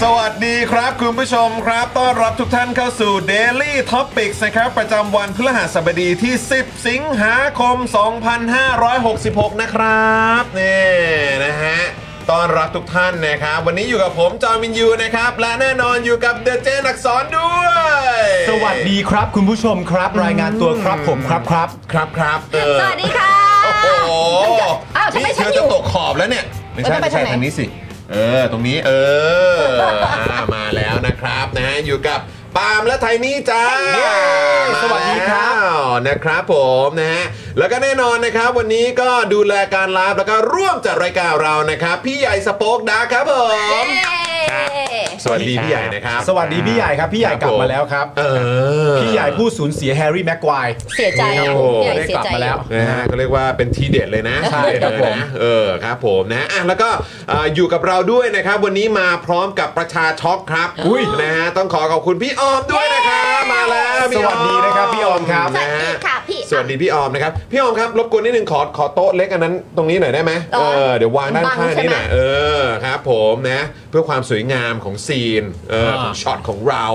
สวัสดีครับคุณผู้ชมครับ ต้อนรับทุกท่านเข้าสู่ Daily Topics นะครับ ประจำวันพฤหัสบดีที่ 10 สิงหาคม 2566 นะครับนี่นะฮะต้อนรับทุกท่านนะครับ วันนี้อยู่กับผม จอห์นวินยูนะครับ และแน่นอนอยู่กับเดอะเจนอักสอนด้วย สวัสดีครับคุณผู้ชมครับรายงานตัวครับผมครับครับ ครับครับเออ สวัสดีค่ะ โอ้โห อ้าวทำไม นี่ ฉัเธนอ อยู่ จะตกขอบแล้วเนี่ยไม่ เอ ใช่ อจะไป ไม่ใช่ ทางไหน ทางนี้สิ เออ ตรงนี้ เออ อ่ามาแล้วนะครับนะฮะอยู่กับปาล์มและไทนี่จ้า สวัสดีครับ มาแล้วนะครับผมนะฮะแล้วก็แน่นอนนะครับ วันนี้ก็ดูแลการไลฟ์แล้วก็ร่วมจัดรายการเรานะครับ พี่ใหญ่สโป๊กดาร์กครับผมสวัสดีพี่ใหญ่นะครับ สวัสดีพี่ใหญ่ครับพี่ใหญ่กลับมาแล้วครับ เออ พี่ใหญ่ผู้สูญเสียแฮร์รี่แม็กควาย เสียใจอ่ะ โอ้โห พี่ใหญ่เสียใจ ได้กลับมาแล้ว นะฮะก็เรียกว่าเป็นทีเด็ดเลยนะ ใช่ ทีเด็ดเลย ครับผม นะเออครับผมนะอ่ะแล้วก็อ่าอยู่กับเราด้วยนะครับ วันนี้มาพร้อมกับประชาช็อกครับ อุ๊ย นะฮะต้องขอขอบคุณพี่ออมด้วยนะครับมาแล้วพี่ออม สวัสดีนะครับพี่ออมครับ สวัส นะ ดี ฮะ ค่ะพี่ สวัสดีพี่ออมนะครับพี่ออมครับรบกวนนิดนึงขอขอโต๊ะเล็กอันนั้นตรงนี้หน่อยได้ไหมเออ๋อ อเดี๋ยววางด้านข้าง บังใช่ นี้ ไหม หน่อยเออครับผมนะเพื่อความสวยงามของซีนเออของช็อตของเรา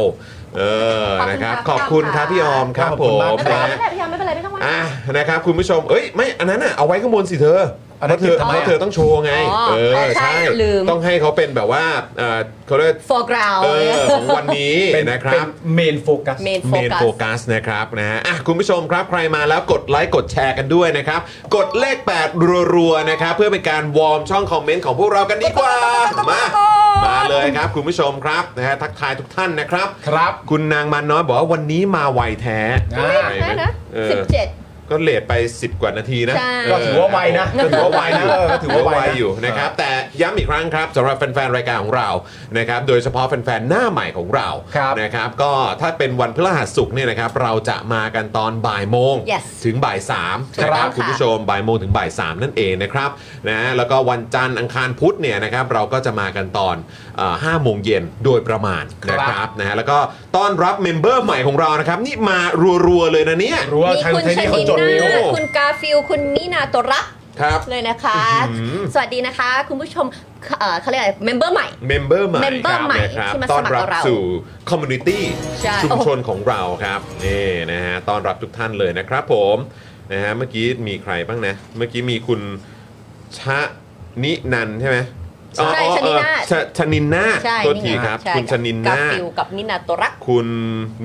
เออนะครับขอบคุณครับพี่ออมครับ ขอบ ผ คุณมาก ม ไม่เป็นไร นะฮะ ไม่เป็นไรพี่ยามไม่เป็นไรไม่ต้องว่า อ่ะนะครับคุณผู้ชม เอ้ยไม่อันนั้นน่ะเอาไว้ข้างบนสิเธอ อัน เพ นั้น ราะเธอ เก็บเพทำไมอ่ะ ราะเธอต้องโชว์ไง อ๋อ เออ ใช่ ใช่ ลืม ต้องให้เขาเป็นแบบว่าเออเขาเรียก foreground เออของวันนี้นะครับ เมนโฟกัส เมนโฟ เมน กัส โฟกัสนะครับนะฮะอ่ะคุณผู้ชมครับใครมาแล้วกดไลค์กดแชร์กันด้วยนะครับ กดเลข 8 รัวๆนะครับเพื่อเป็นการวอร์มช่องคอมเมนต์ของพวกเรากันดีกว่ามามาเลยครับคุณผู้ชมครับนะฮะทักทายทุกท่านนะครับ ครับ คุณนางมันน้อยบอกว่าวันนี้มาไวแท้ ใช่นะ เออ สิบเจ็ด ก็เลทไป 10 กว่านาทีนะ ใช่ เ ก็ถือว่าไวนะ ก็ถือว่าไวนะ เออก็ถื ถือ อ ว่า ว่า ไว ไวนะ อยู่นะครับ แต่ย้ำอีกครั้งครับสำหรับแฟนๆ รายการของเรานะครับ โดยเฉพาะแฟนๆ หน้าใหม่ของเรา ครับ นะครับ ก็ถ้าเป็นวันพฤหัสศุกร์เนี่ยนะครับ เราจะมากันตอนบ่ายโมง Yes ถึงบ่ายสาม ครับ นะครับ ค่ะ คุณผู้ชมบ่ายโมงถึงบ่ายสามนั่นเองนะครับนะแล้วก็วันจันทร์อังคารพุธเนี่ยนะครับเราก็จะมากันตอนเอ่อห้าโมงเย็นโดยประมาณนะค ครั รับบ นะฮะแล้วก็ต้อนรับเมมเบอร์ใหม่ของเรานะครับนี่มารัวๆเลยนะเนี่ย รัว มี ทาง คุณ ไทย ชนินี่เขา น จด นา ไว้ โอ้ คุณกาฟิลคุณมินาตัวรัก ครับ เลยนะคะ สวัสดีนะคะ คุณผู้ชมเอ่อเขาเรียกอะไรเมมเบอร์ใหม่ เมมเบอร์ใหม่ Member ใหม่ นะครับ ที่มา ต้ ส อน มัคร รั กับเรา สู่คอมมูนิตี้ ใช่ ชุมชนของเราครับนี่นะฮะต้อนรับทุกท่านเลยนะครับผมนะฮะเมื่อกี้มีใครบ้างนะ เมื่อกี้มีคุณชะนินันใช่ไหมอ๋อ ใช่ อ๋อ ชนินนา เออชะชนินนา ใช่ ตัวที นี่ไง ครับ ใช่ คุณชนิน กา นา ฟิลกับมินาตัวรัก คุณ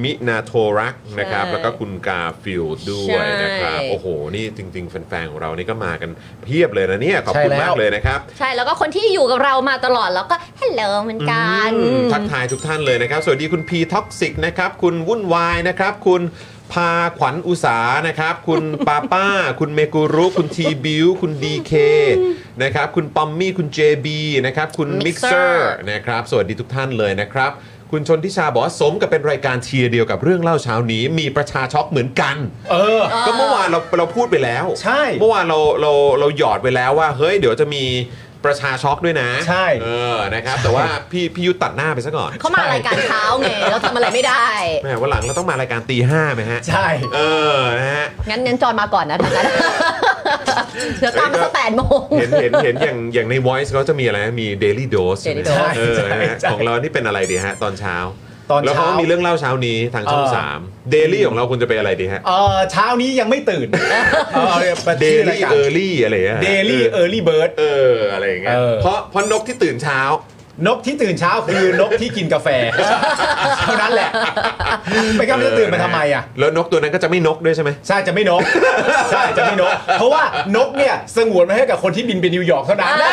มินาโทรักนะครับ ใช่ แล้วก็คุณกาฟิลด์ด้วยนะครับ ใช่ โอ้โห นี่จริง ๆ แฟนๆของเรานี่ก็มากันเพียบเลยนะเนี่ยขอบคุณมากเลยนะครับ ใช่แล้วก็คนที่อยู่กับเรามาตลอดแล้วก็ฮัลโหลเหมือนกัน อืมทักทายทุกท่านเลยนะครับ สวัสดีคุณพีท็อกซิกนะครับ คุณวุ่นวายนะครับ คุณพาขวัญอุสานะครับ คุณป้าป้า คุณเมกุรุคุณทีบิวคุณดีเคนะครับ คุณปอมมี่ คุณ JB นะครับ คุณมิกเซอ Mixer ร์นะครับ สวัสดีทุกท่านเลยนะครับ คุณชนทิชาบอกว่าสมกับเป็นรายการเชียร์เดียวกับเรื่องเล่าเช้านี้ มีประชาช็อกเหมือนกัน เออ ก็เมื่อวานเราเราพูดไปแล้ว ใช่ เมื่อวานเราเราเราหยอดไปแล้วว่า เฮ้ยเดี๋ยวจะมี ประชาช็อกด้วยนะ ใช่ เออนะครับ แต่ว่าพี่พี่ยุทธตัดหน้าไปซะก่อน เขามารายการเช้าไงเราทำอะไรไม่ได้ แหม่วันหลังเราต้องมารายการตีห้าไหมฮะ ใช่ เออนะฮะ งั้นงั้นจอนมา ก่อนนะทางนั้น เดี๋ยวตามมาสักแปดโมง เห็นเห็นเห็นอย่างอย่างใน Voice เขาจะมีอะไรนะมี Daily Dose ใช่ Daily ไหม Dose เออนะฮะ ใช่ ของเรานี่เป็นอะไรดีฮะ ตอนเช้า ตอนเช้า แล้วเขาก็มีเรื่องเล่าเช้านี้ทางช่อง เออ สาม Daily ของเราคุณจะเป็นอะไรดีฮะ เออเช้านี้ยังไม่ตื่นเออเรียกว่าชื่อ Daily รายการ Early อะไรอย่างเงี้ย Daily Early Bird เอออะไรอย่างเงี้ย เออ เพราะเพราะนกที่ตื่นเช้า นกที่ตื่นเช้าคือนกที่กินกาแฟ เท่านั้นแหละไม่ก็จะตื่นมาทำไมอ่ะ แล้วนกตัวนั้นก็จะไม่นกด้วยใช่ไหม ใช่จะไม่นก ใช่จะไม่นก เพราะว่านกเนี่ยสงวนไว้ให้กับคนที่บินไปนิวยอร์กเท่านั้น อ้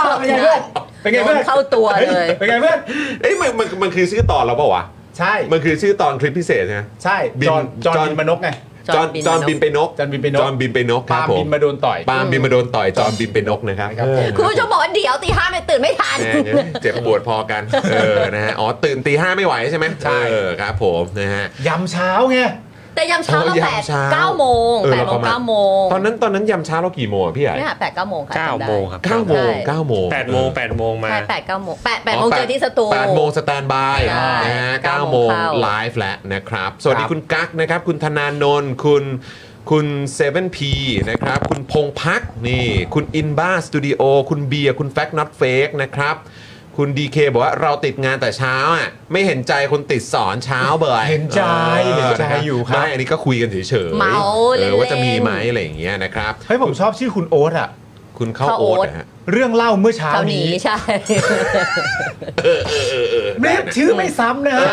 าว เป็นไงเพื่อนเป็นไงเพื่อน เข้าตัวเลย ฮ้เป็นไงเพื่อน เอ้ยมันมันมันคือชื่อตอนเราเปล่าวะ ใช่ มันคือชื่อตอนคลิปพิเศษใช่ไหม ใช่ บิน จอนจอน จอน บินมานกไง จอนจอนบินไปนก จอนบินไปนก จอนบินไปนกค ปา รับ ล์ม ผม บินมาโดนต่อย ปาล์มบินมาโดนต่อยจอนบินไปนกนะครับ ครับ คุณผู้ชมบอกว่าเดี๋ยวตีห้าไม่ตื่นไม่ทัน แน่เนี่ยเจ็บปวดพอกัน เออ นะฮะ อ๋อ ตื่นตีห้าไม่ไหวใช่ไหม ใช่ เออ ครับผมนะฮะ ยำเช้าไง แต่ยามเช้า โอ้ เรา ยาม แปด เช้า เก้าโมง เออ แปดโม เราป ง ระมาณ เก้าโมง ตอนนั้น ตอนนั้นยำเช้าเรากี่โมงอะพี่ใหญ่ ไม่ค่ะแปดเก้าโมงค่ะ เก้า จำได้ โมงครับ เก้าโมง ใช่ เก้าโมง แปดโมงแปดโมงมา ใช่แปดเก้าโมงแปดแปดโมงเจอที่สตู แปดโมงสแตนบาย ใช่ นะฮะ เก้า เก้า โม โม ง ง เข้า ไลฟ์แล้วนะครับ สวัสดีคุณกั๊กนะครับ คุณธนาโนนคุณคุณเซเว่นพีนะครับ คุณพงพักนี่ คุณอินบ้าสตูดิโอ คุณเบียร์ คุณแฟกน็อตเฟกนะครับ คุณดีเคบอกว่าเราติดงานแต่เช้าอ่ะ ไม่เห็นใจคนติดสอนเช้าเบื่อ เห็นใจเห็นใจ นะรับ อยู่ครั ไม่ บ อันนี้ก็คุยกันเฉยๆ เมา เอ เล่ อน ๆ ว่าจะมีไหมอะไรอย่างเงี้ยนะครับ เฮ้ยผมชอบชื่อคุณโอ๊ตอ่ะ คุณเข้า เข้า โอ๊ต โอ๊ต นะฮะ เรื่องเล่าเมื่อเช้า เช้านี้ นี้ ใช่ เรียกชื่อไม่ซ้ำนะฮะ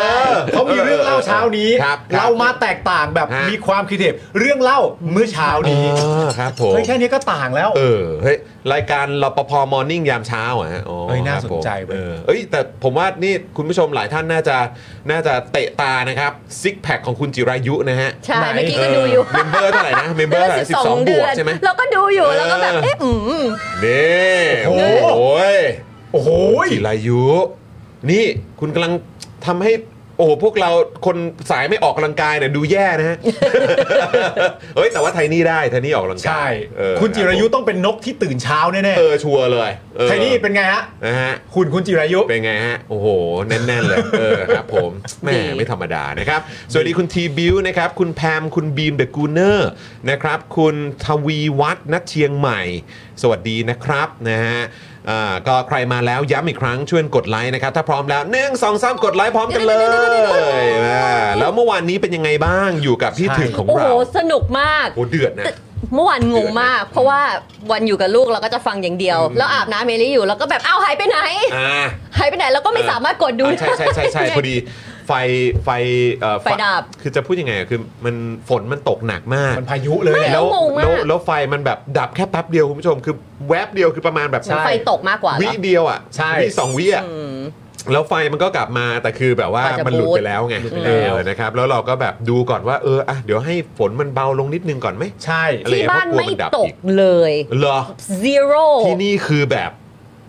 เขามีเรื่องเล่าเช้านี้ ครับครับ เรามาแตกต่างแบบ ฮะ มีความคิดเห็นเรื่องเล่าเมื่อเช้า เอ นี้ อครับผม เฮ้ยแค่นี้ก็ต่างแล้ว เออเฮ้ยรายการรปภมอร์นิ่งยามเช้าอ่ะฮะอ๋อ เฮ้ยน่า ครับผ ส ม นใจเว้ย ออเอ้ยแต่ผมว่านี่คุณผู้ชมหลายท่านน่าจะน่าจะเตะตานะครับซิกแพคของคุณจิรายุนะฮะ ใช่ ไหน เมื่อกี้ก็ดูอยู่ เมมเบอร์เท่าไหร่นะเมมเบอร์เท่าไหร่ สิบสองบวกใช่ไหม เราก็ดูอยู่แล้วก็แบบ เออ เอ๊ะอืม นี่ โอ้ โอ้ โห โห โอ้โห จิรายุ นี่คุณกำลังทำให้โอ้โหพวกเราคนสายไม่ออกกำลังกายเนี่ยดูแย่ นะฮะ เฮ้ยแต่ว่าไทนี่ได้ไทนี่ออกกำลังกาย ใช่ เออ คุณจิรายุต้องเป็นนกที่ตื่นเช้าแน่ เออชัวร์เลยเอ ๆ อ ไทนี่เป็นไงฮะ นะฮะ คุณคุณจิรายุ เป็นไงฮะ โอ้โห แน่น ๆ เลย เออครับผมแหม่ ดี ไม่ธรรมดานะครับ สวัสดีคุณทีบิวนะครับ คุณแพมคุณบีมเดอะกูเนอร์นะครับ คุณทวีวัฒน์นัดเชียงใหม่ สวัสดีนะครับนะฮะอ่าก็ใครมาแล้วย้ำอีกครั้งช่วยกดไลค์นะครับ ถ้าพร้อมแล้ว1 2 3 กดไลค์พร้อมกันเลยอ่าแล้วเมื่อวานนี้เป็นยังไงบ้างอยู่กับพี่ ใช่ ถึงของ โอ้โห เรา สนุกมาก โอ้เดือดนะ เมื่อวานงงมาก เพราะว่าวันอยู่กับลูกเราก็จะฟังอย่างเดียว แล้วอาบน้ำเมลี่อยู่แล้วก็แบบเอ้าหายไปไหน อ่า หายไปไหนแล้วก็ไม่สามารถกดดู อ่าใช่ใช่ใช่ใช่พอดีไฟไฟเอ่อ ไฟดับ คือจะพูดยังไงอะคือมันฝนมันตกหนักมาก มันพายุเลยแหละ แล้ว งงมาก แล้วแล้วไฟมันแบบดับแค่แป๊บเดียวคุณผู้ชม คือแวบเดียวคือประมาณแบบ ใช่ ไฟตกมากกว่าเหร วิ อ เดียวอ่ะ ใช่ วิสองวิอ่ะ อืม แล้วไฟมันก็กลับมาแต่คือแบบว่า ไฟจะ มันหลุด บู๊ ไปแล้วไง หลุดไป เอ แล้ว อนะครับแล้วเราก็แบบดูก่อนว่าเอออ่ะเดี๋ยวให้ฝนมันเบาลงนิดนึงก่อนไหม ใช่ อะไร ที่ อ่ะ บ้าน เพราะกลัว ไม่ มันดับ ต อี ก ก เลย เหรอ zero ที่นี่คือแบบ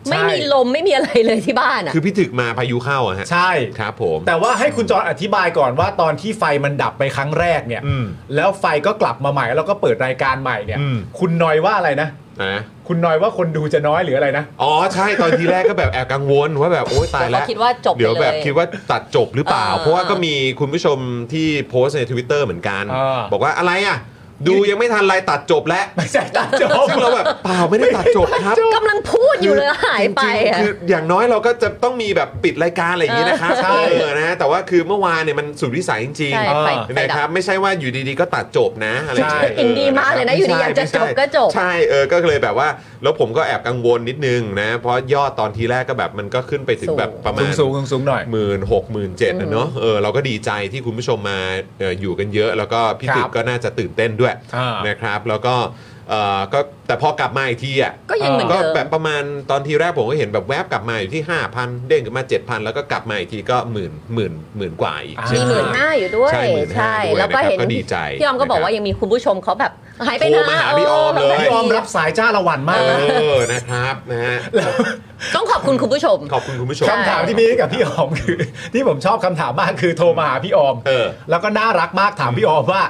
ใช่ ไม่มีลมไม่มีอะไรเลยที่บ้านอ่ะ คือพี่ถึกมาพายุเข้าอะฮะ ใช่ ครับผม แต่ว่าให้คุณจอนอธิบายก่อนว่าตอนที่ไฟมันดับไปครั้งแรกเนี่ย อืม แล้วไฟก็กลับมาใหม่แล้วก็เปิดรายการใหม่เนี่ย อืม คุณนอยว่าอะไรนะ นะ คุณนอยว่าคนดูจะน้อยหรืออะไรนะ อ๋อใช่ตอนทีแรกก็แบบแอบกังวลว่าแบบโอ๊ยตายแล้ว เขาคิดว่าจบไปเลย เดี๋ยวแบบคิดว่าตัดจบหรือเปล่า อ่า เพราะว่าก็มีคุณผู้ชมที่โพสต์ในทวิตเตอร์เหมือนกัน อ่า บอกว่าอะไรอ่ะ ดูยังไม่ทันไรตัดจบ แล้ว ไม่ใช่ตัดจบ ซึ่งเราแบบเปล่าไม่ได้ตัดจบครับ กำลังพูดอยู่เลยหายไป จริง อ่ะ ๆคืออย่างน้อยเราก็จะต้องมีแบบปิดรายการอะไรอย่างนี้นะคะ ใช่ เออนะแต่ว่าคือเมื่อวานเนี่ยมันสุดวิสัยจริง ใช่ ๆ ไฟ เออนะไฟดั ครับ บไม่ใช่ว่าอยู่ดีๆก็ตัดจบนะอะไรย่างเงี้ย ใช่อินดี้ มากเลยนะอยู่ดีอยากจะ ไม่ใช่ จบก็จบ ใช่เออก็เลยแบบว่าแล้วผมก็แอบกังวลนิดนึงนะ เพราะยอดตอนทีแรกก็แบบมันก็ขึ้นไปถึง สูง แบบประมา สู ณ งสูงสูงสูงหน่อย หมื่นหกหมื่นเจ็ดนะเนาะเออเราก็ดีใจที่คุณผู้ชมมาเอ่ออยู่กันเยอะ แล้วก็พี่ ครับ ติ๊บก็น่าจะตื่นเต้นด้วย อ่าน นะครับ แล้วก็เออก็แต่พอกลับมาอีกทีอ่ะ ก็ยังเหมือน ก็ เดิม แบบประมาณตอนทีแรกผมก็เห็นแบบแวบกลับมาอยู่ที่ 5,000 เด้งขึ้นมา 7,000 แล้วก็กลับมาอีกทีก็หมื่นหมื่นหมื่นกว่าอีก อ่า ใช่ไมีหมื่นห้าอยู่ด้วย ใช่หมื่นห้าด้วย แล้วก็ นะครับ เห็น ก็ดีใจ พี่ออมก็บอกว่ายังมีคุณผู้ชมเขาแบบหายไปนะ โทรมาหาพี่ออมเลย พี่ออมรับสายจ้าละวันมาก เออนะนะครับนะฮะ ต้องขอบคุณคุณผู้ชม ขอบคุณคุณผู้ชม คำถามที่มีให้กับพี่ออม คือ ที่ผมชอบคำถามมากคือโทรมาหาพี่ออม เออ แล้วก็น่ารักมากถามพี่ออมว่า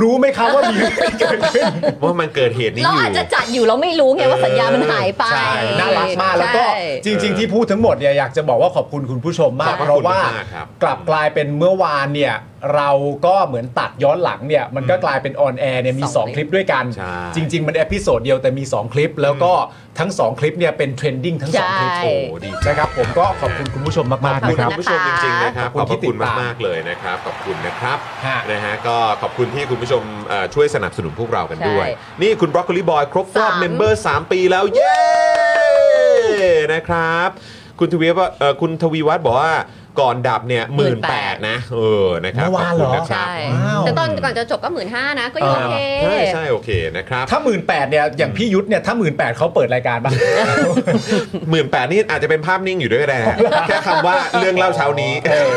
รู้ไหมครับว่ามี เรื่องเกิดขึ้น ว่ามันเกิดเหตุนี้ เรา อยู่ อาจจะจัดอยู่เราไม่รู้ไงว่าสัญญามันหายไป ใช่ น่ารักมากแล้วก็ ใช่ จริง ๆ ที่พูดทั้งหมดเนี่ยอยากจะบอกว่าขอบคุณคุณผู้ชมมา ข ก อบพระ เพราะว่า คุณมากครับ กลับกลายเป็นเมื่อวานเนี่ยเราก็เหมือนตัดย้อนหลังเนี่ยมันก็กลายเป็นออนแอร์เนี่ยมี สอง 2 ค คลิ ลิ ป ปด้วยกัน ใช่ จริง ๆ มันเอพิโซดเดียวแต่มี 2 คลิป แล้วก็ทั้ง 2 คลิปเนี่ยเป็นเทรนดิ้งทั้ง 2 คลิป ใช่ โอ้โหดีนะครับผมก็ขอบคุณคุณผู้ชมมากๆนะครับ คุณผู้ชมจริงๆนะครับข ข อ อ บบ พ คุณที่ ระคุณ ติดตาม มากๆเลยนะครับขอบคุณนะครับ ฮะ นะฮะก็ขอบคุณที่คุณผู้ชมเอ่อช่วยสนับสนุนพวกเรากันด้วย ใช่ นี่คุณบรอกโคลีบอยครบรอบ สาม เมมเบอร์ 3 ปีแล้วเย้ นะครับ คุณทวีว่าเอ่อคุณทวีวัฒน์บอกว่าก่อนดับเนี่ยหมื่นแปดนะเออนะครับ เมื่อวานเหรขอบคุณะคบ ใช่ ว้าว แต่ตอนก่อนจะจบก็หมื่นห้านะ ก็ยังโอเค ใช่ใช่โอเคนะครับ ถ้าหมื่นแปดเนี่ยอย่างพี่ยุทธเนี่ยถ้าหมื่นแปดเขาเปิดรายการบ้าง หมื่นแปดนี่อาจจะเป็นภาพนิ่งอยู่ด้วยก็ได้นะแค่คำว่าเรื่องเล่าเช้านี้ เออ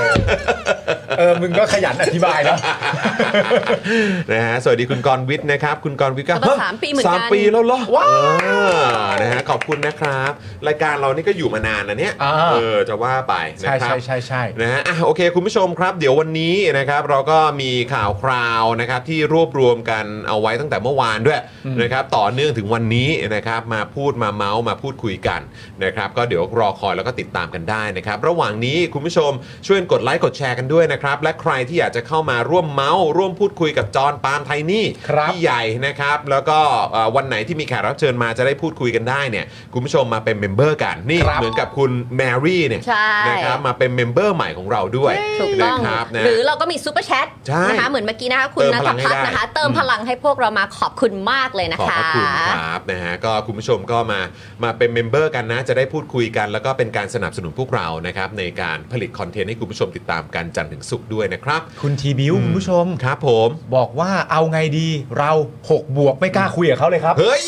เออมึงก็ขยันอธิบายแล้ว นะฮะสวัสดีคุณกรณ์วิทย์นะครับ คุณกรณ์วิทย์ก็ ก็ต้องสามปีเหมือนกัน สามปีแล้วเหรอ ว้าว เออนะฮะขอบคุณนะครับ รายการเรานี่ก็อยู่มานานนะเนี่ย อ่า เออจะว่าไปนะ ใช่ ครับ ใช่ใช่ใช่ นะฮะอ่ะโอเค คุณผู้ชมครับ เดี๋ยววันนี้นะครับเราก็มีข่าวคราวนะครับที่รวบรวมกันเอาไว้ตั้งแต่เมื่อวานด้วยนะครับต่อเนื่องถึงวันนี้นะครับมาพูดมาเมาส์มาพูดคุยกันนะครับก็เดี๋ยวรอคอยแล้วก็ติดตามกันได้นะครับระหว่างนี้คุณผู้ชมช่วยกดไลค์กดแชร์กันด้วยนะครับและใครที่อยากจะเข้ามาร่วมเมาส์ร่วมพูดคุยกับจอห์นปาล์มไทนี่ ครับ ที่ ใหญ่นะครับแล้วก็เอ่อวันไหนที่มีแขกรับเชิญมาจะได้พูดคุยกันได้เนี่ยคุณผู้ชมมาเป็นเมมเบอร์กันนี่ ครับ เหมือนกับคุณแมรี่เนี่ย ใช่ นะครับมาเป็นเมมเบอร์ใหม่ของเราด้วย ถูกต้อง นะครับนะ หรือเราก็มีซูเปอร์แชท ใช่ นะคะเหมือนเมื่อกี้นะคะคุณ เติมพนัท ลังให้ พัฒ ได้ น์นะคะ เติมพลังให้พวกเรามาขอบคุณมากเลยนะ ขอบ คะ พระคุณครับนะฮะก็คุณผู้ชมก็มามาเป็นเมมเบอร์กันนะ จะได้พูดคุยกัน แล้วก็เป็นการสนับสนุนพวกเรานะครับในการผลิตคอนเทนต์ให้คุณผู้ชมติดตามกันจันทร์ถึงศุกร์ด้วยนะครับ คุณทีบิวคุณผู้ชม ครับผม บอกว่าเอาไงดีเรา 6 บวกไม่กล้าคุยกับเขาเลยครับ เฮ้ย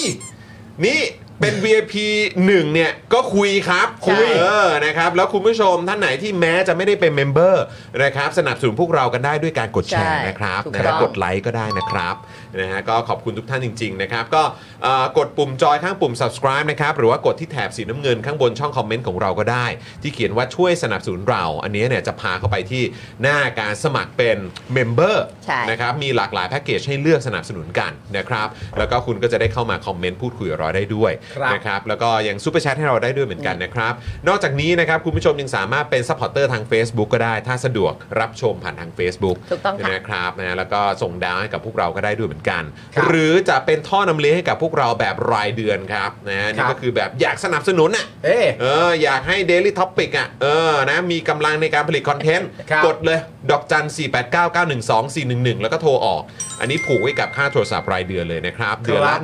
นี่เป็น VIP 1เนี่ยก็คุยครับ คุย เออนะครับแล้วคุณผู้ชมท่านไหนที่แม้จะไม่ได้เป็นเมมเบอร์นะครับสนับสนุนพวกเรากันได้ด้วยการกดแชร์ ใช่ นะครับ ถูก นะฮะ ต้อง กด ไลค์ก็ได้นะครับนะฮะก็ขอบคุณทุกท่านจริง ๆ นะครับ ก็เอ่อกดปุ่มจอยข้างปุ่ม subscribe นะครับ หรือว่ากดที่แถบสีน้ำเงินข้างบนช่องคอมเมนต์ของเราก็ได้ ที่เขียนว่าช่วยสนับสนุนเรา อันนี้เนี่ยจะพาเข้าไปที่หน้าการสมัครเป็นเมมเบอร์ ใช่ นะครับมีหลากหลายแพ็กเกจให้เลือกสนับสนุนกันนะครับ แล้วก็คุณก็จะได้เข้ามาคอมเมนต์พูดคุยกับเราได้ด้วย ครับ นะครับแล้วก็ยังซูเปอร์แชทให้เราได้ด้วยเหมือนกันนะครับนอกจากนี้นะครับคุณผู้ชมยังสามารถเป็นซัพพอร์เตอร์ทาง Facebook ก็ได้ ถ้าสะดวกรับชมผ่านทาง Facebook ถูกต้องค่ะ นะครับนะแล้วก็ส่งดาวให้กับพวกเราก็ได้ด้วยเหมือนกัน ครับ หรือจะเป็นท่อนำเลี้ยงให้กับพวกเราแบบรายเดือนครับนะนี่ ครั ก็ บ คือแบบอยากสนับสนุนอ่ะ เอ๊ะ เอออยากให้ Daily Topic อ่ะเออนะมีกำลังในการผลิตคอนเทนต์ ครับ กดเลย ดอกจัน 4 8 9 9 1 2 4 1 1 แล้วก็โทรออก อันนี้ผูกไว้กับค่าโทรศัพท์รายเดือนเลยนะครับ เดือนละ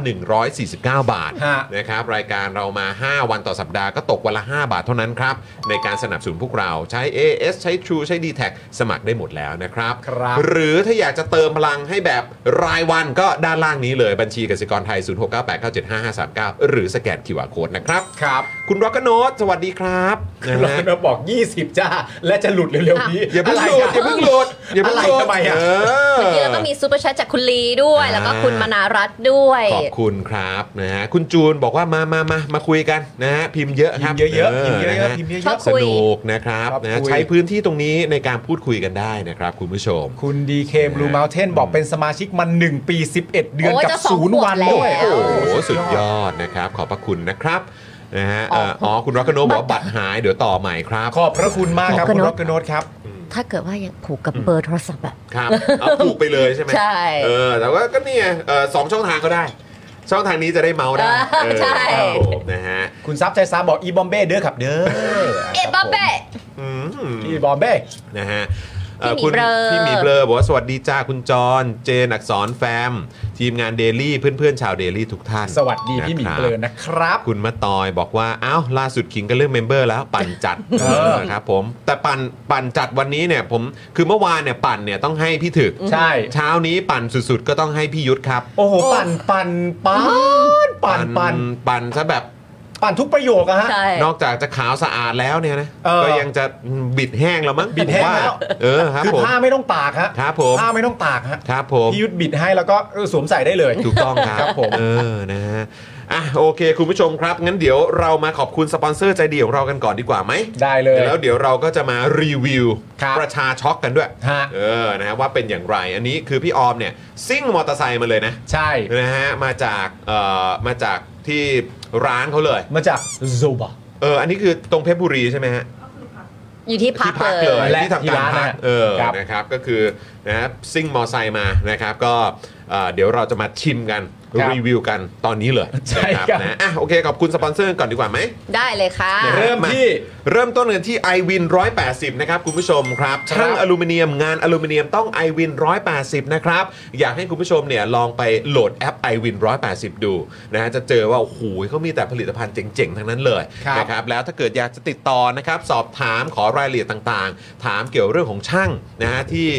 149 บาท ฮะ นะครับรายการเรามา 5 วันต่อสัปดาห์ก็ตกวันละ 5 บาทเท่านั้นครับ ในการสนับสนุนพวกเราใช้ AS ใช้ True ใช้ d t แทสมัครได้หมดแล้วนะครับ ครับ หรือถ้าอยากจะเติมพลังให้แบบรายวันก็ด้านล่างนี้เลยบัญชีกสิกรไทย 0698975539 หรือสแกน QR Code นะครับ ครับ คุณร็อกกโนตสวัสดีครับนะ เรา ฮะ จะบอก 20 จ้า และจะหลุดเร็วๆนี้ อย่าเพิ่ง ะ โห ไร ลด อะ อย่าเพิ่งโหลดอย่าเพิ่งโหลด อะไรทำไมอะ เ เมื่อกี้เราก็มีซูเปอร์แชทจากคุณลีด้วย แล้วก็คุณมนารัตน์ด้วย ขอบคุณครับนะฮะคุณจูนบอกว่ามามามามาคุยกันนะฮะพิมพ์เยอะค พิ รั ม บ พ์เยอะๆพิมพ์เย น อะ ฮ ๆพิมพ์เย ชอ อะ บ สนุกนะครับ ครับ นะฮะ คุย ใช้พื้นที่ตรงนี้ในการพูดคุยกันได้นะครับคุณผู้ชม ๆคุณ DK Blue Mountain บอกเป็นสมาชิกมัน 1 ปี 11 เดือน โอ้ย กับ จะสอง ศูนย์ ขวบ วันด้วย แล้ว โอ้โหสุดย ด อดนะครับ ขอบพระคุณนะครับนะฮะเอ่ออ๋อคุณร็อกกโนบอกว่าบัตรหายเดี๋ยวต่อใหม่ครับ ขอบพระคุณมากครับ ขอบคุ คุณ ณ ร็อกเกอร์โนตครับ ถ้าเกิดว่ายังผูกกับเบอร์โทรศัพท์อะ ครับเอาถูกไปเลยใช่ไหม ใช่ เออแต่ว่าก็เนี่ยเอ่อสองช่องทางก็ได้ ช่องทางนี้จะได้เมาส์ได้ อ่า เออ ใช่ ครับผมนะฮะ คุณซับใจซาบอกอีบอมเบ้เด้อครับเด้อ เอ็ดบาเบะ อืม อีบอมเบ้ นะฮะ พี่หมี คุณ เบลอ พี่หมีเบลอบอกว่าสวัสดีจ้าคุณจร เจนอักษรแฟม ทีมงานเดลี่เพื่อนๆ ชาวเดลี่ทุกท่าน สวัสดีพี่หมี นะครับ เกลือนะครับ คุณมาตอยบอกว่า อ้าว ล่าสุดขิงกันเรื่องเมมเบอร์แล้วปั่นจัด เออ นะครับผม แต่ปั่นปั่นจัดวันนี้เนี่ยผมคือเมื่อวานเนี่ยปั่นเนี่ยต้องให้พี่ถึก ใช่ เช้านี้ปั่นสุดๆ ก็ต้องให้พี่ยุทธครับ โอ้โห ปั่นปั่นปั่นปั่นปั่น ปั่นซะแบบ ปั่นทุกประโยคอะฮะ ใช่ นอกจากจะขาวสะอาดแล้วเนี่ยนะ เออ ก็ยังจะบิดแห้งแล้วมั้ง บิดแห้งแล้ว เออครับ คือ ผม ผ้าไม่ต้องตากฮะ ครับผม ผ้าไม่ต้องตากฮะ ครับผม พี่ยุทธบิดให้แล้วก็เออสวมใส่ได้เลย ถูกต้องครับ ครับผม เออนะฮะ อ่ะโอเค คุณผู้ชมครับ งั้นเดี๋ยวเรามาขอบคุณสปอนเซอร์ใจดีของเรากันก่อนดีกว่าไหม ได้เลย แล้วเดี๋ยวเราก็จะมารีวิว ครับ ประชาช็อกกันด้วย ฮะ เออนะฮะว่าเป็นอย่างไร อันนี้คือพี่ออมเนี่ยซิ่งมอเตอร์ไซค์มาเลยนะ ใช่ นะฮะมาจากเอ่อมาจากที่ร้านเขาเลย มาจากโซบะ เอออันนี้คือตรงเพชรบุรีใช่ไหมฮะ อยู่ที่พัก ที่พัก เลย เลย และ ที่ทำการ ที่ร้าน พัก นะฮะ เออ ครับ นะครับก็คือนะฮะซิ่งมอไซค์มานะครับก็เอ่อเดี๋ยวเราจะมาชิมกัน ครับ รีวิวกันตอนนี้เลย ใช่ นะครับ นะอ่ะโอเคขอบคุณสปอนเซอร์ก่อนดีกว่าไหม ได้เลยค่ะ นะฮะ เริ่มที่ าเริ่มต้นกันที่ i w วิน180 นะครับ คุณผู้ชมครับ ครับ ช่างอลูมิเนียมงานอลูมิเนียมต้อง i w วิน180 นะครับ อยากให้คุณผู้ชมเนี่ยลองไปโหลดแอป i w วิน180 ดูนะฮะจะเจอว่า โอ้โหเขามีแต่ผลิตภัณฑ์เจ๋งๆ ทั้งนั้นเลย ครับ นะครับ แล้วถ้าเกิดอยากจะติดต่อนะครับ สอบถามขอรายละเอียดต่างๆ ถามเกี่ยวเรื่องของช่างนะฮะที่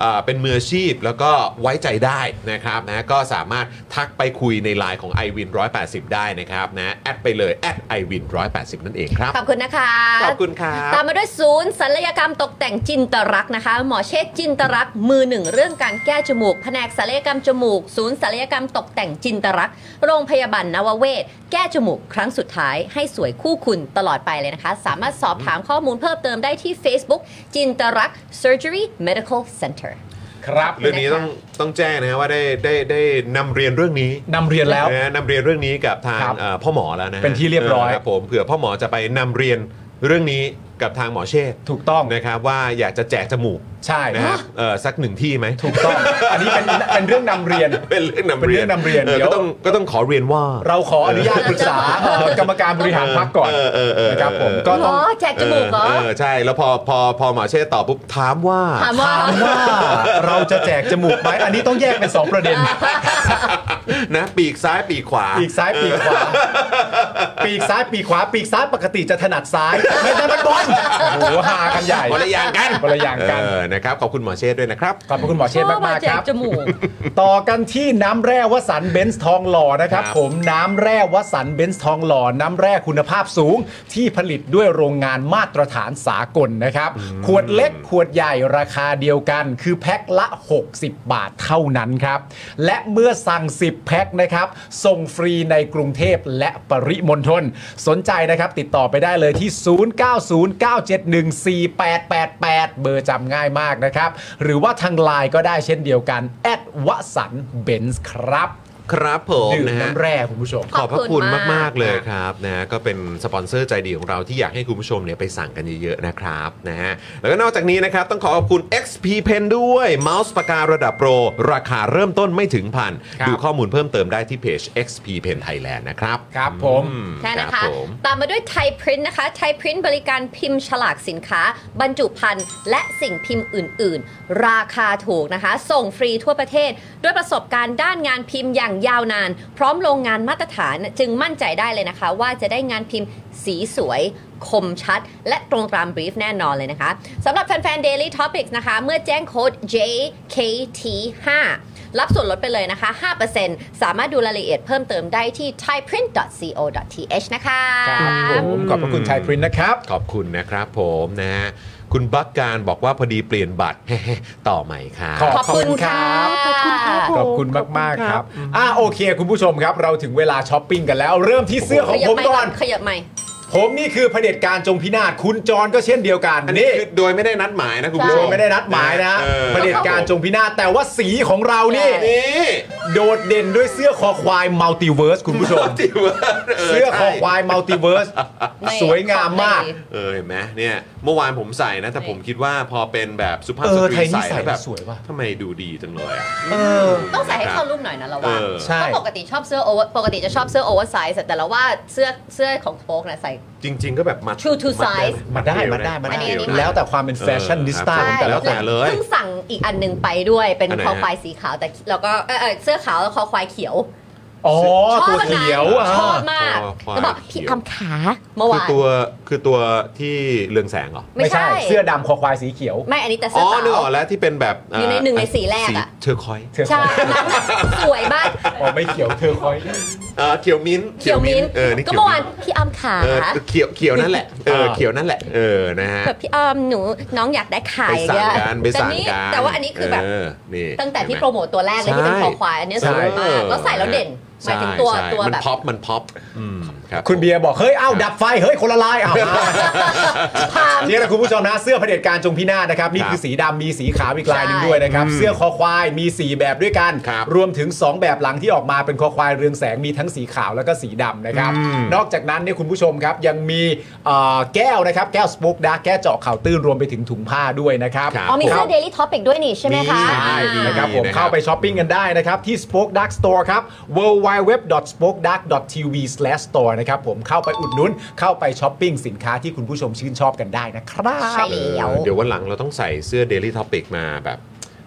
เอ่อเป็นมืออาชีพแล้วก็ไว้ใจได้นะครับนะก็สามารถทักไปคุยในไลน์ของ i w วิน180 ได้นะครับนะแอดไปเลยแอด i w วิน180 นั่นเองครับ ขอบคุณนะคะ ขอบคุณครับ ตามมาด้วยศูนย์ศัลยกรรมตกแต่งจินตรักษณ์นะคะ หมอเชษจินตรักษณ์มือหนึ่งเรื่องการแก้จมูก แผนกศัลยกรรมจมูก ศูนย์ศัลยกรรมตกแต่งจินตรักษณ์โรงพยาบาลนวเวศ แก้จมูกครั้งสุดท้ายให้สวยคู่คุณตลอดไปเลยนะคะ สามารถสอบถามข้อมูลเพิ่มเติมได้ที่ Facebook จินตรักษณ์ Surgery Medical Center ครับ เรื่องนี้ต้องต้องแจ้งนะฮะว่าได้ได้ได้นำเรียนเรื่องนี้ นำเรียนแล้ว นะฮะนำเรียนเรื่องนี้กับทาง ครับ เอ่อพ่อหมอแล้วนะฮะ เป็นที่เรียบร้อย ครับผมเผื่อพ่อหมอจะไปนำเรียนเรื่องนี้กับทางหมอเชษฐ์ ถูกต้อง นะครับว่าอยากจะแจกจมูก ใช่ นะฮะเอ่อสักหนึ่งที่ไหม ถูกต้อง อันนี้เป็นเป็นเรื่องนำเรียน เป็นเรื่องนำเรียน เป็นเรื่องนำเรียน ออ เดี๋ยว ก็ต้องก็ต้องขอเรียนว่า เราขออนุญาตปรึกษาเอ่อกรรมการบริหารพักก่อน เออเออเออ นะครับผม เออ ก็ หม ต้อ อง แจกจมูกเหรอ เออใช่แล้วพอพอพอหมอเชษฐ์ตอบปุ๊บถามว่า ถามว่า ถามว่าเราจะแจกจมูกไหมอันนี้ต้องแยกเป็น 2 ประเด็น นะปีกซ้ายปีกขวา ปีกซ้ายปีกขวา ปีกซ้ายปีกขวา ปีกซ้ายปกติจะถนัดซ้าย ไม่ได้นบอลโอ้โหฮากันใหญ่ คนละอย่างกัน คนละอย่างกัน เออนะครับขอบคุณหมอเชษฐ์ด้วยนะครับ ขอบพระคุณหมอเช ช ษ อ ฐ์ บมา มา แจกกๆครับ จมูก ต่อกันที่น้ำแร่วสันเบนซ์ทองหล่อนะครับ ครับ ผมน้ำแร่วสันเบนซ์ทองหล่อ น้ำแร่คุณภาพสูง ที่ผลิตด้วยโรงงานมาตรฐานสากลนะครับ ขวดเล็กขวดใหญ่ราคาเดียวกัน คือแพ็คละ 60 บาทเท่านั้นครับ และเมื่อสั่ง 10 แพ็คนะครับ ส่งฟรีในกรุงเทพและปริมณฑลสนใจนะครับ ติดต่อไปได้เลยที่ 0909714888 เบอร์จำง่ายมากนะครับ หรือว่าทางไลน์ก็ได้เช่นเดียวกันแอดวสันเบนซ์ครับ ครับผม ดื่ม นะฮะ น้ำแร่คุณผู้ชม ขอบพระคุณ ขอบคุณ มาม าก ก ๆ เลยครับนะฮะก็เป็นสปอนเซอร์ใจดีของเราที่อยากให้คุณผู้ชมเนี่ยไปสั่งกันเยอะ ๆ นะครับนะฮะแล้วก็นอกจากนี้นะครับ ต้องขอขอบคุณ XP Pen ด้วยเมาส์ปากการะดับโปร ราคาเริ่มต้นไม่ถึงพัน ครับ ดูข้อมูลเพิ่มเติมได้ที่เพจ XP Pen Thailand นะครับ ครับผม อืม ใช่นะ ครั คะ บผม ตามมาด้วยไทยพรินต์นะคะไทยพรินต์บริการพิมพ์ฉลากสินค้า บรรจุภัณฑ์และสิ่งพิมพ์อื่น ๆ ราคาถูกนะคะ ส่งฟรีทั่วประเทศ ด้วยประสบการณ์ด้านงานพิมพ์อย่างยาวนาน พร้อมโรงงานมาตรฐานจึงมั่นใจได้เลยนะคะ ว่าจะได้งานพิมพ์สีสวย คมชัด และตรงตามบรีฟแน่นอนเลยนะคะสำหรับแฟน ๆ Daily Topics นะคะ เมื่อแจ้งโค้ด JKT5 รับส่วนลดไปเลยนะคะ 5%สามารถดูรายละเอียดเพิ่มเติมได้ที่ thaiprint.co.th นะคะ ครับผมขอบพระคุณชายพรินนะครับ ขอบคุณนะครับผมนะฮะคุณบักการบอกว่าพอดีเปลี่ยนบัตร ต่อใหม่ค่ะ ขอบ ขอบคุณค่ะ ขอบคุณครับ ขอบคุณมาก ๆ ครับอ่าโอเค คุณผู้ชมครับ เราถึงเวลาช้อปปิ้งกันแล้ว เริ่มที่เสื้อข ของ ยับ ผม ไม่ ก่ ก่ อ อน นขยับใหม่ ผมนี่คือเผด็จการจงพินาศคุณจรก็เช่นเดียวกัน อันนี้ นี่ คือโดยไม่ได้นัดหมายนะคุณผู้ช โด ม ยไม่ได้นัดหมายนะ ออ เผด็จการจงพินาศแต่ว่าสีของเรานี่ ใช่ นี่ โดดเด่นด้วยเสื้อคอควายมัลติเวิร์สคุณผู้ชม เสื้อคอควายมัลติเวิร์ส ใน สวยงามมาก ขอบใน เออเห็นไหมเนี่ยเมื่อวานผมใส่นะ แต่ผมคิดว่าพอเป็นแบบสุภาพ เอ ส อ ตรี ไทยนี่ ใส่ ใส่ แล้วแบบ สวยว่ะ ทำไมดูดีจังเลยอ่ะ เออ ต้องใส่ให้เข้ารูปหน่อยนะเราว่า เออ ใช่ เพราะปกติชอบเสื้อโอเวอร์ปกติจะชอบเสื้อโอเวอร์ไซส์แต่เราว่าเสื้อเสื้อของโฟกนะใส่ จริง ๆ ก็แบบมัด True to มั size มาได้ เอว มาได้ นะ มาได้ อันนี้อันนี้ แล้วแต่ความเป็นแฟชั่นนิสต้า เออของแต่ แล้ ละ ว ค แต่ น เลย เพิ่งสั่งอีกอันหนึ่งไปด้วยเป็น อันไหน คอ ฮะ ควายสีขาวแต่แล้วก็เออเออเสื้อขาวแล้วคอควายเขียว อ๋อ ชอบ ตัวเขียว นะ อ่ะ ชอบมาก คอควาย แล้วบอก เขี พี่ ยว อำขาเมื่อ คือ วาน ตัวคือตัวที่เรืองแสงเหรอ ไม่ใช่ เสื้อดำคอควายสีเขียว ไม่อันนี้แต่ อ๋ เสื้ อ อขา นึกอ ว อกแล้วที่เป็นแบบเ ยู่ในหนึ่งในสีแรกอะ เทอร์คอยส์ เธอ ใช่นั่นน่ะสวยมาก อ๋อไม่เขียวเธอคอย เออเขียวมิ้นท์ เขียวมิ้นท์ เออนี่ ก็ เขียว เมื่อวา มิ้ น นท์ พี่อำขา เออเขียวเขียวนั่นแหละเออเขียวนั่นแหละเออนะฮะ แบบพี่ออมหนูน้องอยากได้ขา ไป ย สั่ง เนี่ย กันไป แต่ สั่ง นี่ กัน แต่ว่าอันนี้คือแบบ เอนี่ ตั้งแต่ที่ เห็นไหม โปรโมตตัวแรกเลยที่เป็น ใช่ คอควายอันนี้สวย ใช่ มากแล้วใส่แล้วเด่น หมาย ใช่ ถึงตัว ใช่ ตัว มัน แบบ พ็อปมันพ็อปอืมครับ คุณเบียร์บอก เฮ้ย เอ้า ดับไฟ เฮ้ย คนละลายเอ้านี่แหละคุณผู้ชมนะ เสื้อเผด็จการจงพินาศนะครับ นี่คือสีดำมีสีขาวอีกลายหนึ่งด้วยนะครับ เสื้อคอควายมี 4 แบบด้วยกัน ครับ รวมถึง 2 แบบหลังที่ออกมาเป็นคอควายเรืองแสงมีทั้งสีขาวแล้วก็สีดำนะครับ อืม นอกจากนั้นเนี่ยคุณผู้ชมครับ ยังมีเอ่อแก้วนะครับ แก้วสปุกดาแก้วเจาะข่าวตื้นรวมไปถึงถุงผ้าด้วยนะครับ ครับ อ๋อมีเสื้อ ผม Daily Topic ด้วยนี่ใช่ไหมคะ มีใช่มี อ่า นะครับผม นะครับ เข้าไปช้อปปิ้งกันได้นะครับ ที่ Spoke Dark Store ครับ w w w s p o k e d a r k t v s t o r e นะครับผมเข้าไปอุดหนุนเข้าไปช้อปปิ้งสินค้าที่คุณผู้ชมชื่นชอบกันได้นะครับ ใช่ เดี๋ยว เออเดี๋ยววันหลังเราต้องใส่เสื้อ Daily Topic มาแบบ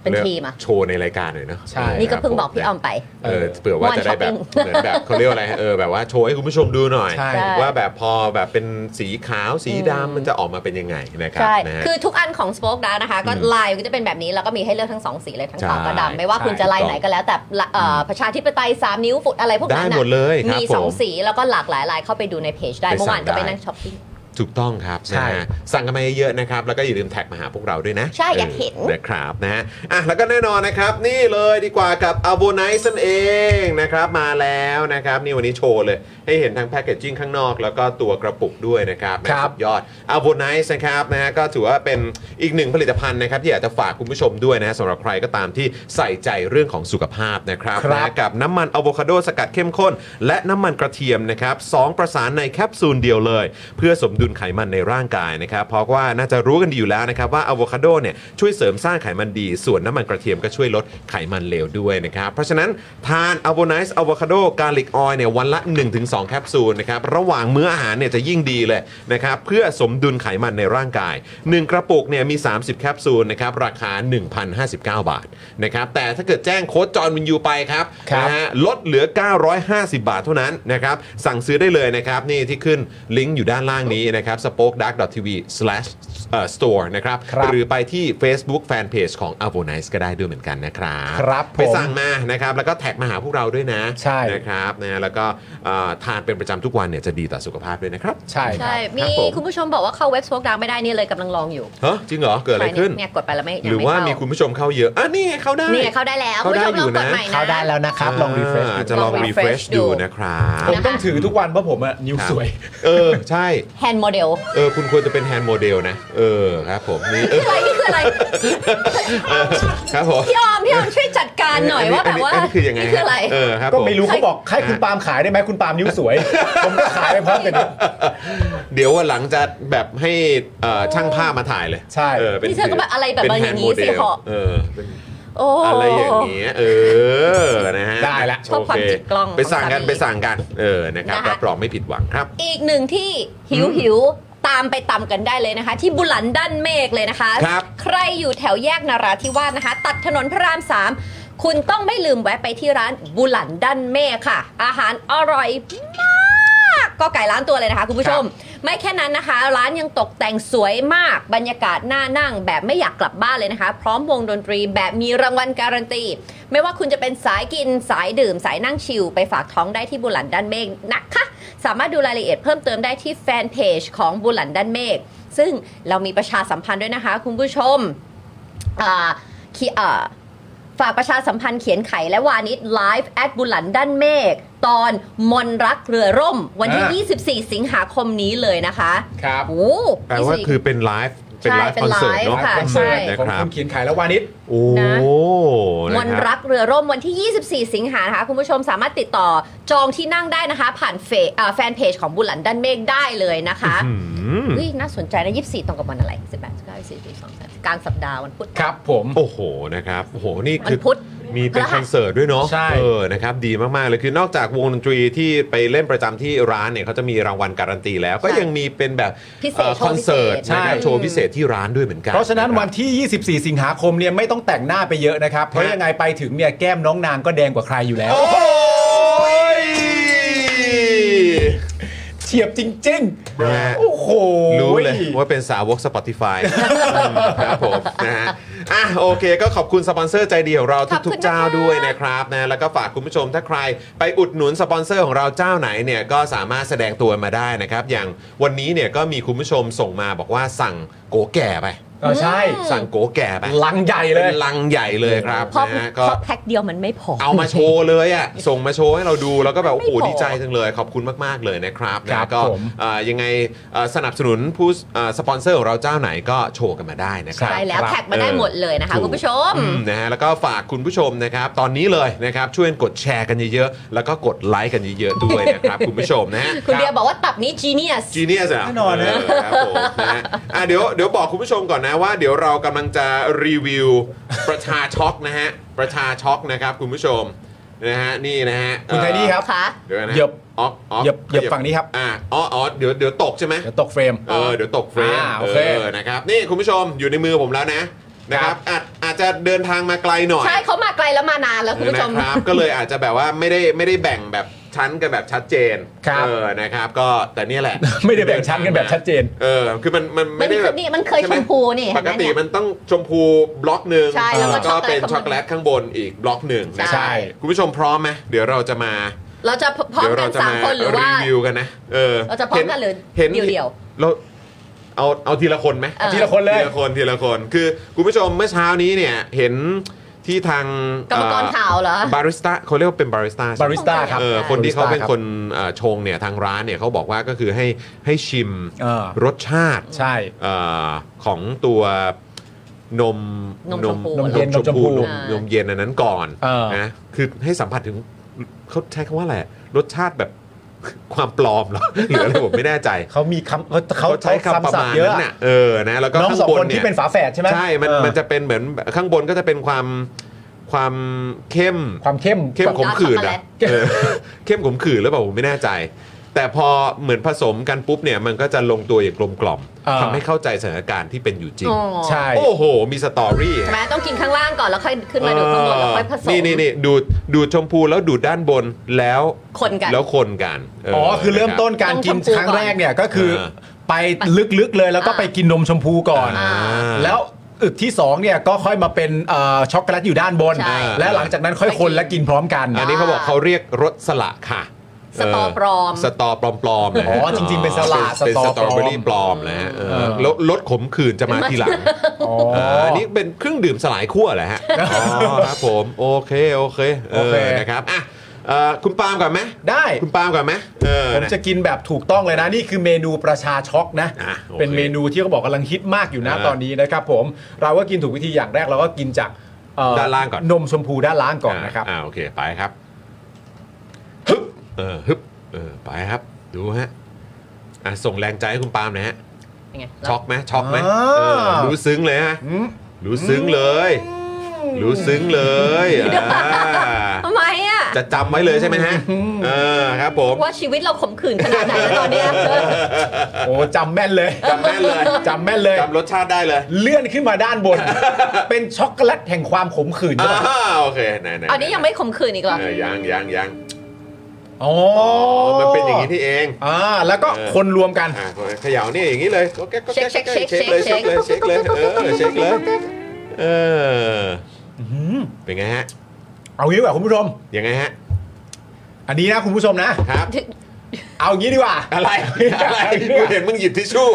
เป็น ลือก ทีมอะ โชว์ในรายการหน่อยเนอะ ใช่ ใช่ นี่ก็เพิ่ง ครับ อกพี่ออมไป เออเผื่อว่าจะได้แบบ One shopping เหมือนแบบเขาเรียกว่าอะไรฮะเออแบบว่าโชว์ให้คุณผู้ชมดูหน่อย ใช่ ใช่ ว่าแบบพอแบบเป็นสีขาวสีดำมันจะออกมาเป็นยังไงนะครับ ใช่ นะฮะ คือทุกอันของ Spoke Dark นะคะ ก็ลายก็จะเป็นแบบนี้ แล้วก็มีให้เลือกทั้งสองสีเลยทั้งขาวกับ ใช่ ดำไม่ว่าคุณจะลายไหนก็แล้วแต่ละเอ่อประชาธิปไตย 3 นิ้วฝุดอะไรพวกนั้น ได้ น่ะ หมดเลยครับ มีสองสีแล้วก็หลากหลายลายเข้าไปดูในเพจได้ ไป เมื่อวานก็ สั่งได้ ไปนั่งช้อปปิ้ง ถูกต้องครับ ใช่ นะฮะสั่งกันมาเยอะๆนะครับ แล้วก็อย่าลืมแท็กมาหาพวกเราด้วยนะ ใช่อยากเห็น อนะครับนะฮะอ่ะแล้วก็แน่นอนนะครับ นี่เลยดีกว่ากับ a v o n i c e นั่นเองนะครับมาแล้วนะครับ นี่วันนี้โชว์เลย ให้เห็นทั้งแพคเกจจิ้งข้างนอก แล้วก็ตัวกระปุกด้วยนะครับ ครับ นะสุดยอด a v o n i c e นะครับนะฮะก็ถือว่าเป็นอีกหนึ่งผลิตภัณฑ์นะครับที่อยากจะฝากคุณผู้ชมด้วยนะฮะสำหรับใครก็ตามที่ใส่ใจเรื่องของสุขภาพนะครับ ครับ นะฮะ กับน้ำมันอะโวคาโดสกัดเข้มข้น และน้ำมันกระเทียมนะครับสองประสานในแคปซูลเดียวเลย เพื่อสมดุลไขมันในร่างกายนะครับเพราะว่าน่าจะรู้กันดีอยู่แล้วนะครับว่าอะโวคาโดเนี่ยช่วยเสริมสร้างไขมันดี ส่วนน้ำมันกระเทียมก็ช่วยลดไขมันเลวด้วยนะครับเพราะฉะนั้นทานอะโวไนซ์อะโวคาโดกาลิกออยเนี่ยวันละ 1-2 แคปซูลนะครับระหว่างมื้ออาหารเนี่ยจะยิ่งดีเลยนะครับเพื่อสมดุลไขมันในร่างกาย 1 กระปุกเนี่ยมี 30 แคปซูลนะครับราคา 1,059 บาทนะครับแต่ถ้าเกิดแจ้งโค้ดจอห์นวินยูไปครับ ครับ นะฮะลดเหลือ 950 บาทเท่านั้นนะครับ สั่งซื้อได้เลยนะครับ นี่ที่ขึ้นลิงก์อยู่ด้านล่างนี้นะครับ spokedark.tv/store นะครับ ครับ หรือไปที่ Facebook Fanpage ของ a v o n i c e ก็ได้ด้วยเหมือนกันนะครับ ครับผม ไปสั่งมานะครับ แล้วก็แท็กมาหาพวกเราด้วยนะ ใช่ นะครับนะแล้วก็เอ่อทานเป็นประจำทุกวันเนี่ยจะดีต่อสุขภาพด้วยนะครับ ใช่ครั ใช่ บ มี ผม คุณผู้ชมบอกว่าเข้าเว็บ Spoke Dark ไม่ได้นี่เลยกำลังลองอยู่ เฮ้ยจริงเหรอ เกิดอะไรขึ้น เนี่ยกดไปแล้วไม่ยัหงรือ ไม่ ว่า เข้า มีคุณผู้ชมเข้าเยอะอ่ะนี่ไงเข้าได้ นี่ไงเข้าได้แล้วคุณผู้ชมลองกดใหม่นะ เข้าได้แล้วนะครับ ลองรีเฟรช อ่าจะลอง ลอง refresh refresh ดู ดู นะครับ ผมต้องถือทุกวันเพราะผมอะนิ้วสวย เออใช่ Hand Model เออคุณควรจะเป็นแฮนด์โมเดลนะ เออครับผมนี่ เออ อะไรนี่คืออะไร ครับผม พี่ออมพี่ออมช่วยจัดการหน่อยว่าแบบว่า อันนี้คือยังไง นี่คืออะไร เออครับ ก็ ผ ไม่รู้เขาบอกให้คุณปาล์มขายได้ไหมคุณปาล์มนิ้วสวย ผมก็ขายไปพร้อมกัน เดี๋ยววันหลังจะแบบให้เอ่อช่างภาพมาถ่ายเลย ใช่ เออเป็น พี่เธอก็แบบอะไรแบบ เป็น แบบอ แฮ ย่าน ง ด์โมเดนี้สิ ล เหรอ เออเป็น โอ้ อะไรอย่างเงี้ยเออนะฮะ ได้ละ ชอบความจิกกล้อง ไปสั่งกัน ของสามี ไปสั่งกันเออนะครับ นะคะ รับรองไม่ผิดหวังครับ อีกหนึ่งที่หิวหิวตามไปตำกันได้เลยนะคะ ที่บุหลันด้านเมฆเลยนะคะ ครับ ใครอยู่แถวแยกนาราธิวาสนะคะ ตัดถนนพระรามสามคุณต้องไม่ลืมแวะไปที่ร้านบุหลันด้านเมฆค่ะ อาหารอร่อยมาก ก็ไก่ล้านตัวเลยนะคะคุณผู้ชม ไม่แค่นั้นนะคะ ร้านยังตกแต่งสวยมากบรรยากาศน่านั่งแบบไม่อยากกลับบ้านเลยนะคะ พร้อมวงดนตรีแบบมีรางวัลการันตี ไม่ว่าคุณจะเป็นสายกินสายดื่ม สายนั่งชิลไปฝากท้องได้ที่บุหลันด้านเมฆนะคะ สามารถดูรายละเอียดเพิ่มเติมได้ที่แฟนเพจของบุหลันด้านเมฆซึ่งเรามีประชาสัมพันธ์ด้วยนะคะ คุณผู้ชมอ่าคีอ่าฝากประชาสัมพันธ์เขียนไขและวานิชไลฟ์แอดบุหลันด้านเมฆตอนมนรักเรือร่ม วันที่ 24 สิงหาคมนี้เลยนะคะ ครับ โอ้ แปลว่า 24 คือเป็นไลฟ์เป็นไลฟ์คอนเสิใช่ร์ต เป็นไลฟ์ เนาะ ค่ะ คอนเสิร์ต ใช่ นะ ของ ครับ คุณเขียนขายแล้ววานิช โอ้ นะ ม นะ น คบ รักเรือร่มวันที่ 24 สิงหานะคะ คุณผู้ชมสามารถติดต่อจองที่นั่งได้นะคะ ผ่านเฟซอ่าแฟนเพจของบุหลันด้านเมฆได้เลยนะคะ อืม อุ้ยน่าสนใจนะ 24 ตรงกับวันอะไร 18 19 24 22 กลางสัปดาห์วันพุธ ครับผม โอ้โหนะครับโอ้โหนี่ วั คือน พุธ มีเป็น พฤหัส คอนเสิร์ตด้วยเนาะ ใช่ เออนะครับดีมากๆเลยคือนอกจากวงดนตรีที่ไปเล่นประจำที่ร้านเนี่ยเขาจะมีรางวัลการันตีแล้ว ก็ยังมีเป็นแบบ พิเศ เอ่ ษ อ โช คอนว์พิเศ เสิร์ต ษ นะครับ ใช่ โชว์พิเศษที่ร้านด้วยเหมือนกัน เพราะฉะนั้น คบ วันที่ 24 สิงหาคมเนี่ยไม่ต้องแต่งหน้าไปเยอะนะครับ เพราะยังไงไปถึงเนี่ยแก้มน้องนางก็แดงกว่าใครอยู่แล้ว โอ้ย เฉียบจริง นะฮะ ๆ โอ้โห รู้เลยว่าเป็นสาวก Spotify ครับผมนะฮะอ่ะโอเคก็ขอบคุณสปอนเซอร์ใจดีของเรา ขอบคุ ทุ ณ กๆเจ้า นะคะ ด้วยนะครับนะแล้วก็ฝากคุณผู้ชมถ้าใครไปอุดหนุนสปอนเซอร์ของเราเจ้าไหนเนี่ยก็สามารถแสดงตัวมาได้นะครับ อย่างวันนี้เนี่ยก็มีคุณผู้ชมส่งมาบอกว่าสั่งโกแก่ไป เ เออใช่ สั่งโกแก่ไป ลังใหญ่เล เป็ ย นลังใหญ่เลยครับ เพราะ นะฮะ เพ ก็ ราะแพ็คเดียวมันไม่พอ เอามาโชว์เลยอ่ะ ส่งมาโชว์ให้เราดูแล้วก็แบบโอ้โห ไม่พอ ดีใจจังเลย ขอบคุณมาก ๆ เลยนะครับ ครั นะ บ ก็ ผม เอ่อยังไงเอ่อสนับสนุนผู้เอ่อสปอนเซอร์ของเราเจ้าไหนก็โชว์กันมาได้นะครั ใช่แล้ว ครับ แพ็คมาได้หมดเลยนะคะ ถูก คุณผู้ชม อืนะฮะแล้วก็ฝากคุณผู้ชมนะครับ ตอนนี้เลยนะครับช่วยกดแชร์กันเยอะๆ แล้วก็กดไลค์กันเยอะๆ ด้วย นะครับ คุณผู้ชมนะฮะ คุณเดียบอกว่าตับนี้ genius จีเนียสอ่ะ แน่นอนนะ เครับผมนะฮะอ่ะเดี๋ยวเดี๋ยวบอกคุณผู้ชมก่อนนะว่าเดี๋ยวเรากำลังจะรีวิวประชาช็อกนะฮะประชาช็อกนะครับคุณผู้ชมนะฮะนี่นะฮะ คุณไทนี่ครับ ค่ะ เดี๋ยวนะ เหยียบ ออกออก เหยียบเหยียบฝั่งนี้ครับ อ่ะอ๋ออ๋อเดี๋ยวเดี๋ยวตกใช่ไหม เดี๋ยวตกเฟรม เออเดี๋ยวตกเฟรม อ่าโอเค นะครับนี่คุณผู้ชมอยู่ในมือผมแล้วนะนะค ครั รับบ อาจอาจจะเดินทางมาไกลหน่อย ใช่เขามาไกลแล้วมานานแล้วคุณผู้ชม นะครับ ก็เลยอาจจะแบบว่าไม่ได้ไม่ได้แบ่งแบบชั้นกันแบบชัดเจน ครับ เออนะครับก็แต่เนี่ยแหละ ไม่ได้แบ่งชั้นกันแบบชัดเจน เออคือมันมัน มั ไม่ น ได้แบบ นี่มันเคย ใไห ชมพูนี่ปเห็กนไหมเนี่ ติ ย มันต้องชมพูบล็อกหนึ่ง ใช่แล้วก็ช็อกโกแลต เป็น ข้าช็องบนกโกแลตข้างบนอีกบล็อกหนึ่งนะครับ ใช่ คุณผู้ชมพร้อมไหมเดี๋ยวเราจะมา เราจะพร้อม เดี๋ยว กั เรา น จะ สาม มา คนหรือว่า รีวิวกันนะเออ เราจะพร้อมกันหรือ เห็น เดี่ยว เราเอาเอาทีละคนไหม เออ ทีละคนเลย ทีละคนทีละคนคือคุณผู้ชมเมื่อเช้านี้เนี่ยเห็นที่ทาง กรรมกร เอ่อ ข่าวเหรอบ าริสต้าเขาเรียกว่าเป็นบาริสต้าใช่ไหม บาริสต้าครับ เออคนที่เขาเป็น บริสต้รับ คนเอ่อชงเนี่ยทางร้านเนี่ยเขาบอกว่าก็คือให้ให้ชิม เออ รสชาติ ใช่ เอ่อของตัวนม นมชมพู นม นมเย็น ชมพูนม อ่าน น มเย็นอันนั้นก่อน เออ นะคือให้สัมผัสถึงเขาใช้คำว่าอะไรรสชาติแบบ ความปลอม เหรอหรืออะไรผมไม่แน่ใจ เขามีคำเขาเขา เขาใช้คำประมาณ เยอะ นั้นน่ะเออนะแล้วก็ น้อง ข้าง สอง บ คน น เนี่ ที่ ย เป็นฝาแฝดใช่ไหม ใช่มัน เออ มันจะเป็นเหมือนข้างบนก็จะเป็นความความเข้ม ความเข้ม เข้มขมขื่นอะ ช็อกโกแลต เออเข้มขมขื่นหรือเปล่าผมไม่แน่ใจ แต่พอเหมือนผสมกันปุ๊บเนี่ยมันก็จะลงตัวอย่างกลมกล่อม เออ ทำให้เข้าใจสถานการณ์ที่เป็นอยู่จริง อ๋อ ใช่ โอ้โห มีสตอรี่ ใช่ ฮะ ไหมต้องกินข้างล่างก่อนแล้วค่อยขึ้นมาดูข้างบนแล้วค่อยผสม นี่นี่นี่ดูดดูดชมพูแล้วดูดด้านบนแล้ว คนกัน แล้วคนกันเ อ๋อคือเริ่มต้นการกิน ต้องชมพู ครั้งแรกเนี่ยก็คือ เออ ไปลึกๆเลยแล้วก็ไปกินนมชมพูก่อน อ่า แล้วอึกที่สองเนี่ยก็ค่อยมาเป็นเอ่อช็อกโกแลตอยู่ด้านบน ใช่ และหลังจากนั้นค่อยคนและกินพร้อมกัน อันนี้เขาบอกเขาเรียกรถสละค่ะ สตอปลอม เสตอปลอมปลอมๆเลย อ๋อจริงๆเป็นสละ เป็นสสตอ ต ป ร ล อ อม เบอรี่ปลอมนะฮะเออ เออ รถรถขมขื่นจะมาทีหลัง อ๋อ เอ อ ออันนี้เป็นเครื่องดื่มสลายขั้วแหละฮะอ๋อครับผมโอเคโอเค โอเค นะครับอ่ะเอ่อคุณปาล์มก่อนไหม ได้ คุณปาล์มก่อนไหมเออ ผม นะ จะกินแบบถูกต้องเลยนะ นี่คือเมนูประชาช็อกนะ อ่ะโอเค เป็นเมนูที่เขาบอกกำลังฮิตมากอยู่นะ อ่า ตอนนี้นะครับผม เราก็กินถูกวิธีอย่างแรกเราก็กินจากเอ่อ ด้านล่างก่อน นมชมพูด้านล่างก่อนนะครับ อ่าโอเคไปครับฮึบเออฮึบเออไปครับ ดูฮะอ่ะส่งแรงใจให้คุณปาล์มหนะฮะ เป็นไง ช็อกไหมช็อกไหม อ่า เออรู้ซึ้งเลยฮะ อืม รู้ซึ้งเลย รู้ซึ้งเลยอ่า ทำไมอ่ะ จะจำไว้เลยใช่ไหมฮะเออครับผม ว่าชีวิตเราขมขื่นขนาดไหนแล้วตอนเนี้ย โอ้จำแม่นเลย จำแม่นเลย จำแม่นเลย จำรสชาติได้เลย เลื่อนขึ้นมาด้านบ น เป็นช็อกโกแลตแห่งความขมขื่นใช่ปะ อ่าโอเคไหนไหน อันนี้ยังไม่ขมขื่นอีกเหรอ เออยังยังยัง อ๋อ อ๋อ อ มันเป็นอย่างนี้ที่เอง อ่าแล้วก็คนรวมกัน อ่ะเขย่าเนี่ยอย่างนี้เลยก็แก๊กก็แก๊ก เช็คเช็ค เช็คเลย เช็ เช็ค ค เลยเช็คเลยเออเช็คเลยเออ อืม เป็นไงฮะ เอางี้ดีกว่าคุณผู้ชม ยังไงฮะ อันนี้นะคุณผู้ชมนะ ครับ เอางี้ดีกว่า อะไรอะไรกูเห็นมึงหยิบทิชชู่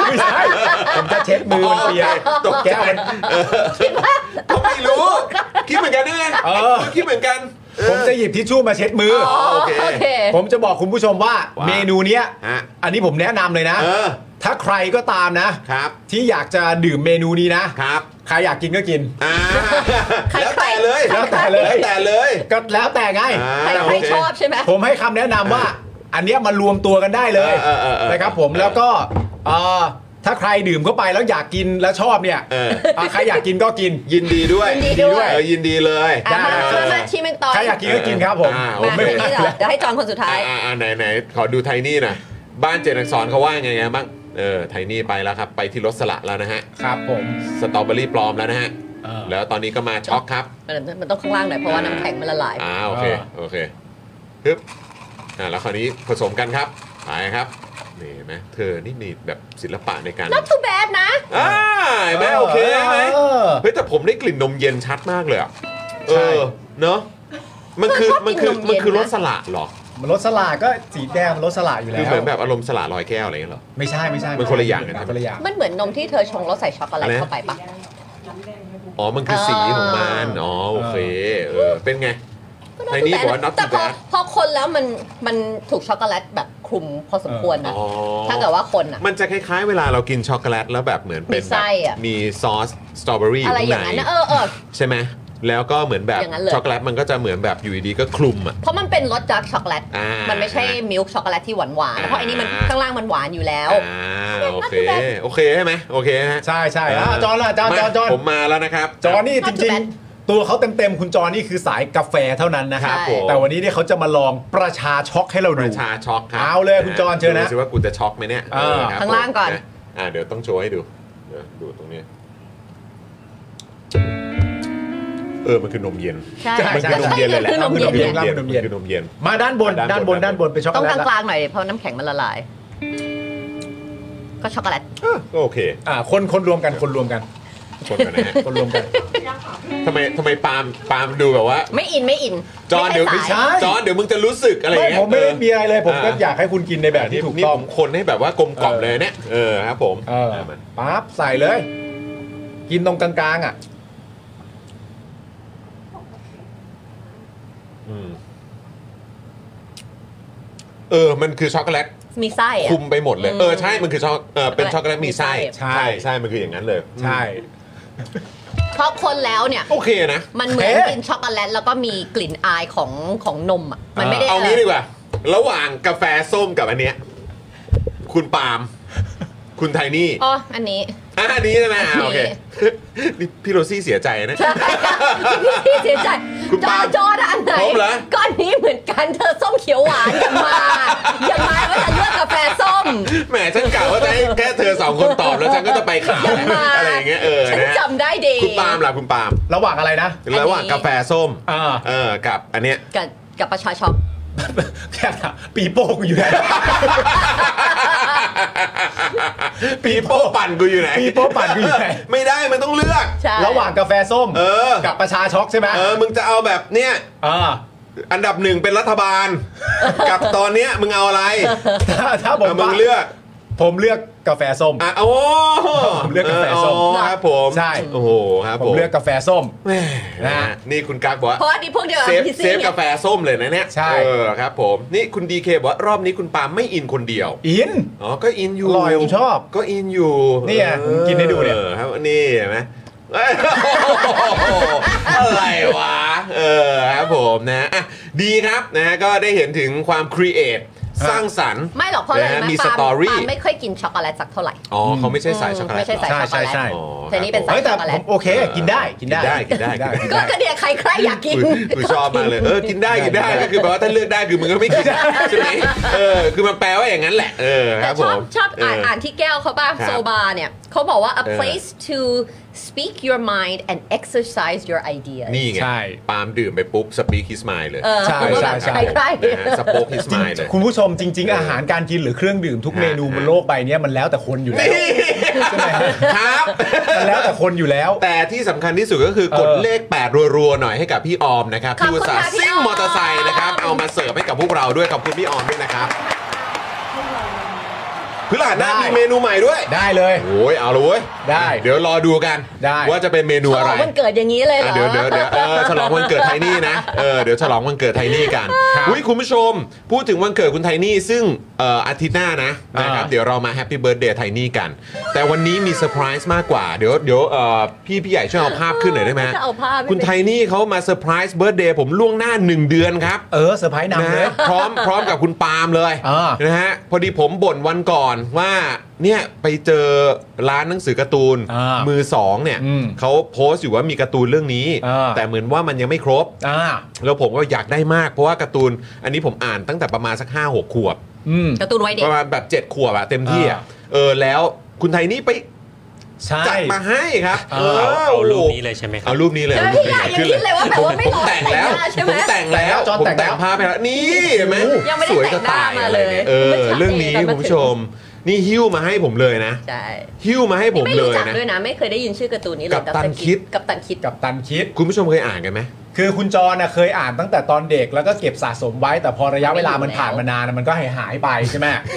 ไม่ใช่ผมจะเช็ดมือมันเปียก ตกใจ แก้วมัน ก็ไม่รู้ คิดเหมือนกันด้วยไง เออ คิดเหมือนกันเออ ผมจะหยิบทิชชู่มาเช็ดมืออ อ๋อ โอเค โอเค ผมจะบอกคุณผู้ชมว่า ว่า เมนูเนี้ย ฮะ อันนี้ผมแนะนำเลยนะ เออ ถ้าใครก็ตามนะ ครับ ที่อยากจะดื่มเมนูนี้นะ ครับ ใครอยากกินก็กิน อ่า ใคร แล้ว ใคร แต่เลย แล้วแต่เลย แล้วแต่เลย ก็แล้วแต่ไง อ่าโอใครใคร เค ชอบใช่ไหม ผมให้คำแนะนำว่า อันเนี้ยมารวมตัวกันได้เลย เออเออเออ นะครับผม เออ แล้วก็เอ่อถ้าใครดื่มเข้าไปแล้วอยากกินและชอบเนี่ย เออ เอ่อใครอยากกินก็กิน ยินดีด้วย ยินดีด้วย เออยินดีเลย อ่ะมา ได้ มามาชิมเป็นตอน ใครอยากกินก็กินครับผม อ่าโอ มา เค ทางนี้เหรอเดี๋ยวให้จอนคนสุดท้าย อ่าอ่าไหนไหนขอดูไทนี่หน่อยบ้านเจนอักษรเขาว่าไงไงบ้างเออไทนี่ไปแล้วครับ ไปที่รถสละแล้วนะฮะ ครับผม สตรอเบอรี่ปลอมแล้วนะฮะ เออ แล้วตอนนี้ก็มาช็อกครับ มันมันต้องข้างล่างหน่อยเพราะว่าน้ำแข็งมันละลาย อ่าโอเค อ่า โอเคฮึบอ่าแล้วคราวนี้ผสมกันครับไปครับนี่เห็นไหมเธอนี่มีแบบศิลปะในการ not too bad นะ อ่าเห็นไหมโอเคไหม เออ เฮ้ยแต่ผมได้กลิ่นนมเย็นชัดมากเลยอ่ะเอ ใช่ อเนอะมันคือ ชอบกิน มันคือน มเย็น มันคือ นะ รสสละเหรอ มันรถสลากก็สีแดงมันรถสลากอยู่แล้ว คือเหมือนแบบอารมณ์สละลอยแก้วอะไรอย่างเงี้ยเหรอ ไม่ใช่ไม่ใช่ มันคนละอย่างกันนะ คนละอย่าง มันเหมือนนมที่เธอชงแล้วใส่ช็อกโกแลตเข้าไปปะ อ๋อ มันคือสีของมัน เอออ๋อ๋อโอเคเออเป็นไง ในนี้บอกว่า not แต่ too พอ bad พอคนแล้วมันมันถูกช็อกโกแลตแบบคลุมพอสมควรนะ อ๋อ ถ้าเกิดว่าคนอ่ะ มันจะคล้ายๆ เวลาเรากินช็อกโกแลตแล้วแบบเหมือนเป็น มี แบ ไส้ บ อะ มีซอสสตรอเบอรี่ อะไร ข้าง อ ใน ย่างนั้นนะเออเออ ใช่ไหมแล้วก็เหมือนแบบ อย่างนั้นเลย ช็อกโกแลตมันก็จะเหมือนแบบอยู่ดีๆก็คลุมอ่ะ เพราะมันเป็นรสดาร์กช็อกโกแลต อ่ามั มันไม่ใช่มิลค์ช็อกโกแลตที่หวานหวานๆเพราะอันนี้มัน อ่า ข้างล่างมันหวานอยู่แล้ว อ่าโอเคโอเคใช่ไหมโอเคฮะ ใช่ใช่อ่ะจอนล่ะจอนจอนจอน มาผมมาแล้วนะครับ จอนนี่จ Not too ริง bad ๆ ตัวเขาเต็มๆ คุณจอนนี่คือสายกาแฟเท่านั้นนะค ค รั รับ บ ใช่ ผม แต่วันนี้เนี่ยเขาจะมาลองประชาช็อกให้เรา ป ดู ระชาช็อกครับ เอาเลยคุณจอนเชิญนะ ดูสิว่ากูจะช็อกไหมเนี่ย เออ ครับ ข้างล่างก่อน ผมะอ่าเดี๋ยวต้องโชว์ให้ดูเดี๋ยวดูตรงนี้ เออมันคือนมเย็น ใช่ ใช่ มัน ใช่ คือนมเย็นเลยแหละ คือนมเย็น คือนมเย็น แหละ มันคือนมเย็น มาด้านบน ด้า ด้าน น บบ น นด้านบนเป็นช็อกโก ต้อง แล ก ต ลาง ละ กลางๆหน่อยดิเพราะน้ำแข็งมันละลาย ก็ช็อกโกแลต เออก็โอเค อ่าคนคนรวมกันคนรวมกัน ชนกันนะฮะ คนรวมกัน ทำไมทำไมปาล์มปาล์มดูแบบว่า ไม่อินไม่อิน จอนเดี๋ยว ไม่ ใช่ ใช่สาย จอนเดี๋ยวมึงจะรู้สึกอะไรอ ไม่ ย่างเงี้ย ผมไม่ได้มีอะไรเลย ผมก็ ะ อยากให้คุณกินในแบบที่ถูก นี่ ต้อง ผมคนให้แบบว่ากลมกล่อม เออ เลยเนี่ยเออครับผม เออ มา ปั๊บใส่เลย กินตรงกลางๆอ่ะ อืมเออ มันคือช็อกโกแลต มีไส้อะ คุมไปหมดเลย อืม เออใช่ มันคือช็อกเออเป็นช็อกโกแลตมีไส้ ใช่ ใช่ใช่มันคืออย่างนั้นเลย ใช่ เพราะคนแล้วเนี่ย โอเคนะ มันเหมือน เอ๊ะ กินช็อกโกแลตแล้วก็มีกลิ่นอายของของนมอ่ะ มันไม่ได้ เอางี้ดีกว่า ระหว่างกาแฟส้มกับอันเนี้ยคุณปาล์มคุณไทนี่ อ๋ออันนี้ อ่ะอันนี้ใช่ไหมอ่ะโอเคนี่พี่โรซี่เสียใจนะ พี่เสียใจ คุณ จอ ปาล์ม จออันไหน ครบเหรอ ก้อนนี้เหมือนกันเธอส้มเขียวหวานอย่ามา อย่ามาว่าจะเลือกกาแฟส้ม แหมฉันกล่าวว่าจะให้แค่เธอสองคนตอบแล้วฉันก็จะไปข่าว อย่ามา อะไรอย่างเงี้ยเออ ฉัน นะ จำได้ดี คุณปาล์มล่ะคุณปาล์ม ระหว่างอะไรนะ อันนี้ ระหว่างกาแฟส้ม อ่า เออกับอันเนี้ย กับกับประชาช็อป แค่ปีโป้กูอยู่ไหน ปีโป้ปั่นกูอยู่ไหน ปีโป้ปั่นกูอยู่ไหน ไม่ได้มันต้องเลือก ใช่ ระหว่างกาแฟส้ม เออ กับประชาช็อกใช่ไหม เออ มึงจะเอาแบบเนี้ย เออ อันดับหนึ่งเป็นรัฐบาล กับตอนเนี้ยมึงเอาอะไร ถ้าถ้าผ เอ ม อมึงเลือก ผมเลือกกาแฟส้ม อ่ะโอ้ ผมเลือกกาแฟส้ม เอออ๋อครับผม ใช่ โอ้โหครับ ผ ผม ม เลือกกาแฟส้ม แหม่ นะ นี่คุณกั๊กบอกว่า เพราะอันนี้พวกเดียวกับ เซฟ พี่ เซ ซี่ ฟ เนี่ย กาแฟส้มเลยนะเนี่ย ใช่ เออครับผม นี่คุณดีเคบอกว่ารอบนี้คุณปาล์มไม่อินคนเดียว อิน อ๋อ ก็อินอยู่ อร่อยผมชอบ ก็อินอยู่ เนี่ย ออ ผมกินให้ดูเนี่ย ออครับนี่เห็นไหม เอ้ยอะไรวะ เออครับผมนะอ่ะดีครับนะก็ได้เห็นถึงความครีเอทสร้างสรรค์ ไม่หรอกเพราะอะไร นะ ไหม มี ปาล์ม story ปาล์มไม่ค่อยกินช็อกโกแลตสักเท่าไหร่ อ๋อเขาไม่ใช่สายช็อกโกแลต ไม่ใช่สาย หรอ ใช่ใช่ใช่ อ๋อ เทนี้เป็น เฮ้ สาย ยช็ แต่ อกโกแล ผ ต มโอเคกินได้กินได้ กินได้กินได้ กิน ก็ ได้ กระเดียใครใครอยากกิน กูกูชอบมากเลยเออกินได้กินได้ ได้ ก็คือแบบว่าถ้าเลือกได้คือมึงก็ไม่กินใช่ไหมเออคือมันแปลว่าอย่างนั้นแหละเออค แต่ รับผชอบ ม ชอบอ่าน เ อ่านที่แก้วเขาบ้าง ครับ โซบาเนี่ยเขาบอกว่า a เออ place to speak your mind and exercise your ideas นี่ไง ใช่ ปาล์มดื่มไปปุ๊บสปีคิสไมล์เลย เออ ใช่ ว่า ใช่ แบบ ใช่ ใคร นะฮะส ๆ โปกฮิสมายเลย คุณผู้ชมจริง ๆ อาหารการกินหรือเครื่องดื่มทุกเมนูบนโลกใบเนี้ยมันแล้วแต่คนอยู่แล้วใช่ไหม ครับ มันแล้วแต่คนอยู่แล้ว แต่ที่สำคัญที่สุดก็คือกด เออ เลข 8 รัวๆ หน่อยให้กับพี่ออมนะครับที่อุตส่าห์ซิ่งมอเตอร์ไซค์นะครับ เอามาเสิร์ฟให้กับพวกเราด้วย ขอบคุณพี่ออมด้วยนะครับพฤหัสหน้ามีเมนูใหม่ด้วย ได้เลย โอ้ยเอาเลยเว้ย ได้ เดี๋ยวรอดูกัน ได้ ว่าจะเป็นเมนู ฉ อะ ล ไร องวันเกิดอย่างนี้เลยเหร อ่ะ อ เดี๋ยวเดี๋ยวเดี๋ยวเออฉลองวันเกิดไทนี่นะเออเดี๋ยวฉลองวันเกิดไทนี่กันอุ้ยคุณผู้ชม พูดถึงวันเกิดคุณไทนี่ซึ่งเอ่ออาทิตย์หน้านะนะครับ อ่า เดี๋ยวเรามาแฮปปี้เบิร์ดเดย์ไทนี่กัน แต่วันนี้มีเซอร์ไพรส์มากกว่าเดี๋ยวเดี๋ยวเอ่อพี่พี่ใหญ่ช่วยเอาภาพขึ้นหน่อยได้ไหม จะเอาภาพ คุณไทนี่เขามาเซอร์ไพรส์เบิร์ดเดย์ผมล่วงหน้า 1 เดือนครับ เออเซอร์ไพรส์นำ นะ เล ฮะ ย พร้อมพร้อมกับคุณปาล์มเลย อ่าน นะฮะพอดีผมบ่นวันก่อนว่าเนี่ยไปเจอร้านหนังสือการ์ตูน อ่ามืมือสองเนี่ย อืม เขาโพสต์อยู่ว่ามีการ์ตูนเรื่องนี้ อ่า แต่เหมือนว่ามันยังไม่ครบ อ่า แล้วผมก็อยากได้มากเพราะว่าการ์ตูน อันนี้ผมอ่านตั้งแต่ประมาณสัก 5 6 ขวบ อืม การ์ตูนไว้ปเด็ก ระมาณแบบ 7 ขวบอะเต็มที่อะ อ่า เออแล้วคุณไทยนี่ไป ใช่ จัดมาให้ครับ เอา เอารูป โโห นี้เลยใช่ไหมครับ เอารูปนี้เลย เดี๋ยว เอารูป พี่ใหญ่ยัง ขึ้น คิดเลยว่าแบบว่าไม่หล่อ ผมแต่งแล้ว แต่งหน้าใช่ไหม ผมแต่งแล้ว จอน ผม แต่ง แต่ง แล้ว ภาพไปแล้วนี่เห็นไหม ยังไม่สได้วย แต่ จะ งหน้า ตาย มา อะไร เลย เนี่ยเออ ไม่ใช่ เรื่องนี้ ตอนมา คุณผู้ชม นี่หิ้วมาให้ผมเลยนะ ใช่ หิ้วมาให้ผม ไม่ เล รู้ ย จัก นะ ด้วยนะ ไม่เคยได้ยินชื่อการ์ตูนนี้เลย กัปตันคิด กับตันคิด กับตันคิด คุณผู้ชมเคยอ่านกันไหม คือคุณจรน่ะเคยอ่านตั้งแต่ตอนเด็กแล้วก็เก็บสะสมไว้ แต่พอระยะเวลามันผ่านมานานน่ะมันก็หายหายๆไปใช่ไหม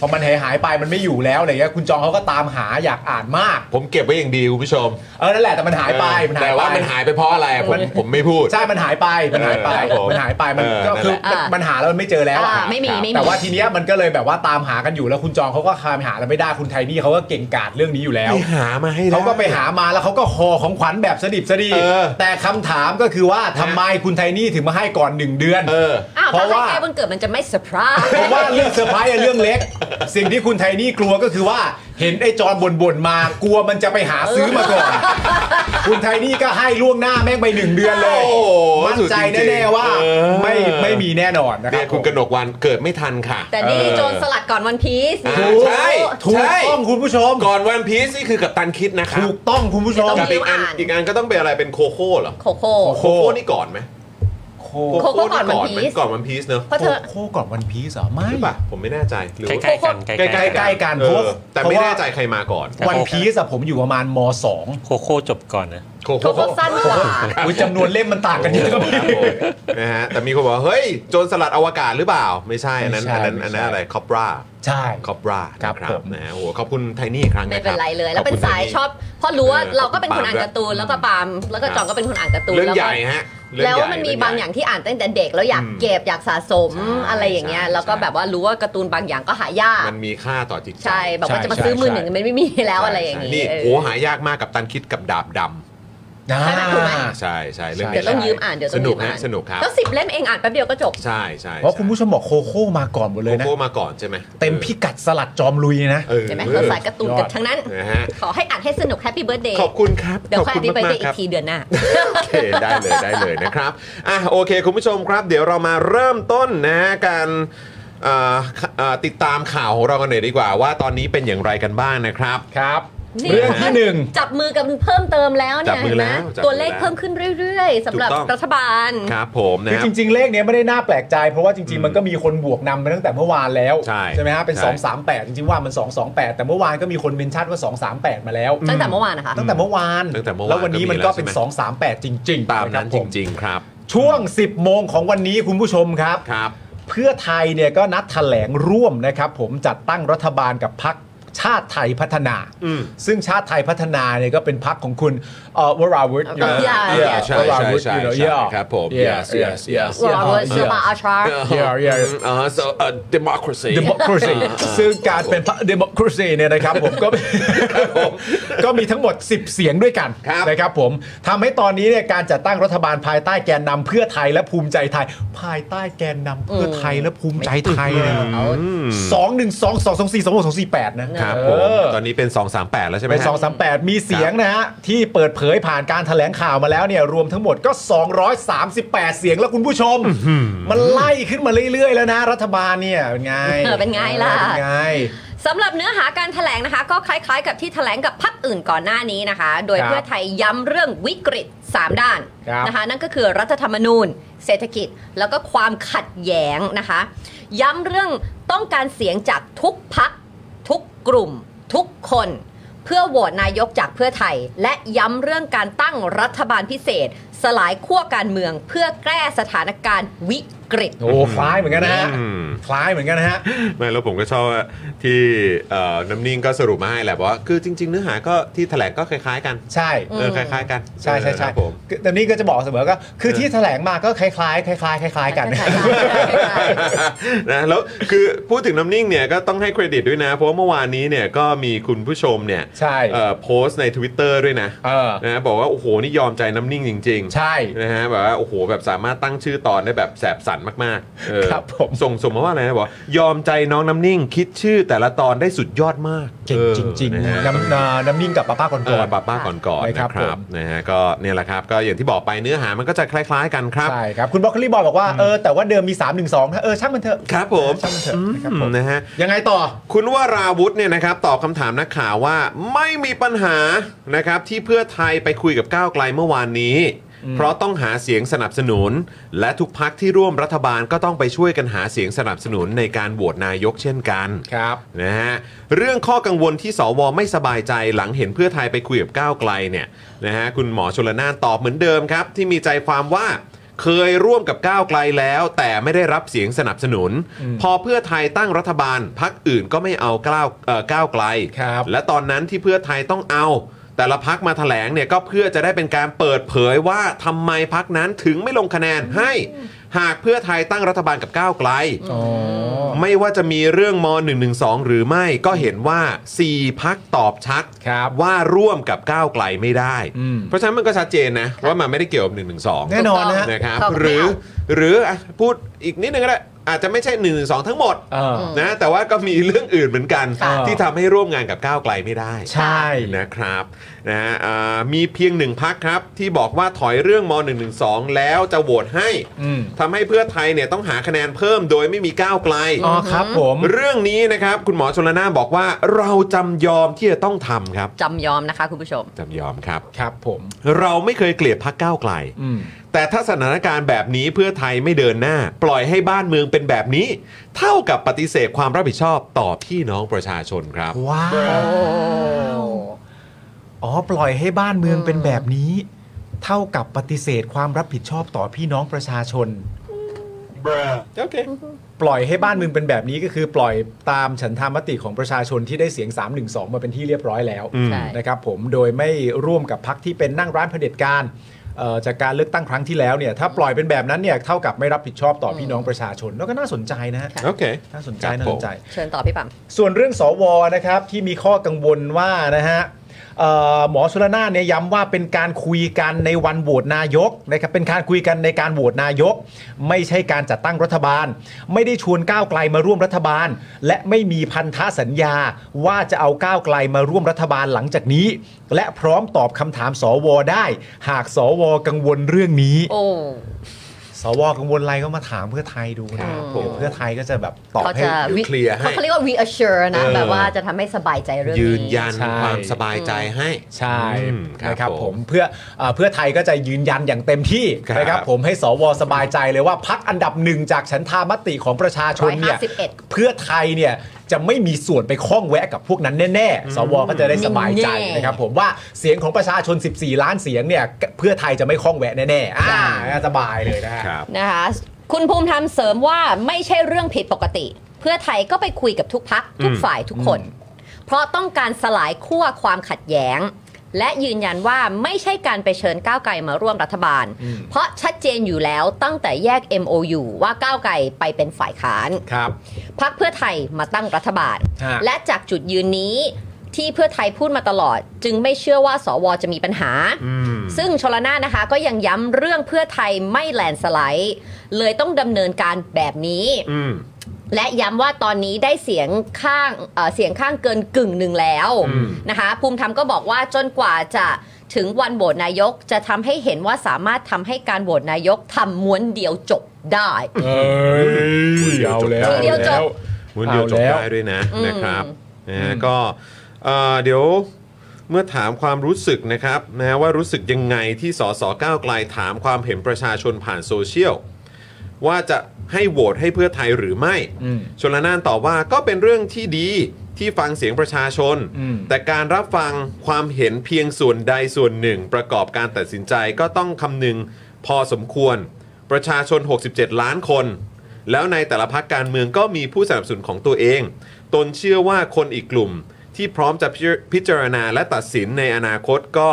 พอมันหายหายๆไปมันไม่อยู่แล้วอะไรเงี้ยคุณจรเขาก็ตามหาอยากอ่านมาก ผมเก็บไว้อย่างดีคุณผู้ชม เออนั่นแหละแต่มันหายไปมันหาย แต่ ไป ว่ามันหายไปเพราะอะไรผม มัน ผมไม่พูด ใช่ มันหายไป มันหายไป เออครับผม มันหายไป มัน เออ ก็คือ นั่นแหละ มันหาแล้วมันไม่เจอแล้วอะ อ่าไม่มี ครับ ไม่มี แต่ว่าทีเนี้ยมันก็เลยแบบว่าตามหากันอยู่แล้วคุณจองเขาก็คามหาแล้วไม่ได้คุณไทนี่เขาก็เก่งกาจเรื่องนี้อยู่แล้ว ไปหามาให้ได้ เขาก็ไปหามาแล้วเขาก็ห่อของขวัญแบบสดิบสดี เออ แต่คำถามก็คือว่าทำไมคุณไทนี่ถึงมาให้ก่อนหนึ่งเดือน เออ อ้าว เพ ถ้า ราะว่าใครใกล้วันเกิดมันจะไม่เซอร์ไพรส์ เพราะว่าเรื่องเซอร์ไพรส์อะเรื่อง เล็ก สิ่งที่คุณไทนี่กลัวก็คือว่าเห็นไอ้จอนบ่นๆมากลัวมันจะไปหาซื้อมา ก่อน คุณไทนี่ก็ให้ล่วงหน้าแม่งไปหนึ่งเดือนเลย โอ้โห มั่นใจ สุดจริ แน่ งๆ ๆว่า เออ ไม่ไม่มีแน่นอนนะค เนี่ รั ย บ คุณกนกวันเกิดไม่ทันค่ะ แต่นี่โจรสลัดก่อนวันพีซ อ่า ถูก ใช่ ถูก ใช่ ต้องคุณผู้ชม ก่อนวันพีซนี่คือกับตันคิดนะครับ ถูกต้องคุณผู้ชม ต้ กับ มี อีกอัน อ่าน อีกอันก็ต้องเป็นอะไรเป็นโคโค่เหรอ โคโค่ โค โคโค่นี่ก่อนไหม โค โคโค่ก่อนวัน ไห พีซ ก่อนวันพีซเนอะ เพราะเธอ โคก่อนวันพีซเหรอไม่ หรือเปล่าผมไม่แน่ใจหรือ ใก ว่า ล้ๆกัน ใกล้ๆ ๆน กัน เออ เพราะว่า แต่ไม่แน่ใจใครมาก่อน วันพีซอะผมอยู่ประมาณมสอง โคโค่จบก่อนนะ โค โคโค่สั้นกว่า อุ๊ยจำนวนเล่มมันต่างกันเยอะครับพี่ นะฮะแต่มีคนบอกว่าเฮ้ยโจรสลัดอวกาศหรือเปล่า ไม่ใช่อันนั้น ไม่ใช่ อันไม่ใช่นั้นอันนั้นอะไรคอปรา ใช่ คอปรา ครับผม นะฮะโอ้โหขอบคุณไทนี่อีกครั้งนะค ไม่ รับ เป็นไรเลย แล้วเป็ขนคุณ สาย ไทนี่ ชอบเพราะรู้ว่า เออ เราก็เป็นคนอ่าน ปาล์ม การ์ตูน ด้วย แล้วก็ปาล์มแล้วก็จองก็เป็นคนอ่านการ์ตูน เรื่องใหแล้วก็ ญ่ฮะเรื่อง แล้ว ใหญ่ มัน เรื่ มี ใหญ่ บางอย่างที่อ่านตั้งแต่เด็กแล้วอยาก อืม เก็บอยากสะสม ใช่ อะไรอย่างเงี้ย ใช่ แล้วก็แบบว่ารู้ว่าการ์ตูนบางอย่างก็หายาก มันมีค่าต่อจิตใจ ใช่แบบว่า ใช่ จะมาซื้อ ใช่ มือหนึ่ง ใช่ มันไม่มีแล้วอะไรอย่าง นี้ เงี้ย โอ้โหหายากมากกับตันคิดกับดาบด อ่า ใช่ไหมถูกไหม ำใช่ใช่เรื่อง เดี๋ยว นี้ ต้อง ใช่ ยืมอ่านเดี๋ยวต้ ส อง นุ ยื ก มอ่า ฮะ น สนุกครับ แล้วสิบเล่มเองอ่านแป๊บเดียวก็จบ ใช่ใช่ เพราะคุณผู้ชมบอกโคโค่มาก่อนหมดเลยนะ โกโก้มาก่อนใช่ไหม เต็มพิกัดสลัดจอมลุยนะ เออ ใช่ไหม เอ เรา อ สายการ์ตูนกันทั้งนั้น นะฮะ ขอให้อ่านให้สนุกแฮปปี้เบิร์ดเดย์ ขอบคุณครับ เดี๋ยขอวบ ค่อย คุ อ ณ ธิบาย มา ไป กๆคอีก รับ ทีเดือนหน้า โอเคได้เลยได้เลยนะครับอ่ะโอเค คุณผู้ชมครับ เดี๋ยวเรามาเริ่มต้นนะการเอ่อเอ่อติดตามข่าวของเรากันหน่อยดีกว่า ว่าตอนนี้เป็นอย่างไรกันบ้างนะครับ ครับ นี่ เรื่องที่หนึ่ง จับมือกันเพิ่มเติมแล้ว จั เนี่ บ ย มือ เห็นไหม แล้วจับมือแล้ว ตัวเลขเพิ่มขึ้นเรื่อยๆสำหรับ ถูกต้อง รัฐบาล ครับผมนะ คือ ฮะ จริง ๆ เลขเนี้ยไม่ได้น่าแปลกใจ เพราะว่าจริง อืม ๆ มันก็มีคนบวกนำมาตั้งแต่เมื่อวานแล้ว ใช่ ไหมฮะเป็น ใช่ 2 3 8 จริง ๆ ว่ามัน 2 2 8 แต่เมื่อวานก็มีคนเมนชั่นว่า 2 3 8 มาแล้ว ตั้งแต่เมื่อวานนะคะ ตั้งแต่เมื่อวาน ตั้งแต่เมื่อวาน แล้ววันนี้มันก็เป็น ก็มีแล้วใช่ไหม 2 3 8 จริงๆ ตามนั้น ะค จ บผ ริง ๆ ครับ ช่วง 10 โมงของวันนี้คุณผู้ชมครับ ครับ เพื่อไทยเนี่ยก็นัดแถลงร่วมนะครับ ผมจัดตั้งรัฐบาลกับพักชาติไทยพัฒนา อืม ซึ่งชาติไทยพัฒนาเนี่ยก็เป็นพักของคุณเอ่อวราวุฒิ Yeah, yeah, อ่าใช่ วรา ใช่ วุฒิ ใช่ อยู่แล้ว ใช่ครับผม yes yes yes วราวุฒิศิลปะอาชา Yeah, yeah. เอ่อ so uh, democracy democracy ซึ่งการเป็นพรรค democracy เนี่ย นะครับผมก็ ก็มีทั้งหมด 10 เสียงด้วยกัน ครับ นะครับผมทำให้ตอนนี้เนี่ยการจัดตั้งรัฐบาลภายใต้แกนนำเพื่อไทยและภูมิใจไทย ภายใต้แกนนำเพื่อไทยและภูมิใจไทยเนี่ยสองหนึ่งสองสองสองสี่สองหกสองสี่แปดนะครับ ผ เอ ม อ ตอนนี้เป็น 238 แล้วใช่ไหม เป็น ฮะ 2 3 8 มีเสียงนะฮะ ที่เปิดเผยผ่านการแถลงข่าวมาแล้วเนี่ย รวมทั้งหมดก็ 238 เสียงแล้วคุณผู้ชม มันไล่ขึ้นมาเรื่อย ๆ แล้วนะ รัฐบาลเนี่ย เป็นไง เออเป็นไงล่ะ เออเป็นไง สำหรับเนื้อหาการแถลงนะคะ ก็คล้ายๆ กับที่แถลงกับพักอื่นก่อนหน้านี้นะคะ โดย ครับ เพื่อไทยย้ำเรื่องวิกฤต 3 ด้าน ครับ นะคะ นั่นก็คือรัฐธรรมนูญ เศรษฐกิจ แล้วก็ความขัดแย้งนะคะ ย้ำเรื่องต้องการเสียงจากทุกพัก ทุกกลุ่ม ทุกคน เพื่อโหวตนายกจากเพื่อไทย และย้ำเรื่องการตั้งรัฐบาลพิเศษ สลายขั้วการเมือง เพื่อแก้สถานการณ์วิกฤต โอ้คล้ายเหมือนกันนะฮะ อืม คล้ายเหมือนกันนะฮะ ไม่แล้วผมก็ชอบว่าที่เอ่อน้ำนิ่งก็สรุปมาให้แหละบอกว่าคือจริง ๆ เนื้อหาก็ที่แถลงก็คล้ายๆกัน ใช่ เออคล้าย ๆ กัน ใช่ใช่ใช่ เออครับผม แต่นี่ก็จะบอกเสมอก็คือที่แถลงมาก็คล้ายๆคล้ายๆคล้ายๆกัน นะแล้วคือพูดถึงน้ำนิ่งเนี่ยก็ต้องให้เครดิตด้วยนะ เพราะว่าเมื่อวานนี้เนี่ยก็มีคุณผู้ชมเนี่ย ใช่ เอ่อโพสต์ใน Twitter ด้วยนะ เออ นะบอกว่า โอ้โห นี่ยอมใจน้ำนิ่งจริงๆ ใช่ นะฮะแบบว่าโอ้โหแบบสามารถตั้งชื่อตอนได้แบบแสบสันมากๆเออ ครับผม ส่งส่งมาว่าอะไรนะบอกว่ายอมใจน้องน้ำนิ่ง คิดชื่อแต่ละตอนได้สุดยอดมาก เก่งจริง เออนะฮะ ๆน้ำน้ำน้ำนิ่งกับป้าป้าก่ เอ อ อน ป้าป้าก่อนก่อน ใช่ นะครับ ครัผบม นะฮะก็เนี่ยแหละครับ ก็อย่างที่บอกไปเนื้อหามันก็จะคล้าย ๆ กันครับ ใช่ครับ คุณบล็อกโคลี่บอยบอกว่าเออแต่ว่าเดิมมี 3 1 2นะเออช่างมันเถอะ ครับผม ช่างมันเถอะนะครับผม นะฮะ ยังไงต่อ คุณวราวุธเนี่ยนะครับตอบคำถามนักข่าวว่าไม่มีปัญหานะครับที่เพื่อไทยไปคุยกับก้าวไกลเมื่อวานนี้ เพราะต้องหาเสียงสนับสนุน และทุกพักที่ร่วมรัฐบาลก็ต้องไปช่วยกันหาเสียงสนับสนุนในการโหวตนายกเช่นกัน ครับ นะฮะเรื่องข้อกังวลที่สวไม่สบายใจหลังเห็นเพื่อไทยไปคุยกับก้าวไกลเนี่ยนะฮะคุณหมอชลนานตอบเหมือนเดิมครับ ที่มีใจความว่าเคยร่วมกับก้าวไกลแล้ว แต่ไม่ได้รับเสียงสนับสนุน พอเพื่อไทยตั้งรัฐบาลพักอื่นก็ไม่เอาก้าวเอ่อก้าวไกล ครับ และตอนนั้นที่เพื่อไทยต้องเอา แต่ละพักมาถแถลงเนี่ยก็เพื่อจะได้เป็นการเปิดเผยว่าทำไมพักนั้นถึงไม่ลงคะแนนให้ หากเพื่อไทยตั้งรัฐบาลกับก้าวไกล อ๋อ ไม่ว่าจะมีเรื่องม .112 หรือไม่ก็เห็นว่า 4 พักตอบชัด ครับ ว่าร่วมกับก้าวไกลไม่ได้ อืม เพราะฉะนั้นมันก็ชัดเจนนะ ว่ามันไม่ได้เกี่ยวกับ 112 แน่นอนนะฮะ นะครับ เขาก็ ห ไม่ รือ เอา หรืออ่ะพูดอีกนิดนึงก็ได้อาจจะไม่ใช่1นึทั้งหมด เออ นะแต่ว่าก็มีเรื่องอื่นเหมือนกัน ค่ะ ที่ทำให้ร่วมงานกับก้าวไกลไม่ได้ ใช่ นะครับนะฮะอ่ามีเพียงหนึ่งพักครับ ที่บอกว่าถอยเรื่องม .112 แล้วจะโหวตให้ อืม ทำให้เพื่อไทยเนี่ยต้องหาคะแนนเพิ่มโดยไม่มีก้าวไกล อ๋อครับผม เรื่องนี้นะครับ คุณหมอชนละนานบอกว่าเราจำยอมที่จะต้องทำครับ จำยอมนะคะคุณผู้ชม จำยอมครับ ครับผม เราไม่เคยเกลียดพักก้าวไกล อืม แต่ถ้าสถานการณ์แบบนี้เพื่อไทยไม่เดินหน้า ปล่อยให้บ้านเมืองเป็นแบบนี้ เท่ากับปฏิเสธความรับผิดชอบต่อพี่น้องประชาชนครับ ว้าว อ๋อ ปล่อยให้บ้านเมืองเป็นแบบนี้ เท่ากับปฏิเสธความรับผิดชอบต่อพี่น้องประชาชน โอเค ปล่อยให้บ้านเมืองเป็นแบบนี้ก็คือปล่อยตามฉันทามติของประชาชนที่ได้เสียง 312 มาเป็นที่เรียบร้อยแล้ว อืม ใช่ นะครับผมโดยไม่ร่วมกับพักที่เป็นนั่งร้านเผด็จการเอ่อจากการเลือกตั้งครั้งที่แล้วเนี่ยถ้าปล่อยเป็นแบบนั้นเนี่ยเท่ากับไม่รับผิดชอบต่อพี่น้องประชาชนแล้วก็น่าสนใจนะฮะ โอเค น่าสนใจ ครับ น่า ผ ส ม นใจ เชิญต่อพี่ปั๊ม ส่วนเรื่องสวนะครับที่มีข้อกังวลว่านะฮะเอ่อหมอชลนานเนี่ยย้ำว่าเป็นการคุยกันในวันโหวตนายกนะครับเป็นการคุยกันในการโหวตนายก ไม่ใช่การจัดตั้งรัฐบาล ไม่ได้ชวนก้าวไกลมาร่วมรัฐบาล และไม่มีพันธสัญญาว่าจะเอาก้าวไกลมาร่วมรัฐบาลหลังจากนี้ และพร้อมตอบคำถามสวได้ หากสวกังวลเรื่องนี้ โอ้ สวกังวลอะไรก็มาถามเพื่อไทยดูนะครับ ผม เดี๋ยวเพื่อไทยก็จะแบบตอบ เขา ให้ จะ ให้เคลียร์ให้ เขาเรียกว่า reassure นะ เออ แบบว่าจะทำให้สบายใจเรื่องนี้ ยืนยัน ใช่ ความสบายใจให้ ใช่ อืมครับ นะครับ ผ ผม มเพื่อเอ่อเพื่อไทยก็จะยืนยันอย่างเต็มที่ ครับ นะครับผมให้สวสบายใจเลยว่าพักอันดับหนึ่งจากฉันทามติของประชาชนเนี่ย 151 เพื่อไทยเนี่ยจะไม่มีส่วนไปข้องแวะกับพวกนั้นแน่ๆ สวก็จะได้สบายใจ แน่ๆ นะครับผมว่าเสียงของประชาชน 14 ล้านเสียงเนี่ยเพื่อไทยจะไม่ข้องแวะแน่ๆอ่า ใช่ สบายเลยนะฮะ ครับ นะคะ คุณภูมิธรรมเสริมว่าไม่ใช่เรื่องผิดปกติ เพื่อไทยก็ไปคุยกับทุกพักทุก อืม ฝ่ายทุกคน เพราะต้องการสลายขั้วความขัดแย้ง และยืนยันว่าไม่ใช่การไปเชิญก้าวไกลมาร่วมรัฐบาล เพราะชัดเจนอยู่แล้วตั้งแต่แยก MOU ว่าก้าวไกลไปเป็นฝ่ายค้าน ครับ พักเพื่อไทยมาตั้งรัฐบาล ฮะ และจากจุดยืนนี้ที่เพื่อไทยพูดมาตลอด จึงไม่เชื่อว่าสวจะมีปัญหา ซึ่งชลนานนะคะก็ยังย้ำเรื่องเพื่อไทยไม่แลนด์สไลด์ เลยต้องดำเนินการแบบนี้ อืม และย้ำว่าตอนนี้ได้เสียงข้างเอ่อเสียงข้างเกินกึ่งหนึ่งแล้ว อืม นะคะ ภูมิธรรมก็บอกว่าจนกว่าจะถึงวันโหวตนายกจะทำให้เห็นว่าสามารถทำให้การโหวตนายกทำม้วนเดียวจบได้ เอ้ยเอาแล้ว ทีเดียวจบ อาแล้ ม้วนเดียวจบ เอาแล้ว ได้ด้วยนะ อืม นะครับนะฮะก็เอ่อเดี๋ยวเมื่อถามความรู้สึกนะครับนะฮะว่ารู้สึกยังไงที่สสก้าวไกลถามความเห็นประชาชนผ่านโซเชียล ว่าจะให้โหวตให้เพื่อไทยหรือไม่ อืม ชนละนานตอบว่าก็เป็นเรื่องที่ดีที่ฟังเสียงประชาชน อืม แต่การรับฟังความเห็นเพียงส่วนใดส่วนหนึ่ง ประกอบการตัดสินใจก็ต้องคำนึงพอสมควร ประชาชน 67 ล้านคน แล้วในแต่ละพักการเมืองก็มีผู้สนับสนุนของตัวเอง ตนเชื่อว่าคนอีกกลุ่มที่พร้อมจะพิจพิจารณาและตัดสินในอนาคตก็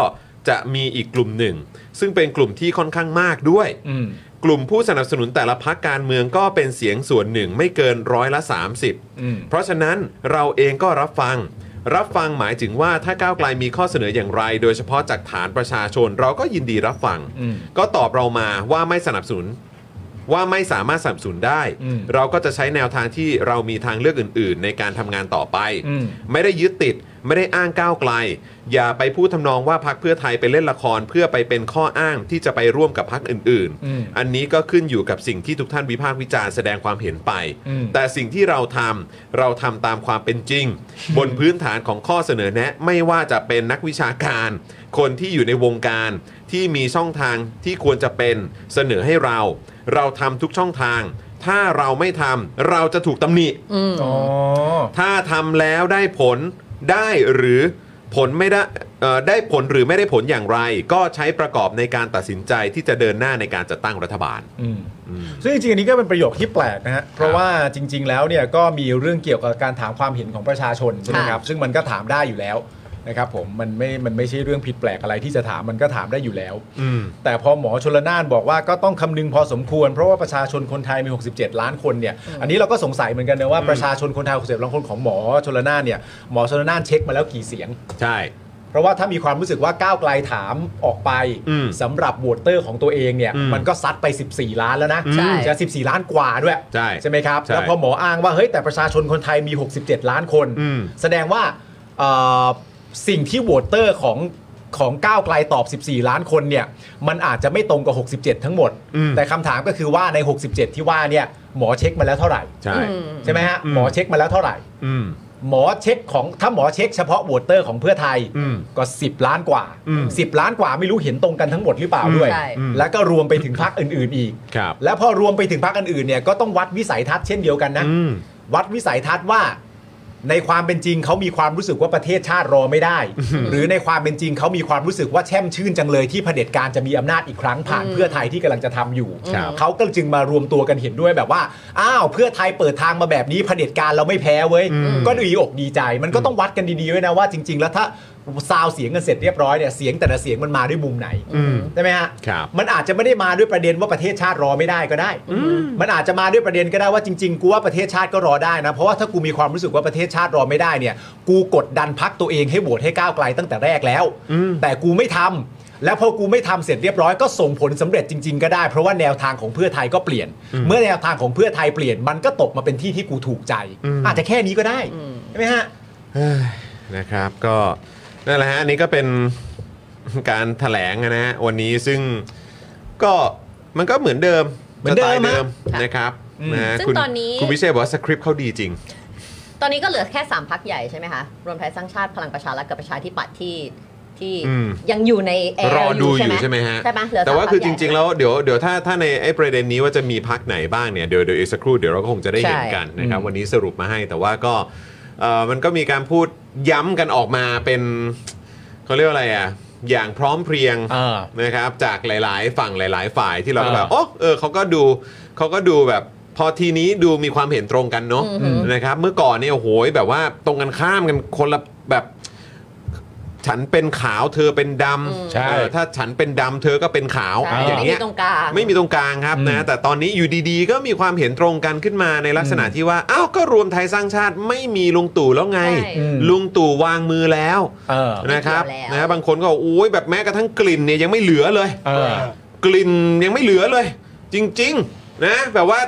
จะมีอีกกลุ่มหนึ่ง ซึ่งเป็นกลุ่มที่ค่อนข้างมากด้วย อืม กลุ่มผู้สนับสนุนแต่ละพักการเมืองก็เป็นเสียงส่วนหนึ่งไม่เกินร้อยละ อืม 30 เพราะฉะนั้นเราเองก็รับฟัง รับฟังหมายถึงว่าถ้าก้าวไกลมีข้อเสนออย่างไร โดยเฉพาะจากฐานประชาชนเราก็ยินดีรับฟัง อืม ก็ตอบเรามาว่าไม่สนับสนุน ว่าไม่สามารถสนับสนุนได้ อืม เราก็จะใช้แนวทางที่เรามีทางเลือกอื่น ๆ ในการทำงานต่อไป อืม ไม่ได้ยึดติดไม่ได้อ้างก้าวไกล อย่าไปพูดทำนองว่าพักเพื่อไทยไปเล่นละคร เพื่อไปเป็นข้ออ้างที่จะไปร่วมกับพักอื่น อืม ๆ อันนี้ก็ขึ้นอยู่กับสิ่งที่ทุกท่านวิพากษ์วิจารณ์แสดงความเห็นไป อืม แต่สิ่งที่เราทำเราทำตามความเป็นจริง บนพื้นฐานของข้อเสนอแนะ ไม่ว่าจะเป็นนักวิชาการ คนที่อยู่ในวงการที่มีช่องทางที่ควรจะเป็นเสนอให้เรา เราทำทุกช่องทาง ถ้าเราไม่ทำเราจะถูกตำหนิ อืม อ๋อ ถ้าทำแล้วได้ผลได้หรือผลไม่ได้เอ่อได้ผลหรือไม่ได้ผลอย่างไร ก็ใช้ประกอบในการตัดสินใจที่จะเดินหน้าในการจัดตั้งรัฐบาล อืมซึ่งจริงๆอันนี้ก็เป็นประโยคที่แปลกนะฮะ เพราะว่าจริง ๆ แล้วเนี่ยก็มีเรื่องเกี่ยวกับการถามความเห็นของประชาชนใช่ไหม ค่ะ ครับ ซึ่งมันก็ถามได้อยู่แล้วนะครับผม มันไม่ มันไม่ใช่เรื่องผิดแปลกอะไรที่จะถามมันก็ถามได้อยู่แล้ว อืม แต่พอหมอชลนานบอกว่าก็ต้องคำนึงพอสมควร เพราะว่าประชาชนคนไทยมี 67 ล้านคนเนี่ย อันนี้เราก็สงสัยเหมือนกันนะว่าประชาชนคนไทย 67 ล้านคนของหมอชลนานเนี่ย หมอชลนานเช็คมาแล้วกี่เสียง ใช่ เพราะว่าถ้ามีความรู้สึกว่าก้าวไกลถามออกไป อืม สำหรับโหวตเตอร์ของตัวเองเนี่ย อืม นก็ซัดไป 14 ล้านแล้วนะ ใช่ จะ14 ล้านกว่าด้วย ใช่ ไหมครับ ใช่ แล้วพอหมออ้างว่าเฮ้ยแต่ประชาชนคนไทยมี 67 ล้านคน อืม แสดงว่าเอ่อสิ่งที่โหวตเตอร์ของของก้าวไกลตอบ 14 ล้านคนเนี่ยมันอาจจะไม่ตรงกับ 67 ทั้งหมด อืม แต่คำถามก็คือว่าใน 67 ที่ว่าเนี่ยหมอเช็คมาแล้วเท่าไหร่ ใช่ อืม ใช่ไหมฮะ อืม หมอเช็คมาแล้วเท่าไหร่ อืม หมอเช็คของถ้าหมอเช็คเฉพาะโหวตเตอร์ของเพื่อไทย อืม ก็ 10 ล้านกว่า อืม 10 ล้านกว่าไม่รู้เห็นตรงกันทั้งหมดหรือเปล่าด้วย ใช่ แล้วก็รวมไปถึงพรรคอื่น ๆ อีก ครับ แล้วพอรวมไปถึงพรรคอื่นๆเนี่ยก็ต้องวัดวิสัยทัศน์เช่นเดียวกันนะ อืม วัดวิสัยทัศน์ว่า ในความเป็นจริงเขามีความรู้สึกว่าประเทศชาติรอไม่ได้ หรือในความเป็นจริงเขามีความรู้สึกว่าแช่มชื่นจังเลยที่เผด็จการจะมีอำนาจอีกครั้งผ่านเพื่อไทยที่กำลังจะทำอยู่ ครับ เขาก็จึงมารวมตัวกันเห็นด้วยแบบว่าอ้าวเพื่อไทยเปิดทางมาแบบนี้เผด็จการเราไม่แพ้เว้ย อืม ก็ดีอกดีใจ มันก็ต้องวัดกันดีๆไว้นะว่าจริง ๆ แล้วถ้าซาวเสียงกันเสร็จเรียบร้อยเนี่ยเสียงแต่ละเสียงมันมาด้วยมุมไหน อืม ใช่ไหมฮะ ครับ มันอาจจะไม่ได้มาด้วยประเด็นว่าประเทศชาติรอไม่ได้ก็ได้ มันอาจจะมาด้วยประเด็นก็ได้ว่าจริงๆ กูว่าประเทศชาติก็รอได้นะ เพราะว่าถ้ากูมีความรู้สึกว่าประเทศชาติรอไม่ได้เนี่ย กูกดดันพักตัวเองให้โหวตให้ก้าวไกลตั้งแต่แรกแล้ว อืม แต่กูไม่ทำ แล้วพอกูไม่ทำเสร็จเรียบร้อยก็ส่งผลสำเร็จจริง ๆ ก็ได้ เพราะว่าแนวทางของเพื่อไทยก็เปลี่ยน เมื่อแนวทางของเพื่อไทยเปลี่ยน มันก็ตกมาเป็นที่ที่กูถูกใจ อาจจะแค่นี้ก็ได้ ใช่ไหมฮะ นะครับก็นั่นแหละฮะอันนี้ก็เป็น การถแถลงนะฮะวันนี้ซึ่งก็มันก็เหมือนเดิม เหมือนเดิม สไตล์ ฮะ นะครับ อืม นะฮะ ซึ่ง คุณ ตอนนี้ คุณพิเชษบอกว่าสคริปต์เขาดีจริง ตอนนี้ก็เหลือแค่ 3พักใหญ่ใช่ไหมคะ รวมไทยสร้างชาติพลังประชารัฐกับประชาธิปัตย์ที่ที่ อืม ยังอยู่ในแอร์ รอดูอยู่ใช่ไหมฮะ ใช่ไหมเหลือ แต่ว่า สมพรรค คือจ ใหญ่ ริง ๆ แล้วเดี๋ยวเดี๋ยวถ้าถ้าในไอ้ประเด็นนี้ว่าจะมีพักไหนบ้างเนี่ยเดี๋ยวเดี๋ยวอีกสักครู่เดี๋ยวเราก็คงจะได้เห็น ใช่ กันนะครับวันนี้สรุปมาให้แต่ว่าก็เอ่อมันก็มีการพูดย้ำกันออกมาเป็นเขาเรียกว่าอะไรอ่ะอย่างพร้อมเพรียง เออ นะครับจากหลายๆ ฝั่งหลาย ๆ ฝ่ายที่เราก็แบบ อ่า โอ้เออเขาก็ดูเขาก็ดูแบบพอทีนี้ดูมีความเห็นตรงกันเนาะ อือหือ นะครับเมื่อก่อนเนี่ยโอ้โหยแบบว่าตรงกันข้ามกันคนละแบบ ฉันเป็นขาวเธอเป็นดำ ใช่ เออถ้าฉันเป็นดำเธอก็เป็นขาว ใช่ อย่างไม่มี เงี้ย ตรงกลาง ไม่มีตรงกลางครับ อืม นะ แต่ตอนนี้อยู่ดีๆ ก็มีความเห็นตรงกันขึ้นมาในลักษณะที่ว่าอ้าวก็รวมไทยสร้างชาติไม่มีลุงตู่แล้วไง ใช่ อืม ลุงตู่วางมือแล้ว เออ นะครับ ไม่เกี่ยวแล้ว นะบางคนก็บอกโอ้ยแบบแม้กระทั่งกลิ่นเนี่ยยังไม่เหลือเลย เออ กลิ่นยังไม่เหลือเลย จริง ๆ นะ แบบว่า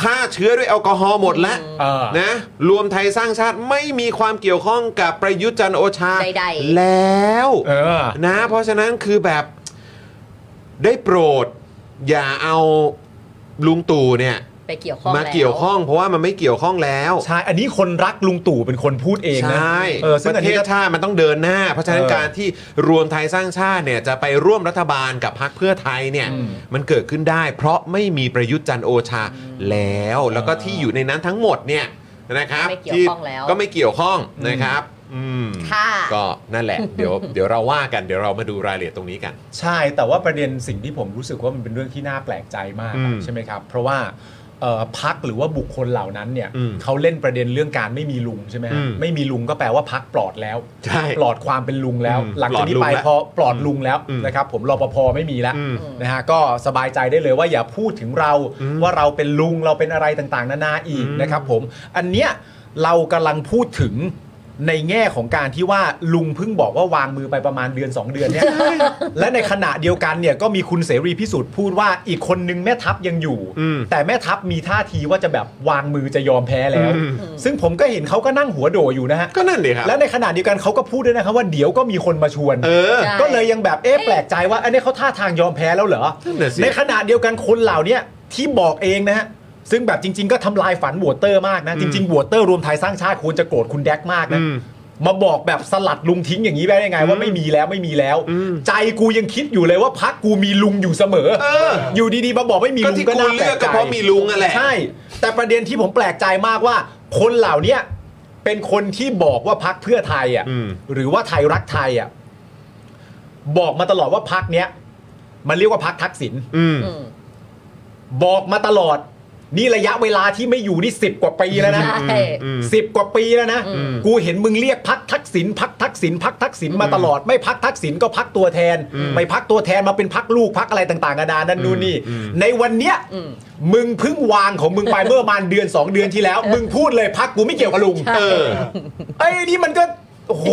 ฆ่าเชื้อด้วยแอลกอฮอล์หมดแล้ว เออ นะรวมไทยสร้างชาติไม่มีความเกี่ยวข้องกับประยุทธ์จันทร์โอชา ใดๆ แล้ว เออ นะ เพราะฉะนั้นคือแบบได้โปรด อย่าเอาลุงตู่เนี่ย ไปเกี่ยวข้อง มา แล้ว เกี่ยวข้อง เพราะว่ามันไม่เกี่ยวข้องแล้ว ใช่ อันนี้คนรักลุงตู่เป็นคนพูดเองนะ ใช่ เออซึ่ง ป อัน ระเท นี้ ศ ก็ ชาติมันต้องเดินหน้า เพราะฉะนั้น เออ การที่รวมไทยสร้างชาติเนี่ยจะไปร่วมรัฐบาลกับพรรคเพื่อไทยเนี่ยมันเกิดขึ้นได้ เพราะไม่มีประยุทธ์จันทร์โอชาแล้วแล้วก็ที่อยู่ในนั้นทั้งหมดเนี่ยนะครับ ไม่เกี่ยว ที่ ข้องแล้ว ก็ไม่เกี่ยวข้องนะครับอืม ค่ะ ก็นั่นแหละ เดี๋ยวเดี๋ยวเราว่ากันเดี๋ยวเรามาดูรายละเอียดตรงนี้กัน ใช่ แต่ว่าประเด็นสิ่งที่ผมรู้สึกว่ามันเป็นเรื่องที่น่าแปลกใจมาก อืม ใช่ไหมครับ เพราะว่าเอ่อพักหรือว่าบุคคลเหล่านั้นเนี่ย อืม เขาเล่นประเด็นเรื่องการไม่มีลุงใช่ไหม อื ฮะ ม ไม่มีลุงก็แปลว่าพักปลอดแล้ว ใช่ ปลอดความเป็นลุงแล้ว อืม หลังจากนี้ ปลอดลุง ไป แล้ว พอปลอดลุงแล้ว อืม นะครับผมรปภไม่มีแล้ว อืม นะฮะก็สบายใจได้เลยว่าอย่าพูดถึงเราว่าเราเป็นลุงเราเป็นอะไรต่างๆ นานาอีก อืม นะครับผมอันเนี้ยเรากำลังพูดถึง ในแง่ของการที่ว่าลุงเพิ่งบอกว่าวางมือไปประมาณเดือน 2 เดือนเนี่ยและในขณะเดียวกันเนี่ยก็มีคุณเสรีพิสุทธิ์พูดว่าอีกคนนึงแม่ทัพยังอยู่ อืม แต่แม่ทัพมีท่าทีว่าจะแบบวางมือจะยอมแพ้แล้ว อืม ซึ่งผมก็เห็นเขาก็นั่งหัวโดอยู่นะฮะ ก็นั่นดีครับ และในขณะเดียวกันเขาก็พูดด้วยนะครับว่าเดี๋ยวก็มีคนมาชวน เออ ใช่ ก็เลยยังแบบเอ๊ะแปลกใจว่าอันนี้เขาท่าทางยอมแพ้แล้วเหรอ นั่นน่ะสิ ในขณะเดียวกันคนเหล่าเนี้ยที่บอกเองนะฮะ ซึ่งแบบจริง ๆ ก็ทำลายฝันโหวตเตอร์มากนะ จริงๆโหวตเตอร์รวมไทยสร้างชาติควรจะโกรธคุณแดกมากนะ อืม มาบอกแบบสลัดลุงทิ้งอย่างนี้ได้ยังไง ว่าไม่มีแล้วไม่มีแล้ว อืม ใจกูยังคิดอยู่เลยว่าพักกูมีลุงอยู่เสมอ เออ อยู่ดีๆมาบอกไม่มี ก็ ลุง ที่ ก็ กู น่าแป เลื ล อก กใจ ก็เพราะมีลุงนั่นแหละ ใช่ แต่ประเด็นที่ผมแปลกใจมากว่า คนเหล่าเนี้ยเป็นคนที่บอกว่าพักเพื่อไทยอ่ะ อืม หรือว่าไทยรักไทยอ่ะบอกมาตลอดว่าพักเนี้ยมันเรียกว่าพักทักษิณ อืม อืม บอกมาตลอด นี่ระยะเวลาที่ไม่อยู่นี่สิบกว่าปีแล้วนะ ใช่ สิบกว่าปีแล้วนะ อืม กูเห็นมึงเรียกพักทักษิณพักทักษิณพักทักษิณมาตลอด ไม่พักทักษิณก็พักตัวแทน ไม่พักตัวแทนมาเป็นพักลูกพักอะไรต่างๆนานานั่นนู่นนี่ ในวันเนี้ยมึงเพึ่งวางของมึง ไปเมื่อประมาณเดือน 2 เดือนที่แล้ว มึงพูดเลยพักกูไม่เกี่ยวกับลุง เออ ไอ้นี่มันก็โอ้โห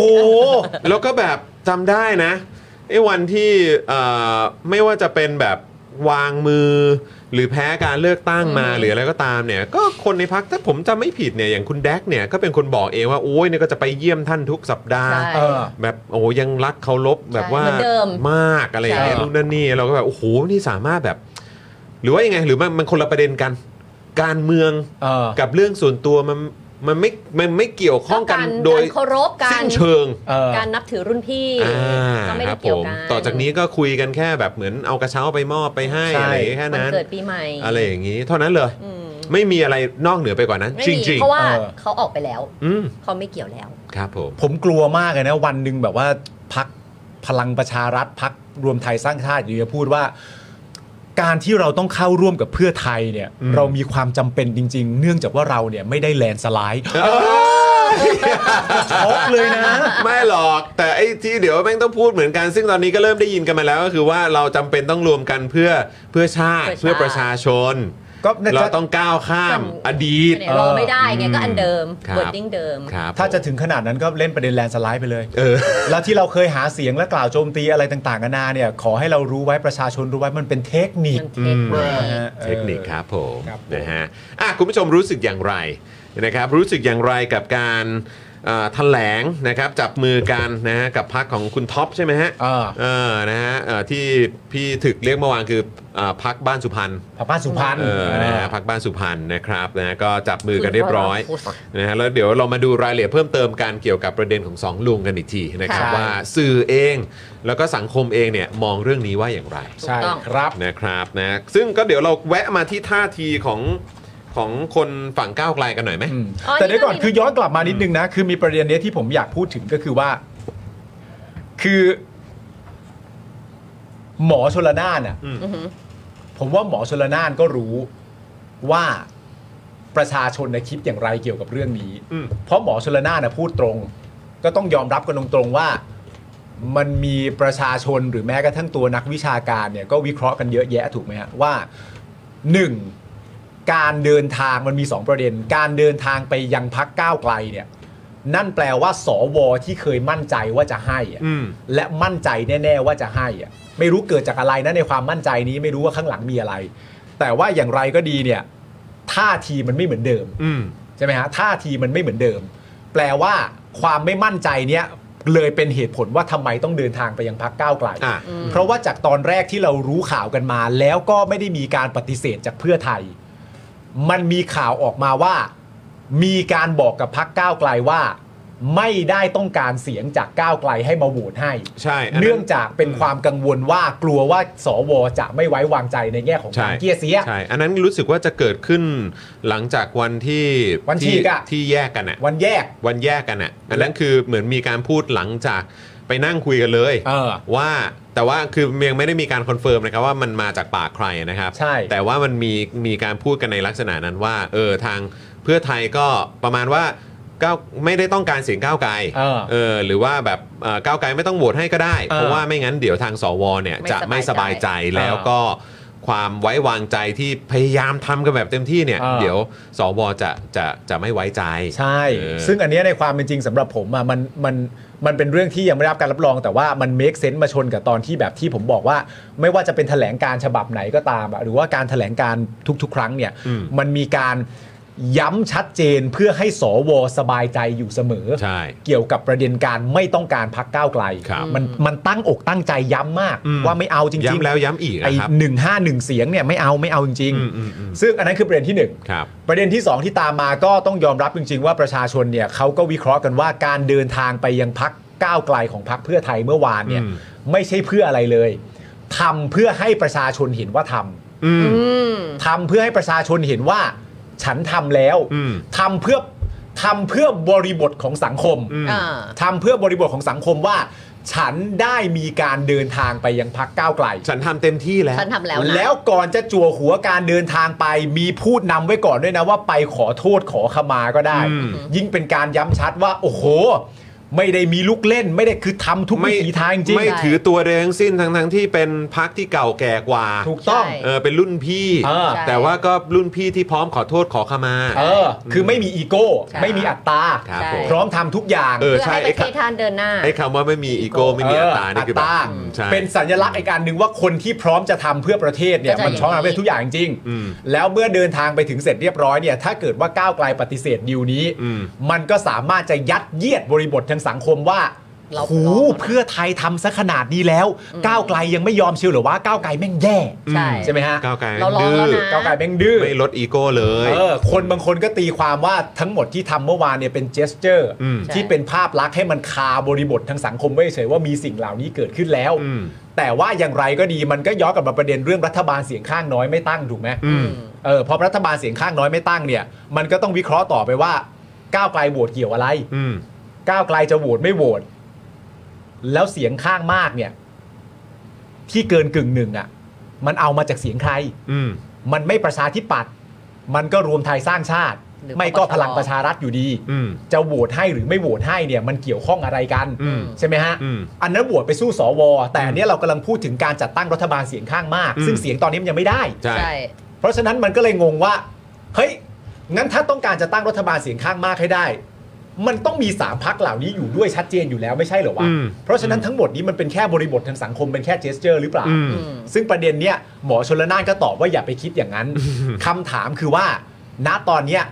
แล้วก็แบบจำได้นะไอ้วันที่เอ่อไม่ว่าจะเป็นแบบวางมือ หรือแพ้การเลือกตั้งมาหรืออะไรก็ตามเนี่ย ก็คนในพักถ้าผมจำไม่ผิดเนี่ยอย่างคุณแดกเนี่ยก็เป็นคนบอกเองว่าโอ้ยเนี่ยก็จะไปเยี่ยมท่านทุกสัปดาห์ ใช่ เออ แบบโอ้ยังรักเคารพแบบว่า เหมือนเดิม กอะไรอย่างเงี้ย ใช่ นู่นนั่นนี่เราก็แบบโอ้โหนี่สามารถแบบ หรือว่ายังไงหรือมันมันคนละประเด็นกัน การเมือง เออ กับเรื่องส่วนตัวมันมันไม่มันไม่เกี่ยวข้องกัน ก็การ โดย การเคารพกัน สิ้นเชิง เออ การนับถือรุ่นพี่ อ่า ก็ไม่ ค ได้ รับผ เกี่ยว ม กัน ต่อจากนี้ก็คุยกันแค่แบบเหมือนเอากระเช้าไปมอบไปให้ ใช่ อะไรแค่ มัน นั้น เกิดปีใหม่ อะไรอย่างนี้ เท่านั้นเลย อืม ไม่มีอะไรนอกเหนือไปกว่านั้น ไม่ จ มี ริง เพราะว่า เออ เขาออกไปแล้ว ๆ อืม เขาไม่เกี่ยวแล้ว ครับผม ผมกลัวมากเลยนะ วันหนึ่งแบบว่าพักพลังประชารัฐพักรวมไทยสร้างชาติอยู่จะพูดว่า การที่เราต้องเข้าร่วมกับเพื่อไทยเนี่ย อืม เรามีความจำเป็นจริง ๆ เนื่องจากว่าเราเนี่ยไม่ได้แลนด์สไล ด์ช็อกเลยนะ ไม่หรอก แต่ไอ้ที่เดี๋ยวแม่งต้องพูดเหมือนกัน ซึ่งตอนนี้ก็เริ่มได้ยินกันมาแล้วก็คือว่าเราจำเป็นต้องรวมกันเพื่อเพื่อชาติ เพื่ เพื่อ อ ป ประ ระ ชา ชา ชน ก็น่า เรา จะ ต้องก้าวข้าม จำ อดีต เนี่ยรอไม่ได้ไงก็อันเดิม ครับ เวิร์ดดิ้งเดิม ครับ ถ้าจะ ผม ถึงขนาดนั้นก็เล่นประเด็นแลนด์สไลด์ไปเลย เออ แล้วที่เราเคยหาเสียงและกล่าวโจมตีอะไรต่างๆกันานาเนี่ย ขอให้เรารู้ไว้ประชาชนรู้ไว้มันเป็นเทคนิค มันเทอืคมนิค นะฮะ เทคนิคครับผม ครับผม นะฮะอ่ะคุณผู้ชมรู้สึกอย่างไรนะครับรู้สึกอย่างไรกับการเอ่อแถลงนะครับจับมือกันนะฮะกับพักของคุณท็อปใช่ไหมฮะ เออ เออนะฮะเอ่อที่พี่ถึกเรียกเมื่อวานคือเอ่อพักบ้านสุพรรณ พระบ้านสุพรรณ เออนะฮะพักบ้านสุพรรณนะครับนะฮะก็จับมือกันเรียบร้อยนะฮะแล้วเดี๋ยวเรามาดูรายละเอียดเพิ่มเติมการเกี่ยวกับประเด็นของสองลุงกันอีกทีนะครับ ค่ะ ว่าสื่อเองแล้วก็สังคมเองเนี่ยมองเรื่องนี้ว่าอย่างไร ใช่ครับ นะครับนะซึ่งก็เดี๋ยวเราแวะมาที่ท่าทีของของคนฝั่งก้าวไกลกันหน่อยไหม อืม อ๋อ แต่เดี๋ยวก่อน นี่ก็มี คือย้อนกลับมานิดนึงนะ คือมีประเด็นเนี้ยที่ผมอยากพูดถึงก็คือว่า คือ หมอชลนานอ่ะ อือหือ ผมว่าหมอชลนานก็รู้ว่าประชาชนนะคิดอย่างไรเกี่ยวกับเรื่องนี้ อืม เพราะหมอชลนานนะพูดตรง ก็ต้องยอมรับกันตรงๆว่า มันมีประชาชนหรือแม้กระทั่งตัวนักวิชาการเนี่ยก็วิเคราะห์กันเยอะแยะถูกไหมฮะว่าหนึ่งการเดินทางมันมีสองประเด็น การเดินทางไปยังพักก้าวไกลเนี่ย นั่นแปลว่า สวที่เคยมั่นใจว่าจะให้อะ อืม และมั่นใจแน่ ๆ ว่าจะให้อะไม่รู้เกิดจากอะไรนะในความมั่นใจนี้ไม่รู้ว่าข้างหลังมีอะไร แต่ว่าอย่างไรก็ดีเนี่ยท่าทีมันไม่เหมือนเดิม อืม ใช่ไหมฮะท่าทีมันไม่เหมือนเดิม แปลว่าความไม่มั่นใจเนี้ยเลยเป็นเหตุผลว่าทำไมต้องเดินทางไปยังพักก้าวไกล อ่ะ เพราะว่าจากตอนแรกที่เรารู้ข่าวกันมา แล้วก็ไม่ได้มีการปฏิเสธจากเพื่อไทย มันมีข่าวออกมาว่า มีการบอกกับพักก้าวไกลว่า ไม่ได้ต้องการเสียงจากก้าวไกลให้มาโหวตให้ ใช่นนั้น เนื่องจากเป็นความกังวลว่ากลัวว่าสวจะไม่ไว้วางใจในแง่ของ ใช่ การเกียเสีย ใช่ อันนั้นรู้สึกว่าจะเกิดขึ้นหลังจากวันที่ วันฉี ที่ กอะ ที่แยกกันอะ วันแยก วันแยกกันอะอันนั้นคือเหมือนมีการพูดหลังจากไปนั่งคุยกันเลย เออ ว่าแต่ว่าคือยังไม่ได้มีการคอนเฟิร์มนะครับว่ามันมาจากปากใครนะครับ ใช่ แต่ว่ามันมีมีการพูดกันในลักษณะนั้นว่าเออทางเพื่อไทยก็ประมาณว่าก้าวไม่ได้ต้องการเสียงก้าวไกล เออ เออหรือว่าแบบเอ่อก้าวไกลไม่ต้องโหวตให้ก็ได้ เออ เพราะว่าไม่งั้นเดี๋ยวทางสวเนี่ยจะ ไม่ ไม่ส ส บา บาย ย ใจ ใจ แล้วก็ ความไว้วางใจที่พยายามทำกันแบบเต็มที่เนี่ย อ่า เดี๋ยวสวจะจะจะไม่ไว้ใจ ใช่ เออ ซึ่งอันเนี้ยในความเป็นจริงสำหรับผมอะมันมันมันเป็นเรื่องที่ยังไม่ได้รับการรับรอง แต่ว่ามัน make sense มาชนกับตอนที่แบบที่ผมบอกว่า ไม่ว่าจะเป็นแถลงการฉบับไหนก็ตามอะหรือว่าการแถลงการทุก ๆ ครั้งเนี่ย อืม มันมีการย้ำชัดเจนเพื่อให้สวสบายใจอยู่เสมอ ใช่ เกี่ยวกับประเด็นการไม่ต้องการพักก้าวไกล ครับ มันมันตั้งอกตั้งใจย้ำมาก อืม ว่าไม่เอาจริงๆ ย้ำแล้วย้ำอีก ไอ้ นะครับ หนึ่งห้าหนึ่งเสียงเนี่ยไม่เอาไม่เอาจริง อืมอืมอืม ๆซึ่งอันนั้นคือประเด็นที่หนึ่ง ครับ ประเด็นที่ 2 ที่ตามมาก็ต้องยอมรับจริง ๆ ว่าประชาชนเนี่ยเขาก็วิเคราะห์กันว่าการเดินทางไปยังพักก้าวไกลของพักเพื่อไทยเมื่อวานเนี่ย อืม ไม่ใช่เพื่ออะไรเลยทำเพื่อให้ประชาชนเห็นว่าทำ อืม อืม ทำเพื่อให้ประชาชนเห็นว่า ฉันทำแล้ว อืม ทำเพื่อทำเพื่อบริบทของสังคม อืม อ่า ทำเพื่อบริบทของสังคมว่า ฉันได้มีการเดินทางไปยังพักก้าวไกล ฉันทำเต็มที่แล้ว ฉันทำแล้วนะ แล้วก่อนจะจั่วหัวการเดินทางไป มีพูดนำไว้ก่อนด้วยนะว่าไปขอโทษขอขมาก็ได้ อืม ยิ่งเป็นการย้ำชัดว่า โอ้โห ไม่ได้มีลูกเล่น ไม่ได้คือทำทุก ไม่ วิถีทางจริง ไม่ถือตัวใดทั้งสิ้นทั้งทั้งที่เป็นพักที่เก่าแก่กว่า ถูกต้อง ใช่ เออเป็นรุ่นพี่ เออ แต่ว่าก็รุ่นพี่ที่พร้อมขอโทษขอขมา เออ คือไม่มีอีโก้ ใช่ ไม่มีอัตตา ครับ ใช่ ผม พร้อมทำทุกอย่าง เออ เพื่อ ใช่ ให้ป ไอ้ ระเทศทานเดินหน้า ไอ้คำว่าไม่มีอีโก้ไม่มีอัตตานี่คือแบบ ตา อืมใช่ เป็นสัญลักษณ์อีกการหนึ่งว่าคนที่พร้อมจะทำเพื่อประเทศเนี่ย ก็จะ มันช้อนทำได้ทุกอย่างจริงๆ อืม แล้วเมื่อเดินทางไปถึงเสร็จเรียบร้อยเนี่ยถ้าเกิดว่าก้าวไกลปฏิเสธดีลนี้ อืม มันก็สามารถจะยัดเยียดบริบททางสังคมว่า เรา หู พร้อม เพื่อไทยทำซะขนาดนี้แล้ว ก้าวไกลยังไม่ยอมเชียวเหรือว่าก้าวไกลแม่งแย่ ใช่ ใช่ไหมฮะ ก้าวไกล เรารอ ดื้ แล้ว อ นะ ก้าวไกลแม่งดื้อ ไม่ลดอีโก้เลย เออคนบางคนก็ตีความว่าทั้งหมดที่ทำเมื่อวานเนี่ยเป็นเจสเจอร์ อืม ที่เป็นภาพลักษณ์ให้มันคาบริบททางสังคมไว้เฉยๆว่ามีสิ่งเหล่านี้เกิดขึ้นแล้ว อืม แต่ว่าอย่างไรก็ดีมันก็ย้อนกลับมาประเด็นเรื่องรัฐบาลเสียงข้างน้อยไม่ตั้งถูกไหม อืม เออพอรัฐบาลเสียงข้างน้อยไม่ตั้งเนี่ย มันก็ต้องวิเคราะห์ต่อไปว่า ก้าวไกลโหวตเกี่ยวอะไร อืม ก้าวไกลจะโหวตไม่โหวตแล้วเสียงข้างมากเนี่ย ที่เกินกึ่งหนึ่งอะ่ะ มันเอามาจากเสียงใคร อืม มันไม่ประชาธิปัตย์มันก็รวมไทยสร้างชาติ หรือ ไม่ก็ ปปช พลังประชารัฐอยู่ดี อืม จะโหวตให้หรือไม่โหวตให้เนี่ย มันเกี่ยวข้องอะไรกัน อืม ใช่ไหมฮะ อืม อันนั้นโหวตไปสู้สว แต่อันเนี้ยเรากำลังพูดถึงการจัดตั้งรัฐบาลเสียงข้างมาก อืม ซึ่งเสียงตอนนี้มันยังไม่ได้ ใช่ ใช่ เพราะฉะนั้นมันก็เลยงงว่า เฮ้ย งั้นถ้าต้องการจะตั้งรัฐบาลเสียงข้างมากให้ได้ มันต้องมีสามพักเหล่านี้อยู่ด้วยชัดเจนอยู่แล้วไม่ใช่เหรอวะ อืม เพราะฉะนั้นทั้งหมดนี้มันเป็นแค่บริบททางสังคมเป็นแค่เจสเจอร์หรือเปล่า อืม อืม ซึ่งประเด็นเนี้ยหมอชนละนานก็ตอบว่าอย่าไปคิดอย่าง นั้น คำถามคือว่า ณตอนเนี้ย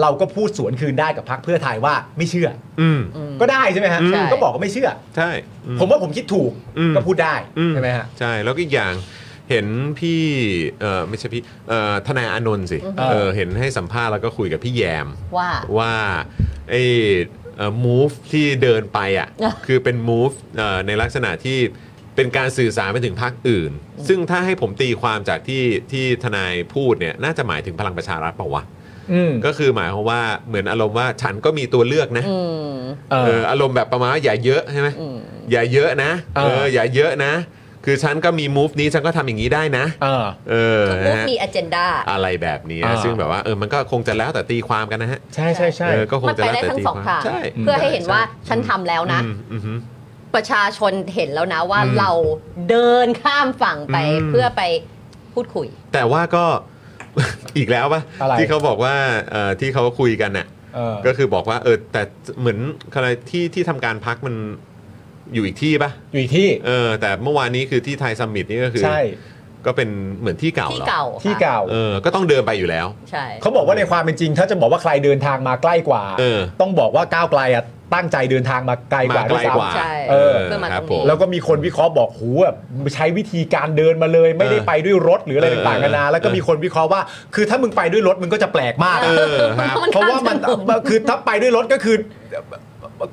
เราก็พูดสวนคืนได้กับพักเพื่อไทยว่าไม่เชื่อ อืม อื อ ม ก็ได้ใช่ไหมฮะ อืม ก็บอกว่าไม่เชื่อ ใช่ อ อื ผมว่าผมคิดถูก อืม ก็พูดได้ อื ใช่ไหมฮะ ใช่ แล้วก็อีกอย่างเห็นพี่เออไม่ใช่พี่เอ่อทนายอานนท์สิเออเห็นให้สัมภาษณ์แล้วก็คุยกับพี่แยม ว่า ว่าไอ้เอ่อ move ที่เดินไปอ่ะ อ่ะ คือเป็น move เอ่อในลักษณะที่เป็นการสื่อสารไปถึงพรรคอื่น ซึ่งถ้าให้ผมตีความจากที่ที่ทนายพูดเนี่ยน่าจะหมายถึงพลังประชารัฐเปล่าวะ อืม ก็คือหมายความว่าเหมือนอารมณ์ว่าฉันก็มีตัวเลือกนะ อืม เอ เอ อ ออารมณ์แบบประมาณว่าอย่าเยอะใช่ไหม อืม อย่าเยอะนะเอเออ ออย่าเยอะนะ คือฉันก็มี move นี้ฉันก็ทำอย่างนี้ได้นะ เออ เออ ทุกมุ นะ ก ฮะ มี agenda อะไรแบบนี้ อ่า ซึ่งแบบว่าเออมันก็คงจะแล้วแต่ตีความกันนะฮะ ใช่ใช่ใช่ เออก็คง มัน จะ ไป แล้ว ได้ แต่ ทั้ง ตี สอง ความ ทาง ใช่ เพื่อให้เห็นว่าฉันทำแล้วนะ อืมอืมอืม ประชาชนเห็นแล้วนะว่า อืม เราเดินข้ามฝั่งไป อืม เพื่อไปพูดคุย แต่ว่าก็ อีกแล้วปะ อะไร ที่เขาบอกว่าเอ่อที่เขาคุยกันน่ะ เออ ก็คือบอกว่าเออแต่เหมือนอะไรที่ที่ทำการพักมันอยู่อีกที่ปะ อยู่อีกที่ เออ แต่เมื่อวานนี้คือที่ไทยซัมมิตนี่ก็คือ ใช่ ก็เป็นเหมือนที่เก่า ที่ หรอ เก่า ที่ ค่ะ เก่า เออ ก็ต้องเดินไปอยู่แล้ว ใช่ เขาบอกว่าในความเป็นจริง ถ้าจะบอกว่าใครเดินทางมาใกล้กว่า เออ ต้องบอกว่าก้าวไกลอ่ะตั้งใจเดินทางมาไกลก มา ว่า ไก ด้ ล วยซ้ กว่า ใช่ เออ เพื่อมา ค ต รั ร บ ง ผ นี้ ม ำแล้วก็มีคนวิเคราะห์บอกหูแบบใช้วิธีการเดินมาเลย ไม่ได้ เออ ไปด้วยรถหรืออะไร เออ ต่างๆกันานาแล้วก็ เออ มีคนวิเคราะห์ว่า คือถ้ามึงไปด้วยรถมึงก็จะแปลกมาก เออครับ เพราะว่ามันคือถ้าไปด้วยรถก็คือ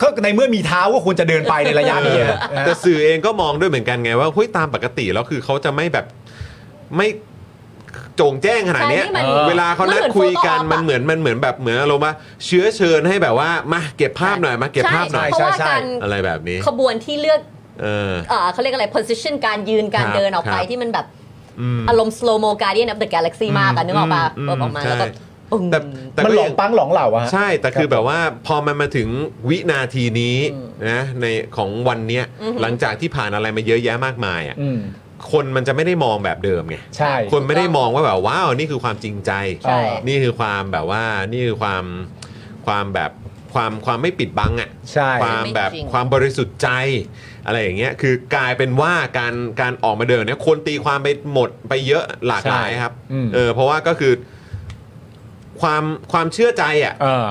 ก็ในเมื่อมีเท้าก็ควรจะเดินไปในระยะนี้นะฮะ แต่สื่อเองก็มองด้วยเหมือนกันไงว่าเฮ้ยตามปกติแล้วคือเขาจะไม่แบบไม่โจงแจ้งขนาดเนี้ย ใช่นี่มัน เออเวลาเขานัดคุยกัน มั มัน น เห เหมื มือ อน น มันเหมือนแบบเหมือนอารมณ์ว่าเชื้อเชิญให้แบบว่ามาเก็บภาพหน่อยมาเก็บภาพหน่อย ใช่เพราะว่า ใช่ใช่ การ อะไรแบบนี้ ขบวนที่เลือก เออ เอ่อเขาเรียกอะไร position การยืนการ ครับ เดินออกไป ครับ ที่มันแบบ อืม อารมณ์ slow mo guardian of the galaxy มากอะนึกออกปะ อืม เปิดออกมา ใช่ แล้วก็ปึ้ง แต่แต่ มัน ก็ หลอ ยัง ง ปังหลองเหล่าอะฮะ ใช่แต่คือแบบว่าพอมันมาถึงวินาทีนี้นะในของวันเนี้ยหลังจากที่ผ่านอะไรมาเยอะแยะมากมายอ่ะ อืม คนมันจะไม่ได้มองแบบเดิมไง ใช่ คนไม่ได้มองว่าแบบว้าวนี่คือความจริงใจ ใช่ นี่คือความแบบว่านี่คือความความแบบความความไม่ปิดบังอ่ะ ใช่ ความแบบ จริง ความบริสุทธิ์ใจอะไรอย่างเงี้ยคือกลายเป็นว่าการการออกมาเดินเนี่ยคนตีความไปหมดไปเยอะหลากหลายครับ อืม เออเพราะว่าก็คือความความเชื่อใจอ่ะ เออ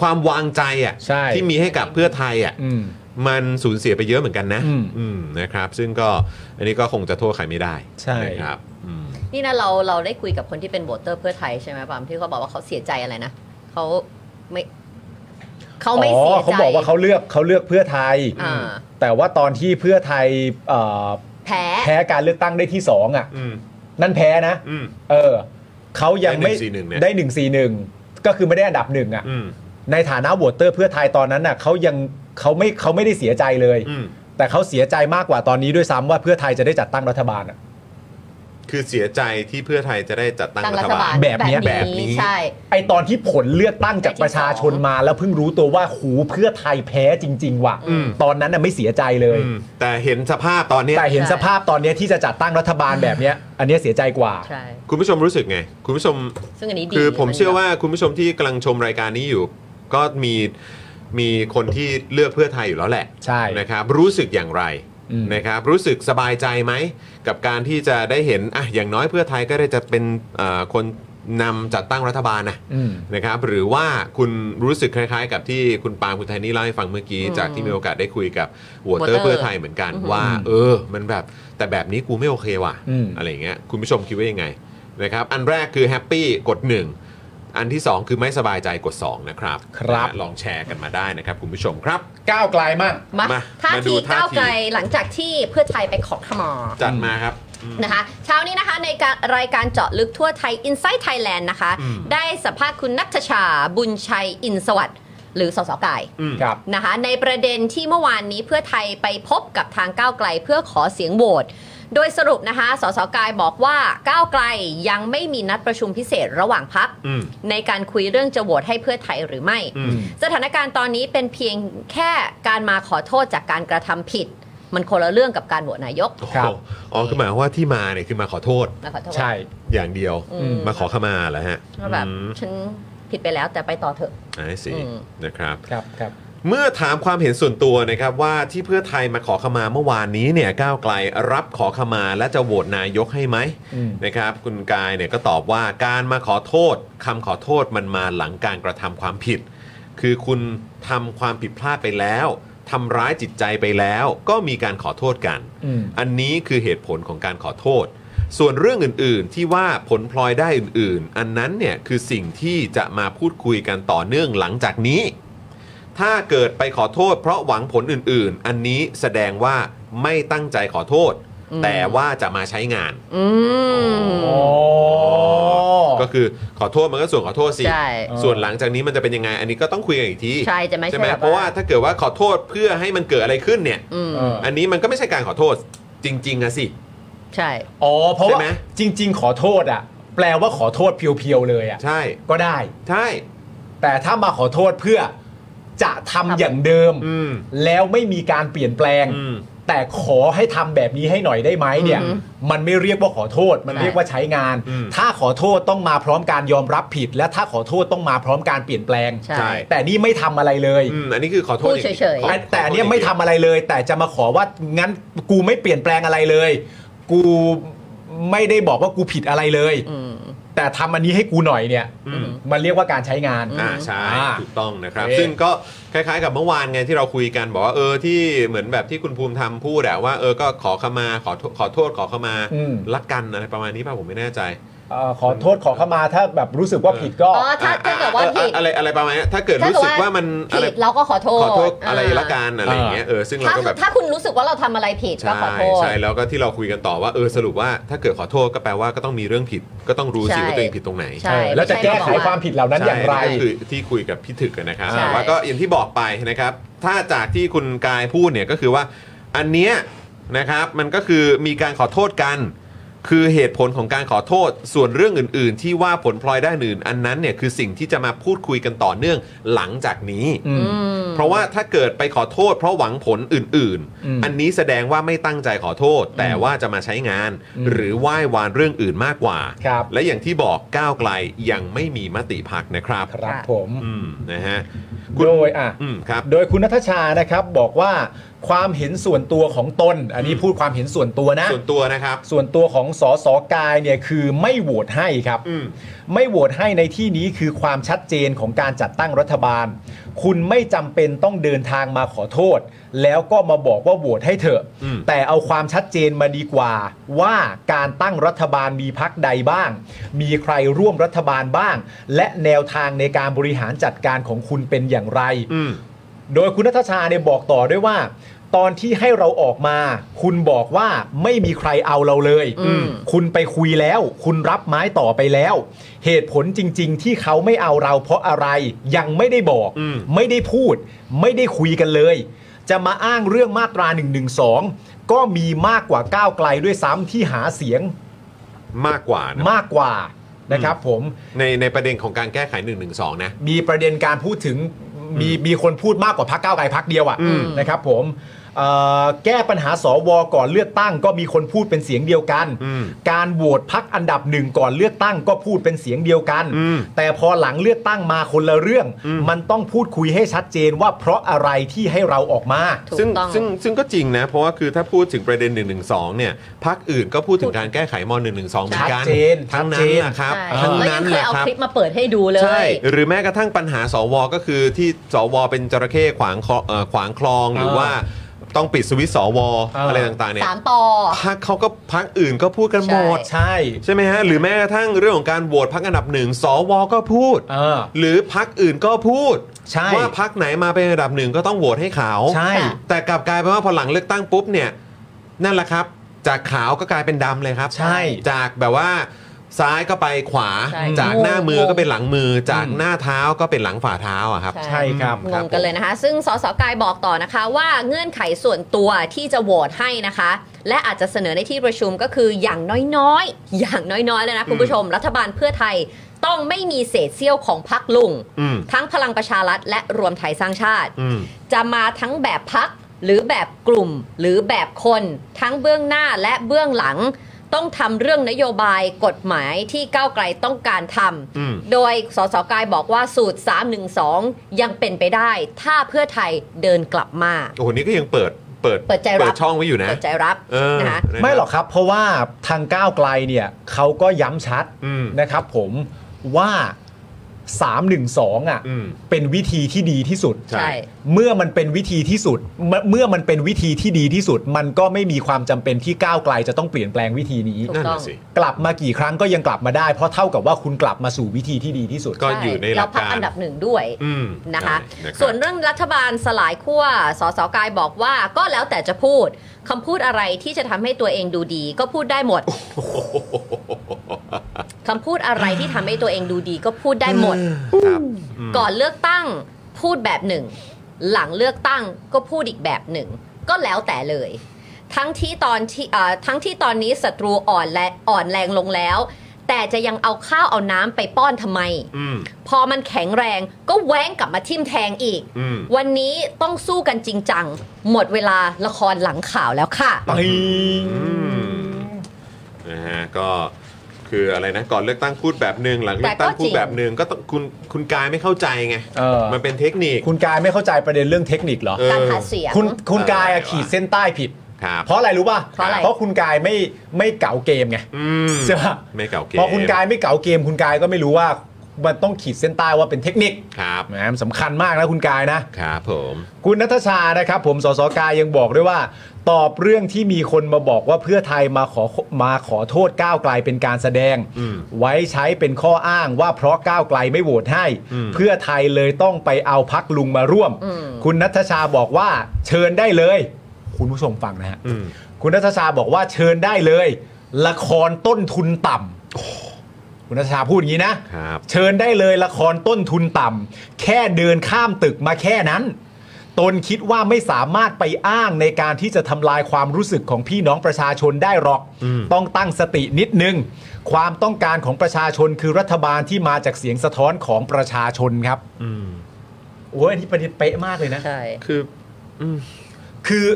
ความวางใจอ่ะ ใช่ ที่มีให้กับเพื่อไทยอ่ะ อืม มันสูญเสียไปเยอะเหมือนกันนะ อืม อืมนะครับ ซึ่งก็อันนี้ก็คงจะโทษใครไม่ได้ ใช่ นะครับอืม นี่นะเราเราได้คุยกับคนที่เป็นโบเตอร์เพื่อไทยใช่ไหมปาล์มที่เขาบอกว่าเขาเสียใจอะไรนะเขาไม่เขาไม่เสีย อ๋อ ใจ เขาบอกว่าเขาเลือกเขาเลือกเพื่อไทย อ่า แต่ว่าตอนที่เพื่อไทยเอ่อ แพ้ แพ้การเลือกตั้งได้ที่สองอ่ะ อืม นั่นแพ้นะ อืม เออเขายังไม่ ได้141เนี่ย ได้หนึ่งสี่หนึ่งก็คือไม่ได้อันดับหนึ่งอ่ะ อืม ในฐานะโหวตเตอร์เพื่อไทยตอนนั้นน่ะเขายังเขาไม่เขาไม่ได้เสียใจเลย อืม แต่เขาเสียใจมากกว่าตอนนี้ด้วยซ้ำว่าเพื่อไทยจะได้จัดตั้งรัฐบาลอ่ะ คือเสียใจที่เพื่อไทยจะได้จัดตั้ง ตั้ง รั รั ฐ ฐ บา บา ล ล แบบเนี้ย แบบ แบบนี้ นี้ใช่ ไอตอนที่ผลเลือกตั้งจากประชาชนมา แล้วเพิ่งรู้ตัวว่าหูเพื่อไทยแพ้จริง ๆ ว่ะ อืม ตอนนั้นน่ะไม่เสียใจเลย อืมแต่เห็นสภาพตอนเนี้ย แต่เห็นสภาพตอนเนี้ยที่จะจัดตั้งรัฐบาลแบบเนี้ย อันเนี้ยเสียใจกว่า ใช่ คุณผู้ชมรู้สึกไง คุณผู้ชม ซึ่งอันนี้ดี คือผมเชื่อ แบบ ว่าคุณผู้ชมที่กำลังชมรายการนี้อยู่ ก็มีมีคนที่เลือกเพื่อไทยอยู่แล้วแหละ ใช่ นะครับ รู้สึกอย่างไร อืม นะครับ รู้สึกสบายใจไหม กับการที่จะได้เห็นอ่ะอย่างน้อยเพื่อไทยก็ได้จะเป็นเอ่อคนนำจัดตั้งรัฐบาลนะ อืม นะครับหรือว่าคุณรู้สึกคล้ายๆ กับที่คุณปาล์มคุณไทนี่เล่าให้ฟังเมื่อกี้ อืม จากที่มีโอกาสได้คุยกับวอเตอ Water ร์เพื่อไทยเหมือนกัน ว่า เออ มันแบบแต่แบบนี้กูไม่โอเคว่ะ อืม อะไรอย่างเงี้ยคุณผู้ชมคิดว่ายังไงนะครับอันแรกคือแฮปปี้กด 1 อันที่ 2 คือไม่สบายใจกด 2 นะครับ ครับ นะลองแชร์กันมาได้นะครับ คุณผู้ชมครับ ก้าวไกลมาก มา มา ท่า มาดู ที ท่า ก้าว ที ไกลหลังจากที่เพื่อไทยไปขอขมอ จัดมาครับ นะคะเช้านี้นะคะในการรายการเจาะลึกทั่วไทย i n s i ซ e Thailand นะคะ ได้สัมภาษณ์คุณนัทชาบุญชัยอินสวัสด์หรือสสกาย อืม ครับ นะคะในประเด็นที่เมื่อวานนี้เพื่อไทยไปพบกับทางก้าวไกลเพื่อขอเสียงโหวตโดยสรุปนะคะสสกายบอกว่าก้าวไกลยังไม่มีนัดประชุมพิเศษระหว่างพัก อืม ในการคุยเรื่องจะโหวตให้เพื่อไทยหรือไม่ อืม สถานการณ์ตอนนี้เป็นเพียงแค่การมาขอโทษจากการกระทำผิด มันคนละเรื่องกับการโหวตนายก โอ้โห ครับ อ๋อคือหมายความว่าที่มาเนี่ยคือมาขอโทษ นะขอโทษ ใช่ อย่างเดียว อืม มาขอขมาเหรอฮะ ว่าแบบฉันผิดไปแล้วแต่ไปต่อเถอะ ไอ้สิ อืม นะครับ ครับครับ เมื่อถามความเห็นส่วนตัวนะครับว่าที่เพื่อไทยมาขอขมาเมื่อวานนี้เนี่ยก้าวไกลรับขอขมาและจะโหวตนายกให้ไหม อืม นะครับคุณกายเนี่ยก็ตอบว่าการมาขอโทษคำขอโทษมันมาหลังการกระทำความผิด คือคุณทำความผิดพลาดไปแล้วทำร้ายจิตใจไปแล้ว ก็มีการขอโทษกัน อืม อันนี้คือเหตุผลของการขอโทษ ส่วนเรื่องอื่น ๆ ที่ว่าผลพลอยได้อื่น ๆ อันนั้นเนี่ยคือสิ่งที่จะมาพูดคุยกันต่อเนื่องหลังจากนี้ ถ้าเกิดไปขอโทษเพราะหวังผลอื่น ๆ อันนี้แสดงว่าไม่ตั้งใจขอโทษ อืม แต่ว่าจะมาใช้งาน อืม อ๋อ ก็คือขอโทษมันก็ส่วนขอโทษสิ ใช่ ส่วนหลังจากนี้มันจะเป็นยังไง อันนี้ก็ต้องคุยกันอีกที ใช่จะไม่ ใช่ ใช่ ไหม แบบ เพราะว่าถ้าเกิดว่าขอโทษเพื่อให้มันเกิดอะไรขึ้นเนี่ย อืม เออ อันนี้มันก็ไม่ใช่การขอโทษจริงๆอะสิ ใช่ อ๋อเพราะว่า ใช่ไหม จริง ๆ ขอโทษอ่ะ แปลว่าขอโทษเพียวๆเลยอ่ะ ใช่ ก็ได้ ใช่ แต่ถ้ามาขอโทษเพื่อจะทำอย่างเดิม อืม แล้วไม่มีการเปลี่ยนแปลง อืม แต่ขอให้ทำแบบนี้ให้หน่อยได้ไหมเนี่ย อือหื มันไม่เรียกว่าขอโทษ มัน ใช่ เรียกว่าใช้งาน อืม ถ้าขอโทษต้องมาพร้อมการยอมรับผิด และถ้าขอโทษต้องมาพร้อมการเปลี่ยนแปลง ใช่ ใช่ แต่นี่ไม่ทำอะไรเลย อืมอันนี้คือขอโทษ พูดเฉยๆ ขอ แต่แต่อันเนี้ย ขโษ ไม่ทำอะไรเลย แต่จะมาขอว่างั้นกูไม่เปลี่ยนแปลงอะไรเลย กูไม่ได้บอกว่ากูผิดอะไรเลย อืม แต่ทำอันนี้ให้กูหน่อยเนี่ย อืม มันเรียกว่าการใช้งาน อ่าใช่ อ่า ถูกต้องนะครับ โอเค ซึ่งก็คล้ายๆกับเมื่อวานไงที่เราคุยกัน บอกว่าเออที่เหมือนแบบที่คุณภูมิธรรมพูดอะว่าเออก็ขอขมาขอโทษขอโทษขอขมา อืม ละกันอะไรประมาณนี้ป่ะผมไม่แน่ใจ เอ่อขอโทษขอเข้ามาถ้าแบบรู้สึกว่าผิดก็ อ๋อ ถ้าถ้าเกิดว่า อ่ะ ผิด อ่ะอะไรอะไรประมาณนี้ถ้าเกิด ถ้า รู้ เกิด สึกว่า ว่า มันอะไร ผิดเราก็ขอโทษ ขอโทษอะไร า ละกันอะไรอย่างเงี้ยเออซึ่งเรา ถ้า ก็แบบ ถ้าคุณรู้สึกว่าเราทำอะไรผิดก็ ใช่ ขอโทษ ใช่แล้วก็ที่เราคุยกันต่อว่าเออสรุปว่าถ้าเกิดขอโทษก็แปลว่าก็ต้องมีเรื่องผิด ก็ต้องรู้สิ ใช่ ว่าตัวเองผิดตรงไหน ใช่ เออแล้วจะแก้ไม่ใช่บไขอกว่า ความผิดเหล่านั้นอย่างไร ใช่นั่นคือที่คุยกับพี่ถึกอะนะครับ ใช่ แต่ว่าก็อย่างที่บอกไปนะครับ ถ้าจากที่คุณกายพูดเนี่ยก็คือว่าอันเนี้ยนะครับมันก็คือมีการขอโทษกัน คือเหตุผลของการขอโทษ ส่วนเรื่องอื่น ๆ ที่ว่าผลพลอยได้านอื่น อันนั้นเนี่ยคือสิ่งที่จะมาพูดคุยกันต่อเนื่องหลังจากนี้ อืม เพราะว่าถ้าเกิดไปขอโทษ เพราะหวังผลอื่น อืม ๆ อันนี้แสดงว่าไม่ตั้งใจขอโทษ แต่ว่าจะมาใช้งาน อืม หรือไหว้วานเรื่องอื่นมากกว่า ครับ และอย่างที่บอกก้าวไกลยังไม่มีมติพักนะครับ ครับผม อืมนะฮะ โดยอ่ะ อืมครับ โดยคุณนัทชานะครับบอกว่าความเห็นส่วนตัวของตน อันนี้พูดความเห็นส่วนตัวนะ ส่วนตัวนะครับ ส่วนตัวของสสกายเนี่ยคือไม่โหวตให้ครับ อืม ไม่โหวตให้ในที่นี้คือความชัดเจนของการจัดตั้งรัฐบาล คุณไม่จำเป็นต้องเดินทางมาขอโทษ แล้วก็มาบอกว่าโหวตให้เถอะ อืม แต่เอาความชัดเจนมาดีกว่า ว่าการตั้งรัฐบาลมีพักใดบ้าง มีใครร่วมรัฐบาลบ้าง และแนวทางในการบริหารจัดการของคุณเป็นอย่างไร อืม โดยคุณนัทชาเนี่ยบอกต่อด้วยว่า ตอนที่ให้เราออกมา คุณบอกว่าไม่มีใครเอาเราเลย อืม คุณไปคุยแล้ว คุณรับไม้ต่อไปแล้ว เหตุผลจริง ๆ ที่เขาไม่เอาเราเพราะอะไรยังไม่ได้บอก อืม ไม่ได้พูด ไม่ได้คุยกันเลย จะมาอ้างเรื่องมาตรา 112 ก็มีมากกว่าก้าวไกลด้วยซ้ำที่หาเสียง มากกว่านะ มากกว่านะครับผม ในในประเด็นของการแก้ไข1นึนะ มีประเด็นการพูดถึงมีมีคนพูดมากกว่าพักก้าวไกลพักเดียว อืม อะ่ะนะครับผมเอ่อแก้ปัญหาสวก่อนเลือกตั้ง ก็มีคนพูดเป็นเสียงเดียวกัน อืม การโหวตพักอันดับหนึ่งก่อนเลือกตั้งก็พูดเป็นเสียงเดียวกัน อืม แต่พอหลังเลือกตั้งมาคนละเรื่อง มันต้องพูดคุยให้ชัดเจนว่าเพราะอะไรที่ให้เราออกมา ถูก ซึ่ง ต้อง ซึ่งซึ่งก็จริงนะ เพราะว่าคือถ้าพูดถึงประเด็น 1 1 2 เนี่ยพักอื่นก็พูดถึงการแก้ไขม .112 เหมือนกัน ชัดเจน ทั้ง ชัดเจ นั้น น นะครับ ใช่ ทั้ง แล้วยั นั้ ง น เคย นะ เอา ครับ คลิปมาเปิดให้ดูเล ใช่ ย หรือแม้กระทั่งปัญหาสวก็คือที่สวเป็นจระเข้ขวางคลอเอ่อขวางคลองหรือว่าต้องปิดสวิตช์สว เอออ อะไรต่างๆเนี่ย สามปอ พักเขาก็พักอื่นก็พูดกันหมด ใช่ ใช่ไหมฮะ หรือแม้กระทั่งเรื่องของการโหวตพักอันดับหนึ่งสวก็พูด เออ หรือพักอื่นก็พูด ใช่ ว่าพักไหนมาเป็นอันดับหนึ่งก็ต้องโหวตให้เขา ใช่ ค่ะ แต่กลับกลายเป็นว่าพอหลังเลือกตั้งปุ๊บเนี่ยนั่นแหละครับ จากขาวก็กลายเป็นดำเลยครับ ใช่ จากแบบว่าซ้ายก็ไปขวา ใช่ จากหน้ามือก็เป็นหลังมือ จาก อืม หน้าเท้าก็เป็นหลังฝ่าเท้าอะครับ ใช่ ใช่ครับ งงกันเลยนะคะ ซึ่งสสกายบอกต่อนะคะว่าเงื่อนไขส่วนตัวที่จะโหวตให้นะคะ และอาจจะเสนอในที่ประชุมก็คืออย่างน้อยๆ อย่างน้อยๆเลยนะคุณผู้ชม รัฐบาลเพื่อไทยต้องไม่มีเศษเสี้ยวของพรรคลุง อืม ทั้งพลังประชารัฐและรวมไทยสร้างชาติ อืม จะมาทั้งแบบพักหรือแบบกลุ่มหรือแบบคน ทั้งเบื้องหน้าและเบื้องหลัง ต้องทำเรื่องนโยบายกฎหมายที่ก้าวไกลต้องการท อืม ำโดยสสกายบอกว่าสูตร 312 ยังเป็นไปได้ ถ้าเพื่อไทยเดินกลับมา โอ้โหนี่ก็ยังเปิดเปิด เปิดใจรับ ช่องไว้อยู่นะ เปิดใจรับ เออ นะคะ นะ ไม่หรอกครับ เพราะว่าทางก้าวไกลเนี่ยเขาก็ย้ำชัด อืม นะครับผมว่า 312 อ่ะ อืม เป็นวิธีที่ดีที่สุด ใช่ เมื่อมันเป็นวิธีที่สุดเมื่อเมื่อมันเป็นวิธีที่ดีที่สุด มันก็ไม่มีความจำเป็นที่ก้าวไกลจะต้องเปลี่ยนแปลงวิธีนี้ ถู นั่นน่ะสิ กลับมากี่ครั้งก็ยังกลับมาได้ เพราะเท่ากับว่าคุณกลับมาสู่วิธีที่ดีที่สุด ก็อยู่ในหลัก เพั การ อันดับหนึ่งด้วย อืม นะคะ ใช่รับ ส่วนเรื่องรัฐบาลสลายขั้วสสกายบอกว่าก็แล้วแต่จะพูดคำพูดอะไรที่จะทำให้ตัวเองดูดี ก็พูดได้หมด คำพูดอะไรที่ทำให้ตัวเองดูดีก็พูดได้หมด ครับอืม ก่อนเลือกตั้งพูดแบบหนึ่ง หลังเลือกตั้งก็พูดอีกแบบหนึ่ง ก็แล้วแต่เลย ทั้งที่ตอนที่เอ่อทั้งที่ตอนนี้ศัตรูอ่อนและอ่อนแรงลงแล้ว แต่จะยังเอาข้าวเอาน้ำไปป้อนทำไม อืม พอมันแข็งแรงก็แว้งกลับมาทิ่มแทงอีก อืม วันนี้ต้องสู้กันจริงจัง หมดเวลาละครหลังข่าวแล้วค่ะ ไป นะฮะก็คืออะไรนะก่อนเลือกตั้งพูดแบบหนึ่งหลังเลือกตั้ง แต่ก็จริง พูดแบบหนึ่งก็ต้องคุณคุณกายไม่เข้าใจไง เออ มันเป็นเทคนิค คุณกายไม่เข้าใจประเด็นเรื่องเทคนิคเหรอ เออ การหาเสียง คุณคุณกายอะขีดเส้นใต้ผิด ครับ เพราะอะไรรู้ป่ะ เพราะอะไร เพราะคุณกายไม่ไม่เก่าเกมไง อืม ใช่ปะ ไม่เก่าเกม พอคุณกายไม่เก๋าเกมคุณกายก็ไม่รู้ว่ามันต้องขีดเส้นใต้ว่าเป็นเทคนิค ครับ แหมมันสำคัญมากนะคุณกายนะ ครับผม คุณนัทชานะครับ ผมสสกายยังบอกด้วยว่า ตอบเรื่องที่มีคนมาบอกว่าเพื่อไทยมาขอมาขอโทษก้าวไกลเป็นการแสดง อืม ไว้ใช้เป็นข้ออ้างว่าเพราะก้าวไกลไม่โหวตให้ อืม เพื่อไทยเลยต้องไปเอาพักลุงมาร่วม อืม คุณนัทชาบอกว่าเชิญได้เลย คุณผู้ชมฟังนะฮะ อืม คุณนัทชาบอกว่าเชิญได้เลย ละครต้นทุนต่ำคุณนัทชาพูดอย่างนี้นะ ครับ เชิญได้เลยละครต้นทุนต่ำแค่เดินข้ามตึกมาแค่นั้น ตนคิดว่าไม่สามารถไปอ้างในการที่จะทำลายความรู้สึกของพี่น้องประชาชนได้หรอก ต้องตั้งสตินิดนึง ความต้องการของประชาชนคือรัฐบาลที่มาจากเสียงสะท้อนของประชาชนครับโอ้ยอันนี้ประเด็นเป๊ะมากเลยนะ ใช่ คือ คือ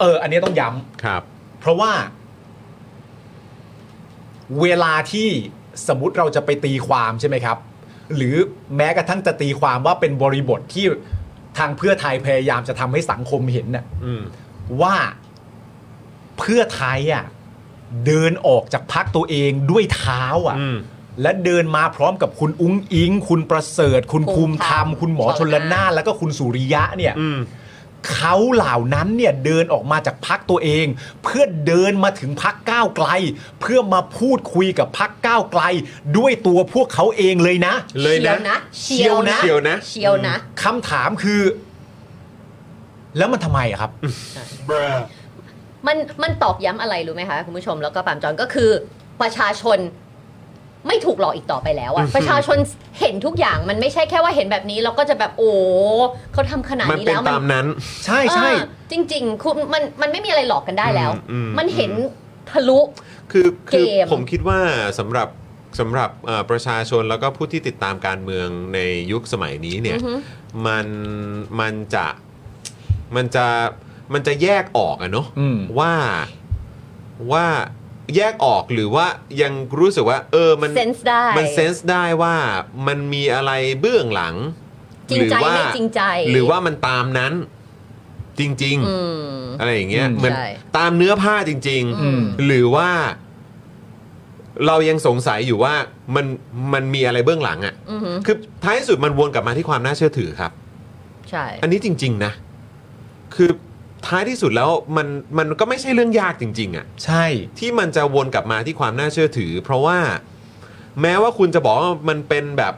เออ อันนี้ต้องย้ำ ครับ เพราะว่า เวลาที่สมมติเราจะไปตีความใช่ไหมครับ หรือแม้กระทั่งจะตีความว่าเป็นบริบทที่ทางเพื่อไทยพยายามจะทำให้สังคมเห็นน่ะ อืม ว่าเพื่อไทยอ่ะเดินออกจากพักตัวเองด้วยเท้าอ่ะ อืม และเดินมาพร้อมกับคุณอุ้งอิง คุณประเสริฐ คุณภูมิธรรม คุณหมอชนละนานแล้วก็คุณสุริยะเนี่ย อืม เขาเหล่านั้นเนี่ยเดินออกมาจากพักตัวเอง เพื่อเดินมาถึงพักก้าวไกล เพื่อมาพูดคุยกับพักก้าวไกล ด้วยตัวพวกเขาเองเลยนะ เลยนะ เชียวนะ เชียวนะ เชียวนะ คำถามคือ แล้วมันทำไมอะครับ มันมันตอกย้ำอะไรรู้ไหมคะคุณผู้ชมแล้วก็ปามจอนก็คือประชาชนไม่ถูกหลอกอีกต่อไปแล้วอะประชาชนเห็นทุกอย่างมันไม่ใช่แค่ว่าเห็นแบบนี้แล้วก็จะแบบโอ้เขาทำขนาด มัน นี้ เป็น แล้ว ตามนั้น ใช่ใช่ เออจริง ๆ คุณมันมันไม่มีอะไรหลอกกันได้แล้ว อืมอืม มันเห็นทะลุ คือคือ เกม ผมคิดว่าสำหรับสำหรับเอ่อประชาชนแล้วก็ผู้ที่ติดตามการเมืองในยุคสมัยนี้เนี่ย อือฮึ มันมันจะมันจะมันจะแยกออกอะเนาะ อืม ว่าว่าแยกออกหรือว่ายังรู้สึกว่า เออมัน sense ได้ มันเซนส์ได้ว่ามันมีอะไรเบื้องหลัง จริงใจไม่จริงใจ หรือว่ามันตามนั้นจริง อืม ๆ อะไรอย่างเงี้ย อืม เหมือน ใช่ ตามเนื้อผ้าจริง ๆ อืม หรือว่าเรายังสงสัยอยู่ว่ามันมันมีอะไรเบื้องหลังอะ่ะ อือหือ คือท้ายสุดมันวนกลับมาที่ความน่าเชื่อถือครับ ใช่ อันนี้จริง ๆ นะ คือท้ายที่สุดแล้วมันมันก็ไม่ใช่เรื่องยากจริง ๆอะ่ะ ใช่ ที่มันจะวนกลับมาที่ความน่าเชื่อถือ เพราะว่าแม้ว่าคุณจะบอกว่ามันเป็นแบบ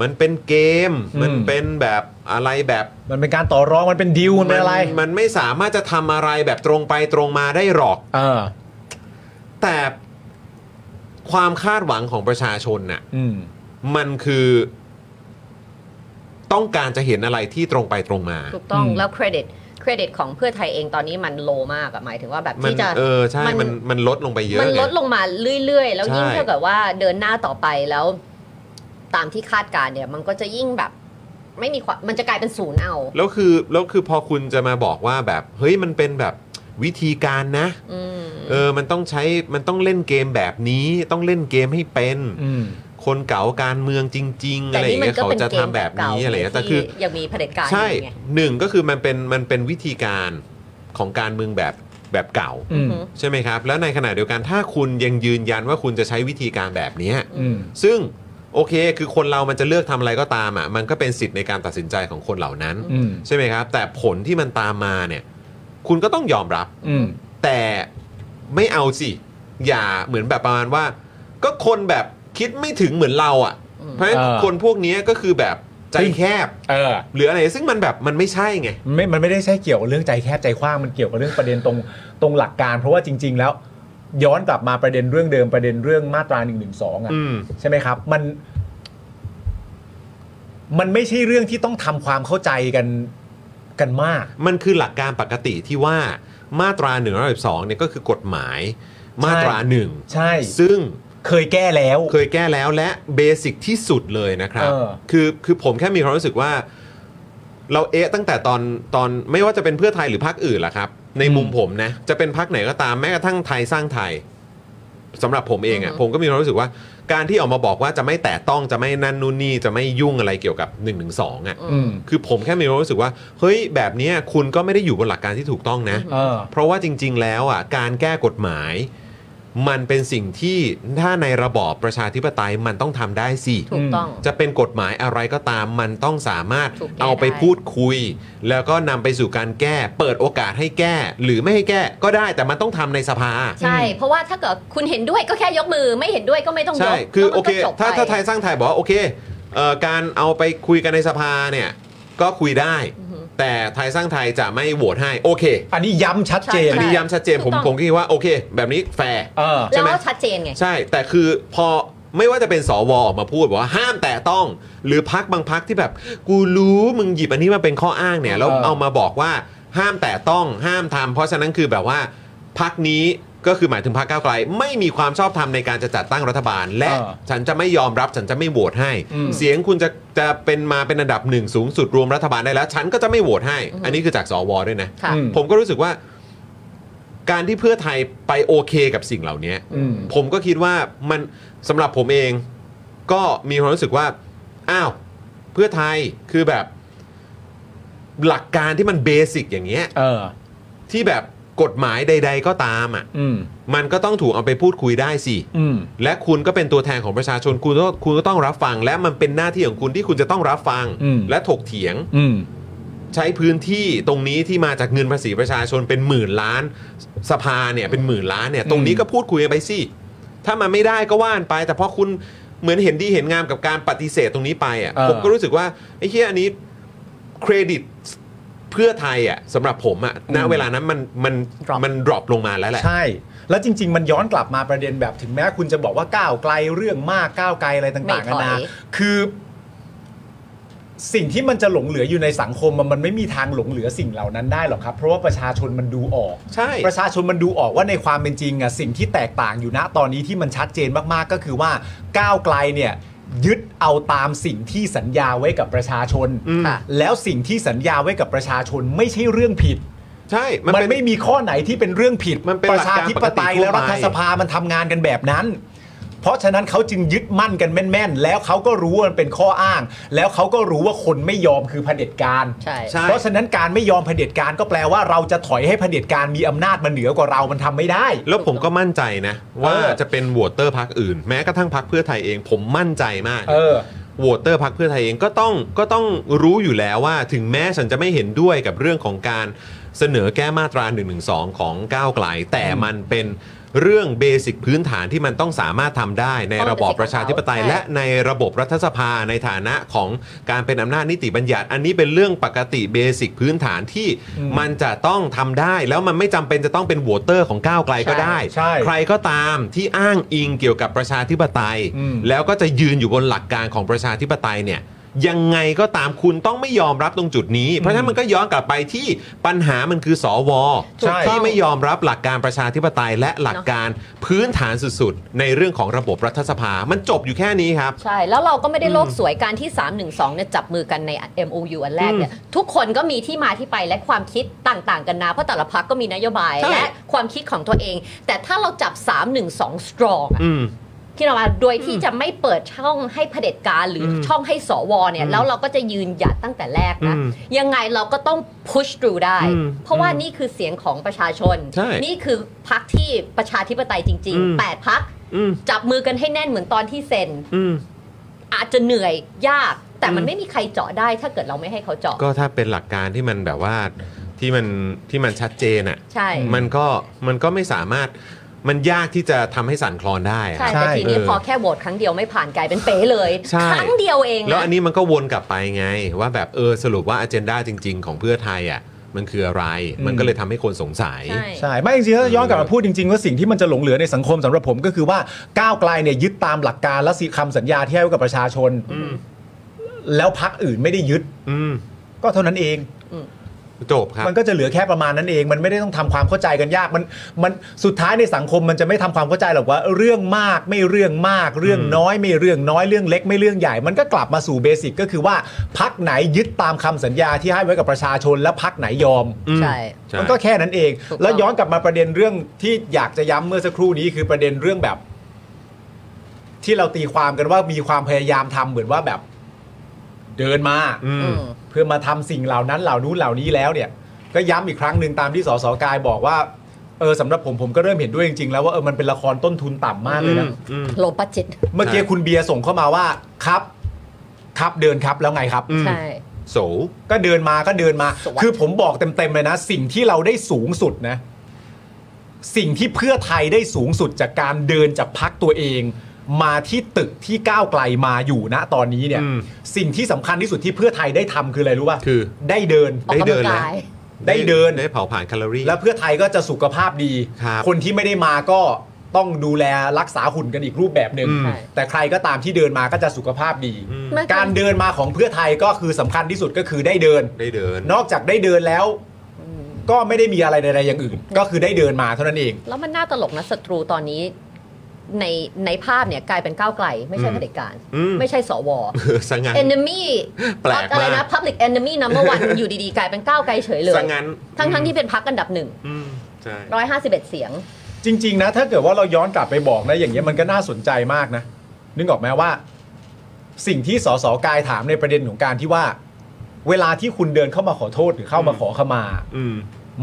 มันเป็นเกม อืม มันเป็นแบบอะไรแบบ มันเป็นการต่อรองมันเป็นดิวมันเป็นอะไร มันมันไม่สามารถจะทำอะไรแบบตรงไปตรงมาได้หรอก เออ แต่ความคาดหวังของประชาชนน่ะ อืม มันคือต้องการจะเห็นอะไรที่ตรงไปตรงมา ถูกต้อง อืม แล้วเครดิตเครดิตของเพื่อไทยเองตอนนี้มันโลมากอะหมายถึงว่าแบบ มัน ที่จะ เออใช่ มั มัน น มันลดลงไปเยอะ มัน ไง ลดลงมาเรื่อยๆ แล้วยิ่ง ใช่ ถ้าเกิดว่าเดินหน้าต่อไปแล้ว ตามที่คาดการณ์เนี่ย มันก็จะยิ่งแบบ ไม่มีความมันจะกลายเป็นศูนย์เอา แล้วคือแล้วคือพอคุณจะมาบอกว่าแบบ เฮ้ยมันเป็นแบบวิธีการนะ อืม เออมันต้องใช้มันต้องเล่นเกมแบบนี้ ต้องเล่นเกมให้เป็น อืม คนเก่าการเมืองจริง ๆ อะไรอย่างเงี้ยเขาจะทำแบบนี้อะไรอย่างเงี้ยแต่คือ ยังมีเผด็จการ ใช่ อยู่ไง หนึ่งก็คือมันเป็นมันเป็นวิธีการของการเมืองแบบแบบเก่า อืม อืม ใช่ไหมครับ แล้วในขณะเดียวกันถ้าคุณยังยืนยันว่าคุณจะใช้วิธีการแบบเนี้ย อืม ซึ่งโอเคคือคนเรามันจะเลือกทำอะไรก็ตามอ่ะมันก็เป็นสิทธิ์ในการตัดสินใจของคนเหล่านั้น อืม ใช่ไหมครับ แต่ผลที่มันตามมาเนี่ย คุณก็ต้องยอมรับ อืม แต่ไม่เอาสิ อย่าเหมือนแบบประมาณว่า ก็คนแบบคิดไม่ถึงเหมือนเราอ่ะ อืม เพราะฉะนั้น เออ คนพวกเนี้ยก็คือแบบใจแคบ เออ หรืออะไรซึ่งมันแบบมันไม่ใช่ไง ไม่ มันไม่ได้ใช่เกี่ยวกับเรื่องใจแคบใจกว้าง มันเกี่ยวกับเรื่องประเด็นตรงตรงหลักการ เพราะว่าจริง ๆ แล้ว ย้อนกลับมาประเด็นเรื่องเดิมประเด็นเรื่องมาตราหนึ่งหนึ่งสองอ่ะ อืม ใช่ไหมครับ มัน มันไม่ใช่เรื่องที่ต้องทำความเข้าใจกันกันมาก มันคือหลักการปกติที่ว่ามาตรา1นึเนี่ยก็คือกฎหมายมาตราหนึ่ง ใช่ ซึ่ง เคยแก้แล้ว เคยแก้แล้วและเบสิกที่สุดเลยนะครับ เออ คือคือผมแค่มีความรู้สึกว่า เราเอะตั้งแต่ตอนตอนไม่ว่าจะเป็นเพื่อไทยหรือพรรคอื่นล่ะครับ ในมุมผมนะ จะเป็นพรรคไหนก็ตามแม้กระทั่งไทยสร้างไทยสำหรับผมเองอะ่ะผมก็มีความรู้สึกว่า การที่ออกมาบอกว่าจะไม่แตะต้องจะไม่นั่นนู่นนี่จะไม่ยุ่งอะไรเกี่ยวกับ1นึอ่ะ อืม คือผมแค่มีความรู้สึกว่าเฮ้ยแบบเนี้ยคุณก็ไม่ได้อยู่บนหลักการที่ถูกต้องนะ เออ เพราะว่าจริง ๆ แล้วอ่ะการแก้กฎหมาย มันเป็นสิ่งที่ถ้าในระบอบประชาธิปไตยมันต้องทำได้สิ ถูกต้อง จะเป็นกฎหมายอะไรก็ตามมันต้องสามารถ ถูกแก้ เอาไป ได้ พูดคุย แล้วก็นำไปสู่การแก้ เปิดโอกาสให้แก้ หรือไม่ให้แก้ก็ได้แต่มันต้องทำในสภา ใช่ เพราะว่าถ้าเกิดคุณเห็นด้วยก็แค่ยกมือ ไม่เห็นด้วยก็ไม่ต้องย ใช่ ก คือ แล้ว โอ มัน เค ก็จบ ถ้า ไป ถ้าไทยสร้างไทยบอกว่าโอเคเอ่อการเอาไปคุยกันในสภาเนี่ยก็คุยได้ อือหือ แต่ไทยสร้างไทยจะไม่โหวตให้โอเค อันนี้ย้ำชัดเจน อันนี้ย้ำชัดเจนผม ถูกต้อง ผมคิดว่าโอเค แบบนี้แฟร์ เออ ใช่ แล้ว ไหม ก็ชัดเจนไง ใช่ แต่คือพอ ไม่ว่าจะเป็นสวออกมาพูดบอกว่าห้ามแตะต้อง หรือพักบางพักที่แบบ กูรู้มึงหยิบอันนี้มาเป็นข้ออ้างเนี่ยแล้ว เออ เอามาบอกว่าห้ามแตะต้องห้ามทำเพราะฉะนั้นคือแบบว่าพักนี้ก็คือหมายถึงพรรคก้าวไกล ไม่มีความชอบธรรมในการจะจัดตั้งรัฐบาล และ เออ ฉันจะไม่ยอมรับฉันจะไม่โหวตให้ อืม เสียงคุณจะจะเป็นมาเป็นอันดับหนึ่งสูงสุดรวมรัฐบาลได้แล้ว ฉันก็จะไม่โหวตให้ อันนี้คือจากสวด้วยนะ ค่ะ อืม ผมก็รู้สึกว่าการที่เพื่อไทยไปโอเคกับสิ่งเหล่านี้ อืม ผมก็คิดว่ามันสำหรับผมเองก็มีความรู้สึกว่า อ้าว เพื่อไทยคือแบบหลักการที่มันเบสิกอย่างเงี้ย เออ ที่แบบกฎหมายใด ๆ ก็ตามอ่ะ อืม มันก็ต้องถูกเอาไปพูดคุยได้สิ อืม และคุณก็เป็นตัวแทนของประชาชนคุณก็คุณก็ต้องรับฟัง และมันเป็นหน้าที่ของคุณที่คุณจะต้องรับฟัง อืม และถกเถียง อืม ใช้พื้นที่ตรงนี้ที่มาจากเงินภาษีประชาชนเป็นหมื่นล้านสภาเนี่ยเป็นหมื่นล้านเนี่ยตรงนี้ก็พูดคุยกันไปสิถ้ามันไม่ได้ก็ว่านไป แต่พอคุณเหมือนเห็นดีเห็นงามกับการปฏิเสธตรงนี้ไปอ่ะ เออ ผมก็รู้สึกว่าไอ้เฮียอันนี้เครดิตเพื่อไทยอ่ะสำหรับผมอ่ะณเวลานั้นมันมันมันดรอปลงมาแล้วแหละ ใช่ แล้วจริง ๆ มันย้อนกลับมาประเด็นแบบถึงแม้คุณจะบอกว่าก้าวไกลเรื่องมากก้าวไกลอะไรต่างๆ ไม่ กั ถ น อย นะคือ สิ่งที่มันจะหลงเหลืออยู่ในสังคมอะมันไม่มีทางหลงเหลือสิ่งเหล่านั้นได้หรอกครับ เพราะว่าประชาชนมันดูออก ใช่ ประชาชนมันดูออกว่าในความเป็นจริงอะสิ่งที่แตกต่างอยู่นะตอนนี้ที่มันชัดเจนมากๆก็คือว่าก้าวไกลเนี่ยยึดเอาตามสิ่งที่สัญญาไว้กับประชาชน ค่ะ แล้วสิ่งที่สัญญาไว้กับประชาชนไม่ใช่เรื่องผิด ใช่ มัน เป็น ไม่มีข้อไหนที่เป็นเรื่องผิด มันเป็น ป หลั ระ ก ชา การ ธิ ป ป กติ ไตยและรัฐสภามันทำงานกันแบบนั้น เพราะฉะนั้นเขาจึงยึดมั่นกันแม่นๆ แล้วเขาก็รู้ว่ามันเป็นข้ออ้าง แล้วเขาก็รู้ว่าคนไม่ยอมคือเผด็จการ ใช่ ใช่ เพราะฉะนั้นการไม่ยอมเผด็จการก็แปลว่าเราจะถอยให้เผด็จการมีอำนาจมันเหนือกว่าเรา มันทำไม่ได้ แล้วผมก็มั่นใจนะ ว่า เออ จะเป็นโหวตเตอร์พักอื่น แม้กระทั่งพักเพื่อไทยเอง ผมมั่นใจมาก เออ โหวตเตอร์พักเพื่อไทยเองก็ต้องก็ต้องรู้อยู่แล้วว่า ถึงแม้ฉันจะไม่เห็นด้วยกับเรื่องของการเสนอแก้มาตรา1นึของก้าวไกล แต่มันเป็นเรื่องเบสิกพื้นฐานที่มันต้องสามารถทำได้ ในระบอบประชาธิปไตย ใช่ และในระบบรัฐสภาในฐานะของการเป็นอำนาจนิติบัญญัติ อันนี้เป็นเรื่องปกติเบสิกพื้นฐานที่มันจะต้องทำได้ แล้วมันไม่จำเป็นจะต้องเป็นโหวตเตอร์ของก้าวไกลก็ได้ ใช่ ใครก็ตามที่อ้างอิงเกี่ยวกับประชาธิปไตย อืม แล้วก็จะยืนอยู่บนหลักการของประชาธิปไตยเนี่ยยังไงก็ตามคุณต้องไม่ยอมรับตรงจุดนี้ เพราะฉะนั้นมันก็ย้อนกลับไปที่ปัญหามันคือสว ใช่ ที่ไม่ยอมรับหลักการประชาธิปไตย และหลักการพื้นฐานสุดๆ ในเรื่องของระบบรัฐสภา มันจบอยู่แค่นี้ครับ ใช่ แล้วเราก็ไม่ได้โลกสวยการที่ 312เนี่ยจับมือกันใน MOU อันแรกเนี่ยทุกคนก็มีที่มาที่ไปและความคิดต่างๆ กันนะ เพราะแต่ละพักก็มีนโยบาย ใช่ และความคิดของตัวเอง แต่ถ้าเราจับ 312 strong อะ อืม ที่เรามาโดยที่จะไม่เปิดช่องให้เผด็จการหรืออ ม ช่องให้สวเนี่ยแล้วเราก็จะยืนหยัดตั้งแต่แรกนะ อืม ยังไงเราก็ต้อง push through ได้ อืม เพราะว่า อืม นี่คือเสียงของประชาชน ใช่ นี่คือพักที่ประชาธิปไตยจริง อืม ๆแปดพัก อืม จับมือกันให้แน่นเหมือนตอนที่เซ็น อืม อาจจะเหนื่อยยากแต่อืมัน ม ไม่มีใครเจาะได้ถ้าเกิดเราไม่ให้เขาเจาะ ก็ถ้าเป็นหลักการที่มันแบบว่าที่มันที่มันชัดเจนอ่ะ ใช่ มันก็มันก็ไม่สามารถมันยากที่จะทำให้สั่นคลอนได้อะ ใช่แต่ทีนี้ เออ พอแค่โหวตครั้งเดียวไม่ผ่านกลายเป็นเป๋เลย ใช่ ครั้งเดียวเอง แล้ว นะ อันนี้มันก็วนกลับไปไง ว่าแบบเออสรุปว่าอ g e n d a จริง ๆ ของเพื่อไทยอ่ะมันคืออะไร มันก็เลยทำให้คนสงสัย ใช่ ใช่ ไม่จริงๆถ้าย้อนกลับมาพูดจริงๆว่าสิ่งที่มันจะหลงเหลือในสังคมสำหรับผมก็คือว่าก้าวไกลเนี่ยยึดตามหลักการและสิคำสัญญาที่ให้ไว้กับประชาชนแล้วพักอื่นไม่ได้ยึด อืม ก็เท่านั้นเอง จบครับ มันก็จะเหลือแค่ประมาณนั้นเอง มันไม่ได้ต้องทำความเข้าใจกันยาก มันมันสุดท้ายในสังคมมันจะไม่ทำความเข้าใจหรอกว่าเรื่องมากไม่เรื่องมาก เรื่องน้อยไม่เรื่องน้อยเรื่องเล็กไม่เรื่องใหญ่ มันก็กลับมาสู่เบสิกก็คือว่าพักไหนยึดตามคำสัญญาที่ให้ไว้กับประชาชน และพักไหนยอม อืม ใช่ ใช่ มันก็แค่นั้นเอง ถูกต้อง แล้วย้อนกลับมาประเด็นเรื่องที่อยากจะย้ำเมื่อสักครู่นี้คือประเด็นเรื่องแบบ ที่เราตีความกันว่ามีความพยายามทำเหมือนว่าแบบ เดินมา อืม อืม เพื่อมาทำสิ่งเหล่านั้นเหล่านู้นเหล่านี้แล้วเนี่ย ก็ย้ำอีกครั้งหนึ่งตามที่สสกายบอกว่าเออสำหรับผมผมก็เริ่มเห็นด้วยจริงๆแล้วว่าเออมันเป็นละครต้นทุนต่ำมากเลยนะ อืม โลปัจจิต เมื่อกี้ ใช่ คุณเบียร์ส่งเข้ามาว่าครับ ครับเดินครับแล้วไงครับ อืม ใช่ โส ก็เดินมาก็เดินมา สวัสดี คือผมบอกเต็มๆเลยนะ สิ่งที่เราได้สูงสุดนะ สิ่งที่เพื่อไทยได้สูงสุดจากการเดินจากพักตัวเอง มาที่ตึกที่ก้าวไกลมาอยู่นะตอนนี้เนี่ย อืม สิ่งที่สำคัญที่สุดที่เพื่อไทยได้ทำคืออะไรรู้ป่ะ คือ ได้เดิน ออก ได้เดิ กำนลัง แล้ว กาย ได้เดิน ได้เผาผ่านแคลอรี่ แล้วเพื่อไทยก็จะสุขภาพดี ครับ นที่ไม่ได้มาก็ ต้องดูแลรักษาหุ่นกันอีกรูปแบบหนึ่ง ใช่ แต่ใครก็ตามที่เดินมาก็จะสุขภาพดี มัน การเดินมาของเพื่อไทยก็คือสำคัญที่สุดก็คือได้เดิน ได้เดิน นอกจากได้เดินแล้ว ก็ไม่ได้มีอะไรใดๆอย่างอื่น ก็คือได้เดินมาเท่านั้นเอง แล้วมันน่าตลกนะศัตรูตอนนี้ ในในภาพเนี่ยกลายเป็นก้าวไกล ไม่ใช่ อืม เผด็จการ อืม ไม่ใช่สว สังงาน enemy แปลก อะไร มา นะ ก public enemy number one อยู่ดีๆ กลายเป็นก้าวไกลเฉยเลย สังงาน ทั้งทั้งๆที่เป็นพักอันดับหนึ่ง อืมใช่ ร้อยห้าสิบเอ็ดเสียง จริง ๆ นะ ถ้าเกิดว่าเราย้อนกลับไปบอกนะอย่างเงี้ยมันก็น่าสนใจมากนะ นึกออกไหมว่า สิ่งที่สสกายถามในประเด็นของการที่ว่า เวลาที่คุณเดินเข้ามาขอโทษหรือเข้ามาขอขมา อืม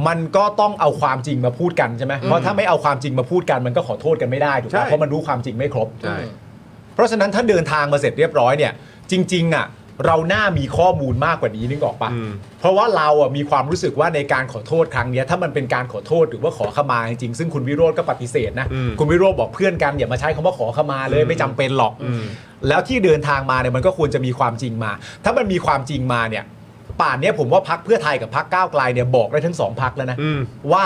มันก็ต้องเอาความจริงมาพูดกันใช่ไหมเพราะถ้าไม่เอาความจริงมาพูดกันมันก็ขอโทษกันไม่ได้ถูก ใช่ ไหมเพราะมันรู้ความจริงไม่ครบ ใช่ เพราะฉะนั้นถ้าเดินทางมาเสร็จเรียบร้อยเนี่ย จริง ๆ อ่ะ เราน่ามีข้อมูลมากกว่านี้นึกออกปะ อืม เพราะว่าเราอ่ะมีความรู้สึกว่าในการขอโทษครั้งเนี้ยถ้ามันเป็นการขอโทษหรือว่าขอขมาจริงๆซึ่งคุณวิโรธก็ปฏิเสธนะ อืม คุณวิโรธบอกเพื่อนกันอย่ามาใช้คำว่าขอขมาเลยไม่จำเป็นหรอก อืม แล้วที่เดินทางมาเนี่ยมันก็ควรจะมีความจริงมา ถ้ามันมีความจริงมาเนี่ย ป่านเนี้ยผมว่าพักเพื่อไทยกับพักก้าวไกลเนี่ยบอกได้ทั้งสองพักแล้วนะ อืม ว่า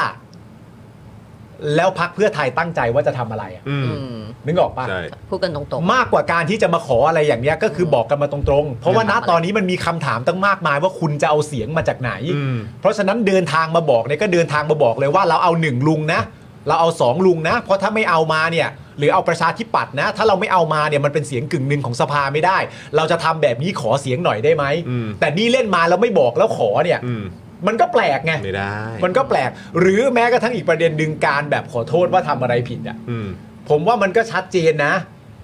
แล้วพักเพื่อไทยตั้งใจว่าจะทำอะไรอะ อืม อืม นึกออกปะ ใช่ พูดกันตรง มากกว่าการที่จะมาขออะไรอย่างเนี้ยก็คือบอกกันมาตรงๆ เพราะว่าณตอนนี้มันมีคำถามตั้งมากมายว่าคุณจะเอาเสียงมาจากไหน อืม เพราะฉะนั้นเดินทางมาบอกเนี่ยก็เดินทางมาบอกเลยว่าเราเอาหนึ่งลุงนะ เราเอาสองลุงนะ เพราะถ้าไม่เอามาเนี่ย หรือเอาประชาธิปัตย์นะ ถ้าเราไม่เอามาเนี่ยมันเป็นเสียงกึ่งหนึ่งของสภาไม่ได้ เราจะทำแบบนี้ขอเสียงหน่อยได้ไหม อืม แต่นี่เล่นมาแล้วไม่บอกแล้วขอเนี่ย อืม มันก็แปลกไง ไม่ได้ มันก็แปลก หรือแม้กระทั่งอีกประเด็นดึงการแบบขอโทษว่าทำอะไรผิดอะ อืม ผมว่ามันก็ชัดเจนนะ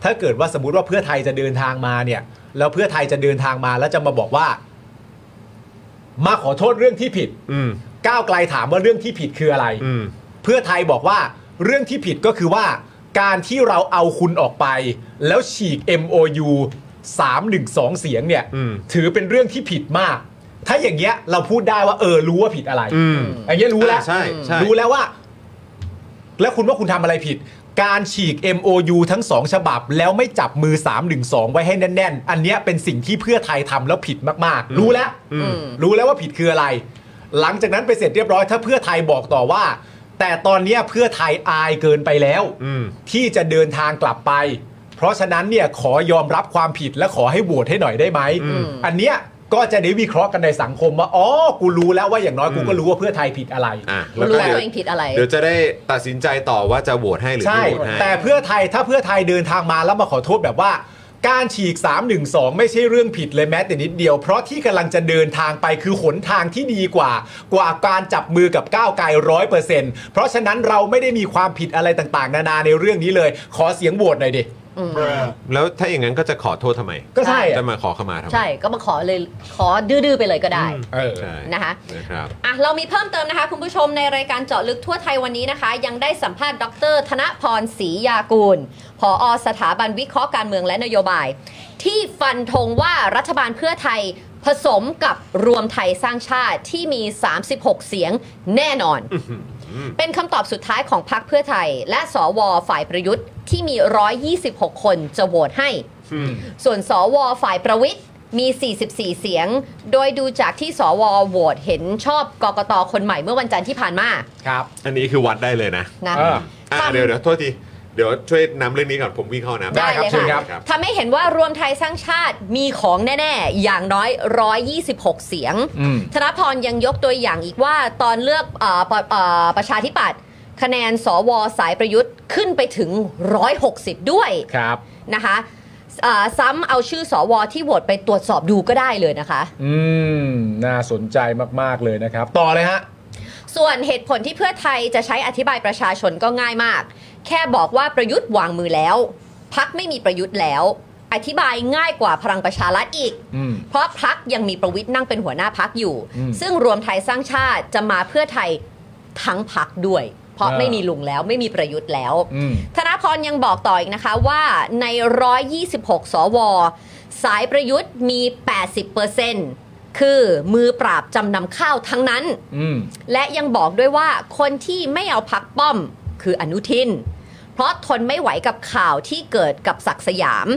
ถ้าเกิดว่าสมมติว่าเพื่อไทยจะเดินทางมาเนี่ย แล้วเพื่อไทยจะเดินทางมาแล้วจะมาบอกว่า มาขอโทษเรื่องที่ผิด อืม ก้าวไกลถามว่าเรื่องที่ผิดคืออะไร อืม เพื่อไทยบอกว่าเรื่องที่ผิดก็คือว่า การที่เราเอาคุณออกไป แล้วฉีก MOU 312 เสียงเนี่ย อืม ถือเป็นเรื่องที่ผิดมาก ถ้าอย่างเงี้ย เราพูดได้ว่าเออรู้ว่าผิดอะไร อืม อย่างเงี้ยรู้แล้ว อ่าใช่ใช่ รู้แล้วว่า แล้วคุณว่าคุณทำอะไรผิด การฉีก MOU ทั้งสองฉบับ แล้วไม่จับมือ 312 ไว้ให้แน่น ๆ อันเนี้ยเป็นสิ่งที่เพื่อไทยทำแล้วผิดมากๆ รู้แล้ว อืม รู้แล้วว่าผิดคืออะไร หลังจากนั้นไปเสร็จเรียบร้อย ถ้าเพื่อไทยบอกต่อว่า แต่ตอนเนี้ยเพื่อไทยอายเกินไปแล้ว อืม ที่จะเดินทางกลับไป เพราะฉะนั้นเนี่ยขอยอมรับความผิดและขอให้โหวตให้หน่อยได้ไหม อันเนี้ยก็จะได้วิเคราะห์กันในสังคมว่าอ๋อกูรู้แล้วว่าอย่างน้อยกูก็รู้ว่าเพื่อไทยผิดอะไร อ่ะ ๆ แล้ว รู้ ก็ แล้ว เดี๋ย ตัว ว เองผิดอะไร เดี๋ยวจะได้ตัดสินใจต่อว่าจะโหวตให้หรือ ใช่ ไม่โหวตให้ แต่เพื่อไทยถ้าเพื่อไทยเดินทางมาแล้วมาขอโทษแบบว่า การฉีก 312 ไม่ใช่เรื่องผิดเลยแม้แต่นิดเดียว เพราะที่กำลังจะเดินทางไปคือหนทางที่ดีกว่า กว่าการจับมือกับก้าวไกลร้อยเปอร์เซ็นต์เพราะฉะนั้นเราไม่ได้มีความผิดอะไรต่างๆ นานาในเรื่องนี้เลย ขอเสียงโหวตหน่อยดิ แล้วถ้าอย่างนั้นก็จะขอโทษทำไม ก็ใช่อะ จะมาขอขมาทำไม ใช่ก็มาขอเลยขอดื้อๆไปเลยก็ได้ เออ ใช่ นะคะ นะครับ อ่ะเรามีเพิ่มเติมนะคะ คุณผู้ชมในรายการเจาะลึกทั่วไทยวันนี้นะคะ ยังได้สัมภาษณ์ดร ธนพรศรียากูลผอสถาบันวิเคราะห์การเมืองและนโยบาย ที่ฟันธงว่ารัฐบาลเพื่อไทยผสมกับรวมไทยสร้างชาติที่มี 36 เสียงแน่นอน เป็นคำตอบสุดท้ายของพรรคเพื่อไทย และสวฝ่ายประยุทธ์ที่มี 126 คนจะโหวตให้ ส่วนสวฝ่ายประวิทย์มี 44 เสียง โดยดูจากที่สวโหวตเห็นชอบกกตคนใหม่เมื่อวันจันทร์ที่ผ่านมา ครับ อันนี้คือวัดได้เลยนะ นะ เออ อ่ะ ทำ เดี๋ยวเดี๋ยวโทษที เดี๋ยวช่วยนำเรื่องนี้ก่อนผมวิ่งเข้าน้ำ ได้ครับเชิญครับ ทำให้เห็นว่ารวมไทยสร้างชาติมีของแน่ ๆ อย่างน้อย 126 เสียง อืม ธนพรยังยกตัวอย่างอีกว่าตอนเลือกเออปเออประชาธิปัตย์คะแนนสวสายประยุทธ์ขึ้นไปถึง 160 ด้วย ครับ นะคะเอ่อซ้ำเอาชื่อสวที่โหวตไปตรวจสอบดูก็ได้เลยนะคะ อืม น่าสนใจมากๆเลยนะครับ ต่อเลยฮะ ส่วนเหตุผลที่เพื่อไทยจะใช้อธิบายประชาชนก็ง่ายมาก แค่บอกว่าประยุทธ์วางมือแล้วพักไม่มีประยุทธ์แล้ว อธิบายง่ายกว่าพลังประชารัฐอีก อืม เพราะพักยังมีประวิทย์นั่งเป็นหัวหน้าพักอยู่ อืม ซึ่งรวมไทยสร้างชาติจะมาเพื่อไทยทั้งพักด้วย เพราะ อ่า ไม่มีลุงแล้วไม่มีประยุทธ์แล้ว อืม ธนาพรยังบอกต่ออีกนะคะว่าใน 126 สว สายประยุทธ์มี 80%คือมือปราบจำนำข้าวทั้งนั้น อืม และยังบอกด้วยว่าคนที่ไม่เอาพักป้อมคืออนุทิน เพราะทนไม่ไหวกับข่าวที่เกิดกับศักดิ์สยาม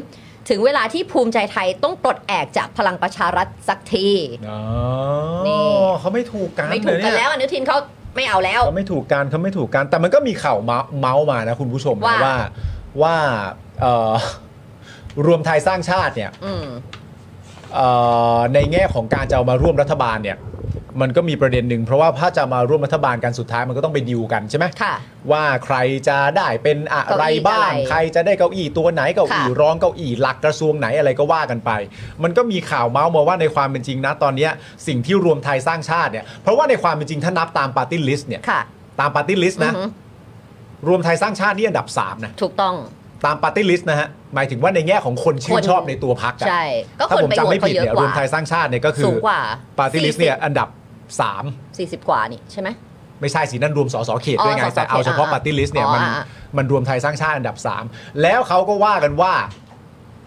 ถึงเวลาที่ภูมิใจไทยต้องปลดแอกจากพลังประชารัฐสักที อ๋อ นี่ เขาไม่ถูกกัน ไม่ถูก เหรอ กัน เย แล้วอนุทินเขา ไม่เอาแล้ว เขาไม่ถูกกันเขาไม่ถูกกัน แต่มันก็มีข่าวเมาเมาส์มานะคุณผู้ชมนะ ว่า ว่าว่าเอ่อรวมไทยสร้างชาติเนี่ย อืม เอ่อในแง่ของการจะเอามาร่วมรัฐบาลเนี่ยมันก็มีประเด็นหนึ่งเพราะว่าถ้าจะมาร่วมรัฐบาลกันสุดท้ายมันก็ต้องไปดิวกันใช่ไหม ค่ะ ว่าใครจะได้เป็นอะไรบ้าง เก้าอี้อะไร ใครจะได้เก้าอี้ตัวไหนเก้าอี้ ค่ะ รองเก้าอี้หลักกระทรวงไหนอะไรก็ว่ากันไป มันก็มีข่าวเมาส์มาว่าในความเป็นจริงนะตอนเนี้ยสิ่งที่รวมไทยสร้างชาติเนี่ยเพราะว่าในความเป็นจริงถ้านับตามปาร์ตี้ลิสต์เนี่ย ค่ะ ตามปาร์ตี้ลิสต์นะ อือหือ รวมไทยสร้างชาตินี่อันดับ 3 นะ ถูกต้อง ตามปาร์ตี้ลิสต์นะฮะ หมายถึงว่าในแง่ของคนชื่ คน น ชอบในตัวพรรคอะ ใช่ ก็ ถ้า คน ผม ไปโห จำ วต ไม่ เขา ผิด เยอะ เนี่ย ก ร ว่าว มไทยสร้างชาติเนี่ยก็คื สู อง กว่า ปาร์ตี้ลิสต์เนี่ยอันดับ 3 สี่สิบกว่านี่ใช่ไหม ไม่ใช่สีนั่นรวมสสเขตด้วยไง อ๋อสสเขต แต่เอาเฉพาะ อ่า ปาร์ตี้ลิสต์เนี่ย อ๋อ มัน อ่า มันรวมไทยสร้างชาติอันดับ 3 แล้วเขาก็ว่ากันว่า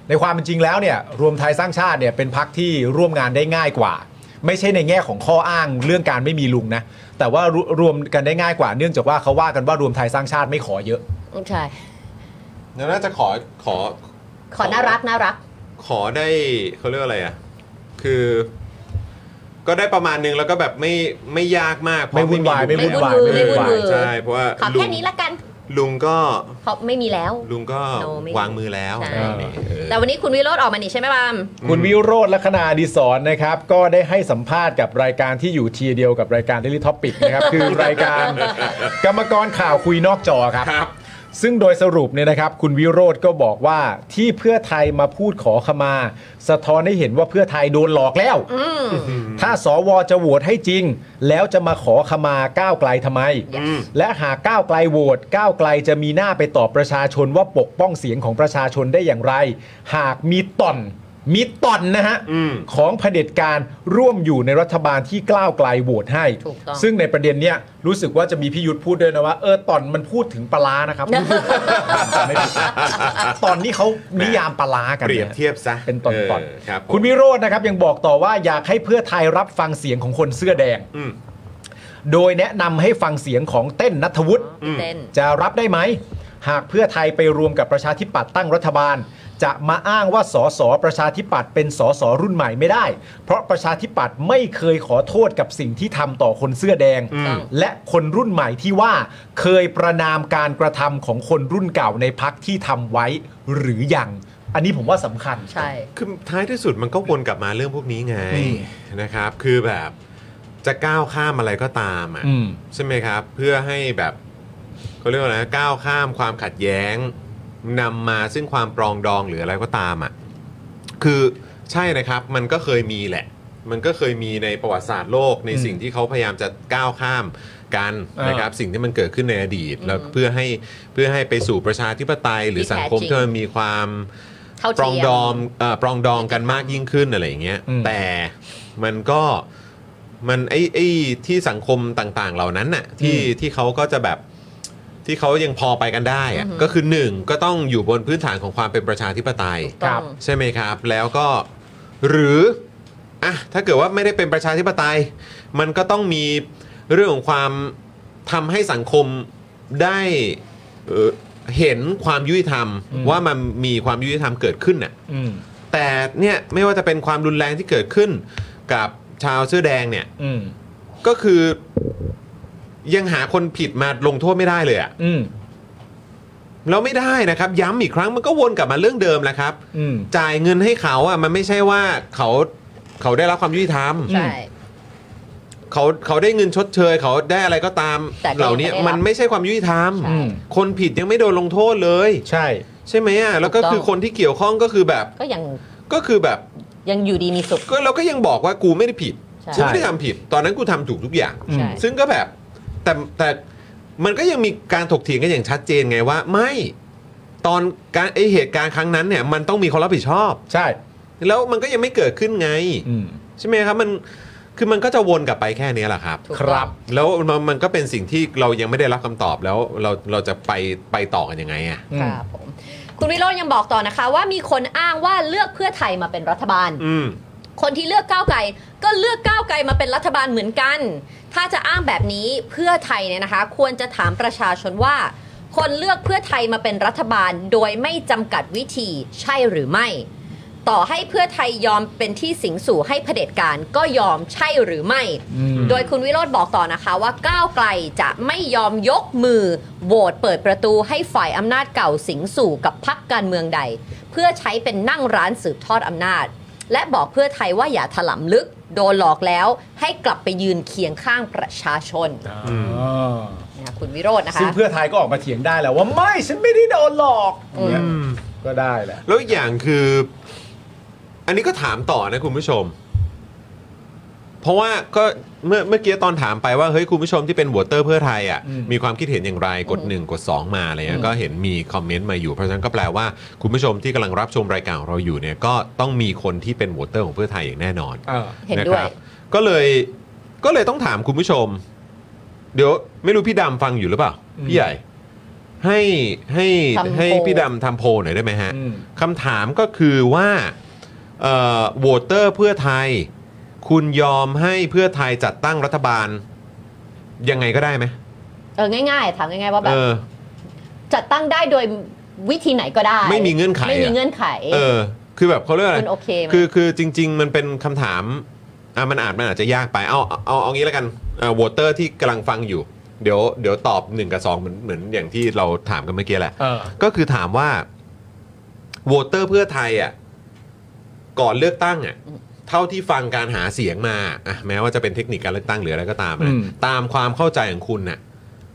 ในความเป็นจริงแล้วเนี่ยรวมไทยสร้างชาติเนี่ยเป็นพรรคที่ร่วมงานได้ง่ายกว่า ไม่ใช่ในแง่ของข้ออ้างเรื่องการไม่มีลุงนะแต่ว่ารรวมกันได้ง่ายกว่า เนื่องจากว่าเขาว่ากันว่ารวมไทยสร้างชาติไม่ขอเยอะ ใช่ เดี๋ยวน่าจะขอขอ ขอน่ารักน่ารัก ขอได้เขาเรียกว่าอะไรอ่ะ คือ ก็ได้ประมาณนึงแล้วก็แบบไม่ไม่ยากมากเพระ ไม่วุ่นวาย ลุง ไม่วุ่นวาย ไม่วุ่นวาย ไม่วุ่นวาย ใช่เพราะว่า ขอ ลุ แค่ ง นี้ละกัน ลุงก็ เพราะไม่มีแล้ว ลุงก็ โนไม่ วางมือแล้ว ใช่ อะไรอย่างเงี้ยเออ แต่วันนี้คุณวิโรธออกมานี่ใช่ไหมบาม คุณวิโรธลัคนาอดีศรนะครับ ก็ได้ให้สัมภาษณ์กับรายการที่อยู่เทียร์เดียวกับรายการ Daily Topic นะครับ คือรายการกรรมกรข่าวคุยนอกจอครับ ครับ ซึ่งโดยสรุปเนี่ยนะครับ คุณวิโรธก็บอกว่าที่เพื่อไทยมาพูดขอขมา สะท้อนให้เห็นว่าเพื่อไทยโดนหลอกแล้ว ถ้าสวจะโหวตให้จริง แล้วจะมาขอขมาก้าวไกลทำไม และหากก้าวไกลโหวตก้าวไกลจะมีหน้าไปตอบประชาชนว่าปกป้องเสียงของประชาชนได้อย่างไร หากมีต่อนมีต่อนนะฮะ ของเผด็จการร่วมอยู่ในรัฐบาลที่ก้าวไกลโหวตให้ ถูกต้อง ซึ่งในประเด็นเนี้ยรู้สึกว่าจะมีพี่ยุทธพูดด้วยนะว่าเออต่อนมันพูดถึงปลาร้านะครับ จำไม่ผิดตอนนี้เขานิยามปลาร้ากัน เปรียบ นะ เทียบซะ เป็นตอน เ ตอน ครับผม คุณวิโรจน์นะครับยังบอกต่อว่าอยากให้เพื่อไทยรับฟังเสียงของคนเสื้อแดง อืม โดยแนะนำให้ฟังเสียงของเต้นนัทวุฒิ พี่เต้น จะรับได้ไหม หากเพื่อไทยไปรวมกับประชาธิปัตย์ตั้งรัฐบาล จะมาอ้างว่าสสประชาธิปัตย์เป็นสสรุ่นใหม่ไม่ได้ เพราะประชาธิปัตย์ไม่เคยขอโทษกับสิ่งที่ทำต่อคนเสื้อแดง อืม และคนรุ่นใหม่ที่ว่าเคยประนามการกระทำของคนรุ่นเก่าในพักที่ทำไว้หรือยังอันนี้ผมว่าสำคัญ ใช่ คือท้ายที่สุดมันก็วนกลับมาเรื่องพวกนี้ไง นี่ นะครับ คือแบบจะก้าวข้ามอะไรก็ตามอ่ะ อืม ใช่ไหมครับ เพื่อให้แบบเขาเรียกว่าอะไรนะก้าวข้ามความขัดแย้งนำมาซึ่งความปรองดองหรืออะไรก็ตามอ่ะคือใช่นะครับมันก็เคยมีแหละ มันก็เคยมีในประวัติศาสตร์โลกใน อืม สิ่งที่เขาพยายามจะก้าวข้ามกัน อ่าน นะครับ สิ่งที่มันเกิดขึ้นในอดีตแล้วเพื่อให้เพื่อให้ไปสู่ประชาธิปไตย หรือสังคมที่มันมีความ เท่า ปร เที อง ย ดอมมเอ่อปรองดองกันมากยิ่งขึ้นอะไรอย่างเงี้ย อืม แต่มันก็มันไอ้ไอ้ที่สังคมต่างๆเหล่านั้นน่ะที่ที่เขาก็จะแบบที่เขายังพอไปกันได้อะ อือหือ ก็คือหนึ่งก็ต้องอยู่บนพื้นฐานของความเป็นประชาธิปไตย ต้ ครั อง บ ใช่ไหมครับ แล้วก็หรืออ่ะถ้าเกิดว่าไม่ได้เป็นประชาธิปไตย มันก็ต้องมีเรื่องของความทำให้สังคมได้เอ่อเห็นความยุติธรรม อืม ว่ามันมีความยุติธรรมเกิดขึ้นน่ะ อืม แต่เนี่ยไม่ว่าจะเป็นความรุนแรงที่เกิดขึ้นกับชาวเสื้อแดงเนี่ย อืม ก็คือยังหาคนผิดมาลงโทษไม่ได้เลยอะ อืม แล้วไม่ได้นะครับ ย้ำอีกครั้งมันก็วนกลับมาเรื่องเดิมแหละครับ อืม จ่ายเงินให้เขาอ่ะมันไม่ใช่ว่าเขาเขาได้รับความยุติธรรม ใช่ เขาเขาได้เงินชดเชย เขาได้อะไรก็ตาม แต่ก็ยัง เหล่านี้ ไม่ได้รับ มันไม่ใช่ความยุติธรรม ใช่ คนผิดยังไม่โดนลงโทษเลย ใช่ ใช่ไหมอ่ะแล้วก็ ถูกต้อง คือคนที่เกี่ยวข้องก็คือแบบ ก็ยัง ก็คือแบบ ยังอยู่ดีมีสุข ก็เราก็ยังบอกว่ากูไม่ได้ผิด ใช่ ฉันไม่ได้ทำผิด ตอนนั้นกูทำถูกทุกอย่าง อืม ใช่ ซึ่งก็แบบแต่แต่มันก็ยังมีการถกเถียงกันอย่างชัดเจนไงว่า ไม่ตอนการไอเหตุการณ์ครั้งนั้นเนี่ยมันต้องมีคนรับผิดชอบ ใช่ แล้วมันก็ยังไม่เกิดขึ้นไง อืม ใช่ไหมครับมันคือมันก็จะวนกลับไปแค่เนี้ยแหละครับ ถูก ครับ แล้วมันมันก็เป็นสิ่งที่เรายังไม่ได้รับคำตอบแล้วเราเราจะไปไปต่อกันยังไงอ่ะ อืม ครับผมคุณวิโรจน์ยังบอกต่อนะคะ ว่ามีคนอ้างว่าเลือกเพื่อไทยมาเป็นรัฐบาล อืม คนที่เลือกก้าวไกลก็เลือกก้าวไกลมาเป็นรัฐบาลเหมือนกัน ถ้าจะอ้างแบบนี้เพื่อไทยเนี่ยนะคะ ควรจะถามประชาชนว่า คนเลือกเพื่อไทยมาเป็นรัฐบาลโดยไม่จำกัดวิธีใช่หรือไม่ ต่อให้เพื่อไทยยอมเป็นที่สิงสู่ให้เผด็จการก็ยอมใช่หรือไม่ โดยคุณวิโรธบอกต่อนะคะว่าก้าวไกลจะไม่ยอมยกมือโหวตเปิดประตูให้ฝ่ายอำนาจเก่าสิงสู่กับพักการเมืองใด เพื่อใช้เป็นนั่งร้านสืบทอดอำนาจ และบอกเพื่อไทยว่าอย่าถลำลึก โดนหลอกแล้วให้กลับไปยืนเคียงข้างประชาชน อ่า เนี่ยคุณวิโรจน์นะคะ ซึ่งเพื่อไทยก็ออกมาเถียงได้แหล้วว่าไม่ฉันไม่ได้โดนหลอกเนี่ยก็ได้แหละ แล้วอีกอย่างคือ อันนี้ก็ถามต่อนะคุณผู้ชม เพราะว่าก็เมื่อเมื่อกี้ตอนถามไปว่าเฮ้ยคุณผู้ชมที่เป็นวอเตอร์เพื่อไทยอ่ะมีความคิดเห็นอย่างไรกด 1 กด 2 มาอะไรเงี้ยก็เห็นมีคอมเมนต์มาอยู่ เพราะฉะนั้นก็แปลว่าคุณผู้ชมที่กำลังรับชมรายการของเราอยู่เนี่ยก็ต้องมีคนที่เป็นวอเตอร์ของเพื่อไทยอย่างแน่นอน เออ เห็นด้วย ะครับก็เลยก็เลยต้องถามคุณผู้ชม เดี๋ยวไม่รู้พี่ดำฟังอยู่หรือเปล่า อืม พี่ใหญ่ ให้ให้ ทำโพล ให้พี่ดำทำโพลหน่อยได้ไหมฮะ อืม คำถามก็คือว่าเอ่อโหวตเตอร์เพื่อไทย คุณยอมให้เพื่อไทยจัดตั้งรัฐบาล ยังไงก็ได้ไหม เออง่ายๆถามง่ายๆว่าแบ เอบ อ จัดตั้งได้โดยวิธีไหนก็ได้ ไม่มีเงื่อนไขอะ ไม่มีเงื่อนไข เออ คือแบบเขาเรียกอะไร คุณโอเคไหม คือคือจริง ๆ มันเป็นคำถามอ่ะมันอาจมันอาจจะยากไป เอาเอาเอาเอางี้แล้วกันวอเตอร์ที่กำลังฟังอยู่ เดี๋ยวเดี๋ยวตอบ 1 กับ 2 เหมือนเหมือนอย่างที่เราถามกันเมื่อกี้แหละ เออ ก็คือถามว่าวอเตอร์เพื่อไทยอ่ะก่อนเลือกตั้งอ่ะเท่าที่ฟังการหาเสียงมาอ่ะแม้ว่าจะเป็นเทคนิคการเลือกตั้งหรืออะไรก็ตามนะ อืม ตามความเข้าใจของคุณน่ะ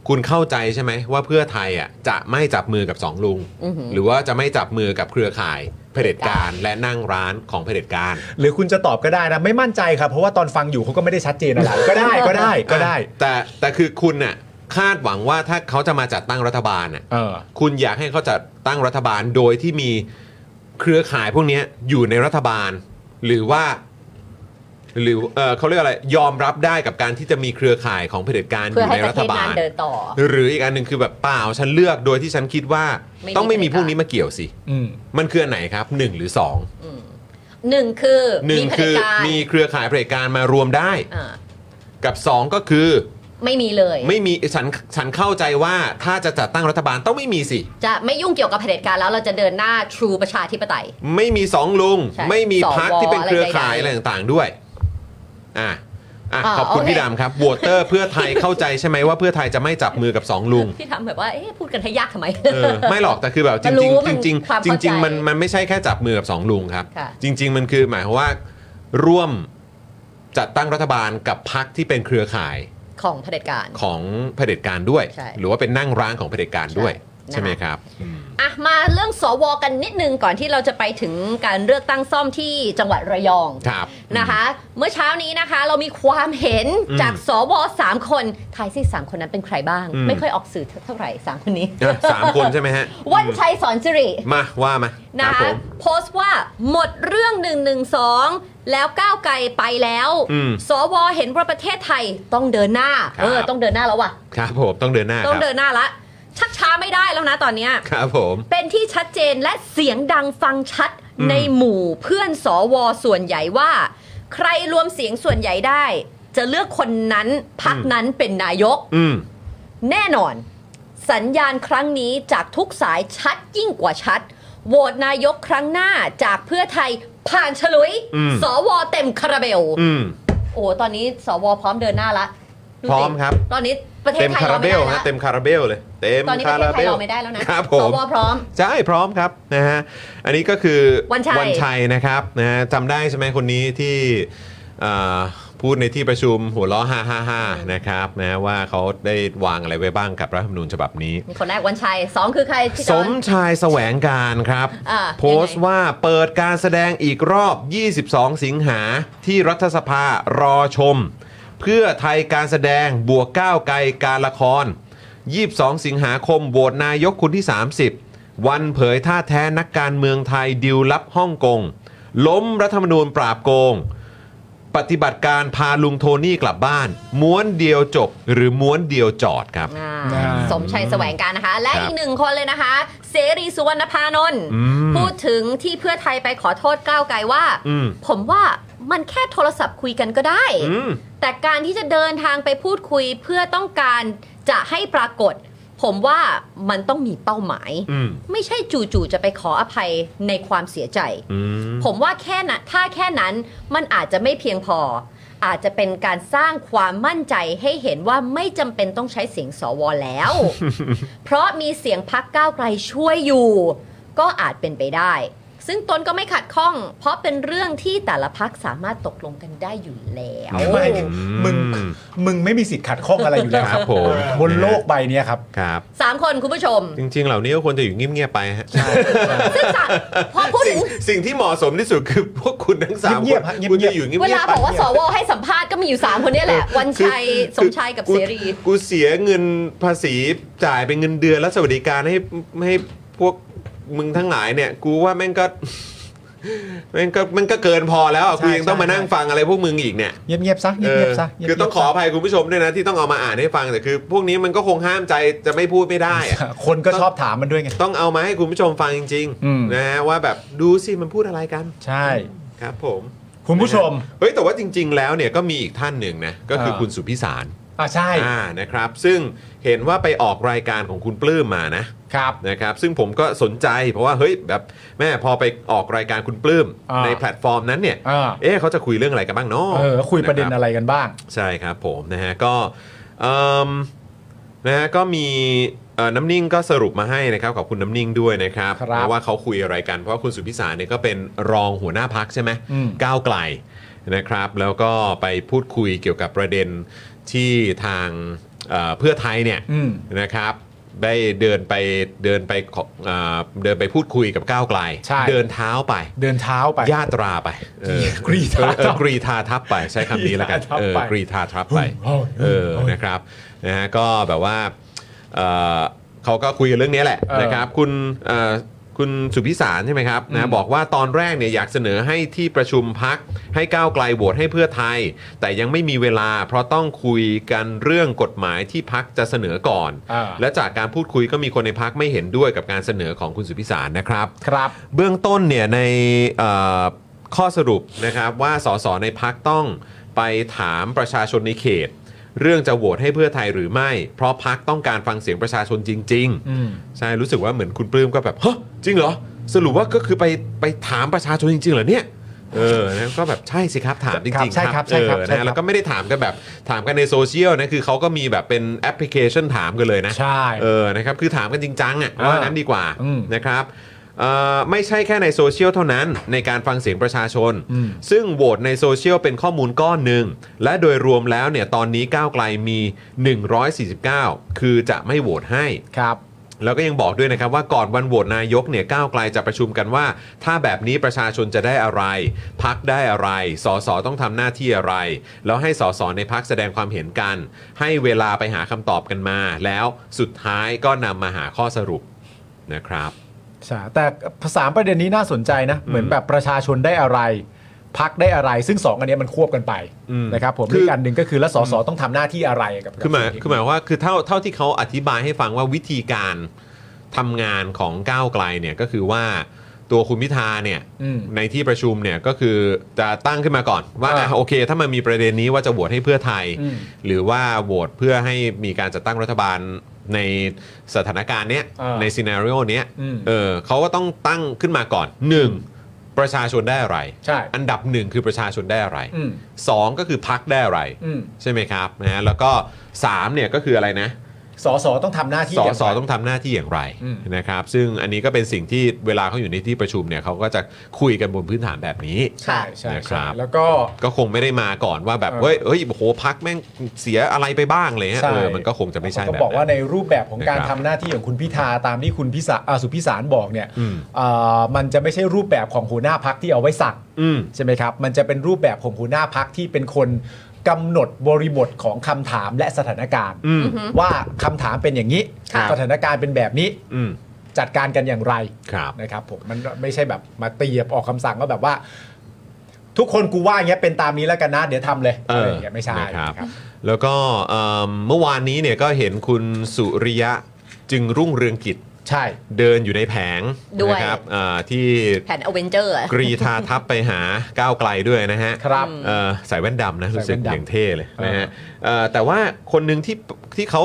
คุณเข้าใจใช่ไหมว่าเพื่อไทยอ่ะจะไม่จับมือกับสองลุง อือหือ หรือว่าจะไม่จับมือกับเครือข่ายเผด็จการและนั่งร้านของเผด็จการ หรือคุณจะตอบก็ได้นะ ไม่มั่นใจครับ เพราะว่าตอนฟังอยู่เขาก็ไม่ได้ชัดเจนอะไร ก็ได้ก็ได้ก็ได้ อ่ะแต่แต่คือคุณน่ะคาดหวังว่าถ้าเขาจะมาจัดตั้งรัฐบาลน่ะ เออ คุณอยากให้เขาจัดตั้งรัฐบาลโดยที่มีเครือข่ายพวกเนี้ยอยู่ในรัฐบาล หรือว่า หรือเออเขาเรียกอะไรยอมรับได้กับการที่จะมีเครือข่ายของเผด็จการอ เพื่อยู่ให้ ใน ป รั ระเท ฐ ศ บา นั้ ล นเดินต่อ หรืออีกอันหนึ่งคือแบบเปล่าฉันเลือกโดยที่ฉันคิดว่า ไม่มี ต้องไม่มี เผด็จการ พวกนี้มาเกี่ยวสิ อืม มันคืออันไหนครับหนึ่งหรือสอง หนึ่งคือ หนึ่ง มีเผ คื ด็จ อ การ มีเครือข่ายเผด็จการมารวมได้ อ่า กับสองก็คือ ไม่มีเลย ไม่มีฉันฉันเข้าใจว่าถ้าจะจัดตั้งรัฐบาลต้องไม่มีสิ จะไม่ยุ่งเกี่ยวกับเผด็จการแล้วเราจะเดินหน้า True ประชาธิปไตย ไม่มีสองลุง ใช่ ไม่มี สว พักที่เป็นเครือข่าย อะ อะไรไร ใดๆ ต่างๆด้วย อ่ะอ่ะ อ่า ขอบคุณ โอเค พี่ดำครับวอเตอร์เพื่อไทยเข้าใจใช่ไหมว่าเพื่อไทยจะไม่จับมือกับสองลุง พี่ทำแบบว่า เอ๊ะพูดกันให้ยากทำไม เออไม่หรอกแต่คือแบบจ มันรู้ ริง มัน ๆจริง ความ ๆจริง เข้าใจ ๆมันมันไม่ใช่แค่จับมือกับสองลุงครับ ค่ะ จริง ๆ มันคือหมายความว่า ร่วมจัดตั้งรัฐบาลกับพักที่เป็นเครือข่าย ของเผด็จการ ของเผด็จการด้วย ใช่ หรือว่าเป็นนั่งร้างของเผด็จการด้วยใช่ใช่นะคะไหมครับ อ่ะมาเรื่องสวกันนิดนึงก่อนที่เราจะไปถึงการเลือกตั้งซ่อมที่จังหวัดระยอง ครับ นะคะ เมื่อเช้านี้นะคะ เรามีความเห็น อืม จากสวสามคนทายซิสามคนนั้นเป็นใครบ้าง อืม ไม่ค่อยออกสื่อเท่าไหร่สามคนนี้ อ่ะสามคนใช่ไหมฮะ วันชัยสอนสิริ มาว่ามา นะ รับผ คะ ม โพสต์ว่าหมดเรื่อง 1 1 2 แล้วก้าวไกลไปแล้ว อืม สวเห็นว่าประเทศไทยต้องเดินหน้า ครับ เออ ต้องเดินหน้าแล้วว่ะ ครับผมต้องเดินหน้าค ต้อง รับ เดินหน้าละ ชักช้าไม่ได้แล้วนะตอนเนี้ย ครับผม เป็นที่ชัดเจนและเสียงดังฟังชัด อืม ในหมู่เพื่อนสอวอส่วนใหญ่ว่า ใครรวมเสียงส่วนใหญ่ได้ จะเลือกคนนั้นพักนั้นเป็นนายก อืม แน่นอน สัญญาณครั้งนี้จากทุกสายชัดยิ่งกว่าชัดโหวตนายกครั้งหน้าจากเพื่อไทยผ่านฉลุย อืม สวเต็มคาราเบล อืม โอ้ตอนนี้สวพร้อมเดินหน้าละดูสิ พร้อมครับ ตอนนี้ประเทศ เต็ม ไทย คาราเบล อไม่ได้ ฮะ ละ เต็มคาราเบลเลยเต็ม ตอนนี้ป คา ระราเทศไท เบ ย ล รอไม่ได้แล้วนะครับ ผ ส ม วพร้อม ใช่พร้อมครับนะฮะอันนี้ก็คือ วันชัย วันชัยนะครับนะฮะจำได้ใช่ไหมคนนี้ที่เอ่อพูดในที่ประชุมหัวล้อฮ่าฮ่าฮ่านะครับนะว่าเขาได้วางอะไรไว้บ้างกับรัฐธรรมนูญฉบับนี้ นี่คนแรกวันชัยสองคือใครพี่จ ส อห์ ม น ชายแสวงการครับ อ่า โพสต์ว่าเปิดการแสดงอีกรอบ 22 สิงหาที่รัฐสภารอชม เพื่อไทยการแสดงบวกก้าวไกลการละคร 22 สิงหาคมโหวตนายกคนที่ 30 วันเผยท่าแท้นักการเมืองไทยดิวลับฮ่องกง ล้มรัฐธรรมนูญปราบโกง ปฏิบัติการพาลุงโทนี่กลับบ้าน ม้วนเดียวจบหรือม้วนเดียวจอดครับ อ่า อ่า สมชัยแสวงการนะคะ และ ครับ อีกหนึ่งคนเลยนะคะ เสรีสุวรรณพานนท์ อืม พูดถึงที่เพื่อไทยไปขอโทษก้าวไกลว่า อืม ผมว่ามันแค่โทรศัพท์คุยกันก็ได้ อืม แต่การที่จะเดินทางไปพูดคุยเพื่อต้องการจะให้ปรากฏ ผมว่ามันต้องมีเป้าหมาย อืม ไม่ใช่จู่ๆจะไปขออภัยในความเสียใจ อืม ผมว่าแค่นะถ้าแค่นั้นมันอาจจะไม่เพียงพอ อาจจะเป็นการสร้างความมั่นใจให้เห็นว่าไม่จำเป็นต้องใช้เสียงสวแล้ว เพราะมีเสียงพักก้าวไกลช่วยอยู่ ก็อาจเป็นไปได้ ซึ่งตนก็ไม่ขัดข้อง เพราะเป็นเรื่องที่แต่ละพักสามารถตกลงกันได้อยู่แล้ว ไม่มึงมึงไม่มีสิทธิ์ขัดข้องอะไรอยู่แล้ว ครับผม บนโลกใบเนี้ยครับ ครับ สามคนคุณผู้ชม จริง ๆ เหล่านี้ก็ควรจะอยู่เงียบๆไปฮะ ซึ่งสามพอพูด สิ่ ถึ ง ง สิ่งที่เหมาะสมที่สุดคือพวกคุณทั้งสาม เงี ค ย น บๆฮะเงียบๆ คุณจะอยู่เงียบๆ เวลา ไป บอกว่าสวให้สัมภาษณ์ก็มีอยู่ 3 คนเนี่ยแหละ วันชัย สมชัยกับเสรี กูเสียเงินภาษีจ่ายเป็นเงินเดือนและสวัสดิการให้ให้พวกมึงทั้งหลายเนี่ย กูว่าแม่งก็ แม่งก็แม่งก็เกินพอแล้วอะกูยังต้องมานั่งฟังอะไรพวกมึงอีกเนี่ย เงียบๆซะเงียบๆซะ คือต้องขออภัยคุณผู้ชมด้วยนะ ที่ต้องเอามาอ่านให้ฟัง แต่คือ พวกนี้มันก็คงห้ามใจจะไม่พูดไม่ได้อะ คนก็ชอบถามมันด้วยไง ต้องเอามาให้คุณผู้ชมฟังจริง อืม ๆนะฮะว่าแบบดูสิมันพูดอะไรกัน ใช่ ครับ ผม คุณผู้ชม นะฮะเฮ้ยแต่ว่าจริง ๆ แล้วเนี่ยก็มีอีกท่านหนึ่งนะก็คือ เออ คุณสุพิสาร อ่าใช่ อ่านะครับ ซึ่งเห็นว่าไปออกรายการของคุณปลื้มมานะครับ นะครับ ซึ่งผมก็สนใจเพราะว่าเฮ้ยแบบแม่พอไปออกรายการคุณปลื้ม อ่า ในแพลตฟอร์มนั้นเนี่ย อ่า เอ๊ะเขาจะคุยเรื่องอะไรกันบ้างเนาะ เออคุยประเด็นอะไรกันบ้าง ใช่ครับผมนะฮะก็เอิ่มนะฮะก็มีเอ่อน้ำนิ่งก็สรุปมาให้นะครับขอบคุณน้ำนิ่งด้วยนะครับ ครับ นะว่าเขาคุยอะไรกันเพราะว่าคุณสุพิสารเนี่ยก็เป็นรองหัวหน้าพักใช่ไหม อืม ก้าวไกลนะครับ แล้วก็ไปพูดคุยเกี่ยวกับประเด็นที่ทางเอ่อเพื่อไทยเนี่ย อืม นะครับได้เดินไปเดินไปขอเอ่อเดินไปพูดคุยกับก้าวไกล ใช่ เดินเท้าไป เดินเท้าไป ยาตราไปเออก รีธาเอทัพอเออกรีธาทับไปใช้คำนี้แล้วกัน กรีธาทัพ เออ ไป กรีธาทับไป โอ้ย เออ โอ้ย นะครับนะฮะก็แบบว่าเอ่อเขาก็คุยกันเรื่องนี้แหละ เออ นะครับคุณเอ่อคุณสุพิสารใช่ไหมครับ อื นะ ม บอกว่าตอนแรกเนี่ยอยากเสนอให้ที่ประชุมพักให้ก้าวไกลโหวตให้เพื่อไทย แต่ยังไม่มีเวลาเพราะต้องคุยกันเรื่องกฎหมายที่พักจะเสนอก่อน อ่า และจากการพูดคุยก็มีคนในพักไม่เห็นด้วยกับการเสนอของคุณสุพิสารนะครับ ครับ เบื้องต้นเนี่ยในเอ่อข้อสรุปนะครับว่าสสในพักต้องไปถามประชาชนในเขต เรื่องจะโหวตให้เพื่อไทยหรือไม่ เพราะพักต้องการฟังเสียงประชาชนจริง อืม ๆ ใช่รู้สึกว่าเหมือนคุณปลื้มก็แบบฮะจริงเหรอ สรุปว่าก็คือไปไปถามประชาชนจริง ๆ เหรอเนี่ยเออนะก็แบบใช่สิครับถามจริงๆ ใช่ครับใช่ครับ เออ ใช่ครับ นะแล้วก็ไม่ได้ถามกันแบบถามกันในโซเชียลนะคือเขาก็มีแบบเป็นแอปพลิเคชันถามกันเลยนะ ใช่ เออ นะครับ คือถามกันจริงจังอ่ะว่างั้นดีกว่า อืม นะครับเอ่อไม่ใช่แค่ในโซเชียลเท่านั้นในการฟังเสียงประชาชน อืม ซึ่งโหวตในโซเชียลเป็นข้อมูลก้อนหนึ่ง และโดยรวมแล้วเนี่ย ตอนนี้ก้าวไกลมี 149 คือจะไม่โหวตให้ ครับ แล้วก็ยังบอกด้วยนะครับว่าก่อนวันโหวตนายกเนี่ยก้าวไกลจะประชุมกันว่า ถ้าแบบนี้ประชาชนจะได้อะไร พักได้อะไรสสต้องทำหน้าที่อะไร แล้วให้สสในพักแสดงความเห็นกัน ให้เวลาไปหาคำตอบกันมา แล้วสุดท้ายก็นำมาหาข้อสรุปนะครับ ใช่แต่สามประเด็นนี้น่าสนใจนะ เหมือนแบบประชาชนได้อะไร พักได้อะไรซึ่งสองอันเนี้ยมันควบกันไป อืม นะครับผม คือ อีกอันหนึ่งก็คือแล้วสสต้องทำหน้าที่อะไรกับ คือหมาย กับสิ่งที่ คือหมายว่าคือเท่าเท่าที่เขาอธิบายให้ฟังว่าวิธีการทำงานของก้าวไกลเนี่ยก็คือว่าตัวคุณพิธาเนี่ย อืม ในที่ประชุมเนี่ยก็คือจะตั้งขึ้นมาก่อนว่า อ่า อ่ะโอเค ถ้ามันมีประเด็นนี้ว่าจะโหวตให้เพื่อไทย อืม หรือว่าโหวตเพื่อให้มีการจัดตั้งรัฐบาลในสถานการณ์เนี้ย อ่า ในซีนารีโอเนี้ย อืม เออเขาก็ต้องตั้งขึ้นมาก่อน 1. ประชาชนได้อะไร ใช่ อันดับหนึ่งคือประชาชนได้อะไร อืม สองก็คือพักได้อะไร อืม ใช่ไหมครับนะฮะแล้วก็สามเนี่ยก็คืออะไรนะ สสต้องทำหน้าที่ ส ย่าง ส ไร ต้องทำหน้าที่อย่างไร อืม นะครับ ซึ่งอันนี้ก็เป็นสิ่งที่เวลาเขาอยู่ในที่ประชุมเนี่ยเขาก็จะคุยกันบนพื้นฐานแบบนี้ ใช่ใช่ นะครับ ใช่แล้วก็ ก็คงไม่ได้มาก่อนว่าแบบ เออ เฮ้ยเฮ้ยโอ้โหพักแม่งเสียอะไรไปบ้างเลยฮะ ใช่ เออมันก็คงจะไม่ใช่ เขา แบบ ก็บอกว่าใน นั้น รูปแบบของการ นะครับ ทำหน้าที่ของคุณพิธาตามที่คุณพิสาอ่าสุพิสารบอกเนี่ย อืม อ่ามันจะไม่ใช่รูปแบบของหัวหน้าพักที่เอาไว้สั่ง อืม ใช่ไหมครับ มันจะเป็นรูปแบบของหัวหน้าพักที่เป็นคนกำหนดบริบทของคำถามและสถานการณ์ อืม ว่าคำถามเป็นอย่างนี้ ครับ สถานการณ์เป็นแบบนี้ อืม จัดการกันอย่างไร ครับ นะครับผมมันไม่ใช่แบบมาเตียบออกคำสั่งว่าแบบว่า ทุกคนกูว่าอย่างเงี้ยเป็นตามนี้แล้วกันนะ เดี๋ยวทำเลย เอ อะไร อ อย่างเงี้ยไม่ใช่ นะครับ นะครับ แล้วก็เอิ่มเมื่อวานนี้เนี่ยก็เห็นคุณสุริยะจึงรุ่งเรืองกิจ ใช่ เดินอยู่ในแผง ด้วย นะครับอ่าที่ แผนอเวนเจอร์ กรีธาทัพไปหาก้าวไกลด้วยนะฮะ ครับ เอ่อใส่แว่นดำนะรู้สึก ใส่แว่นดำ อย่างเท่เลยนะฮะ เออ เอ่อแต่ว่าคนหนึ่งที่ที่เขา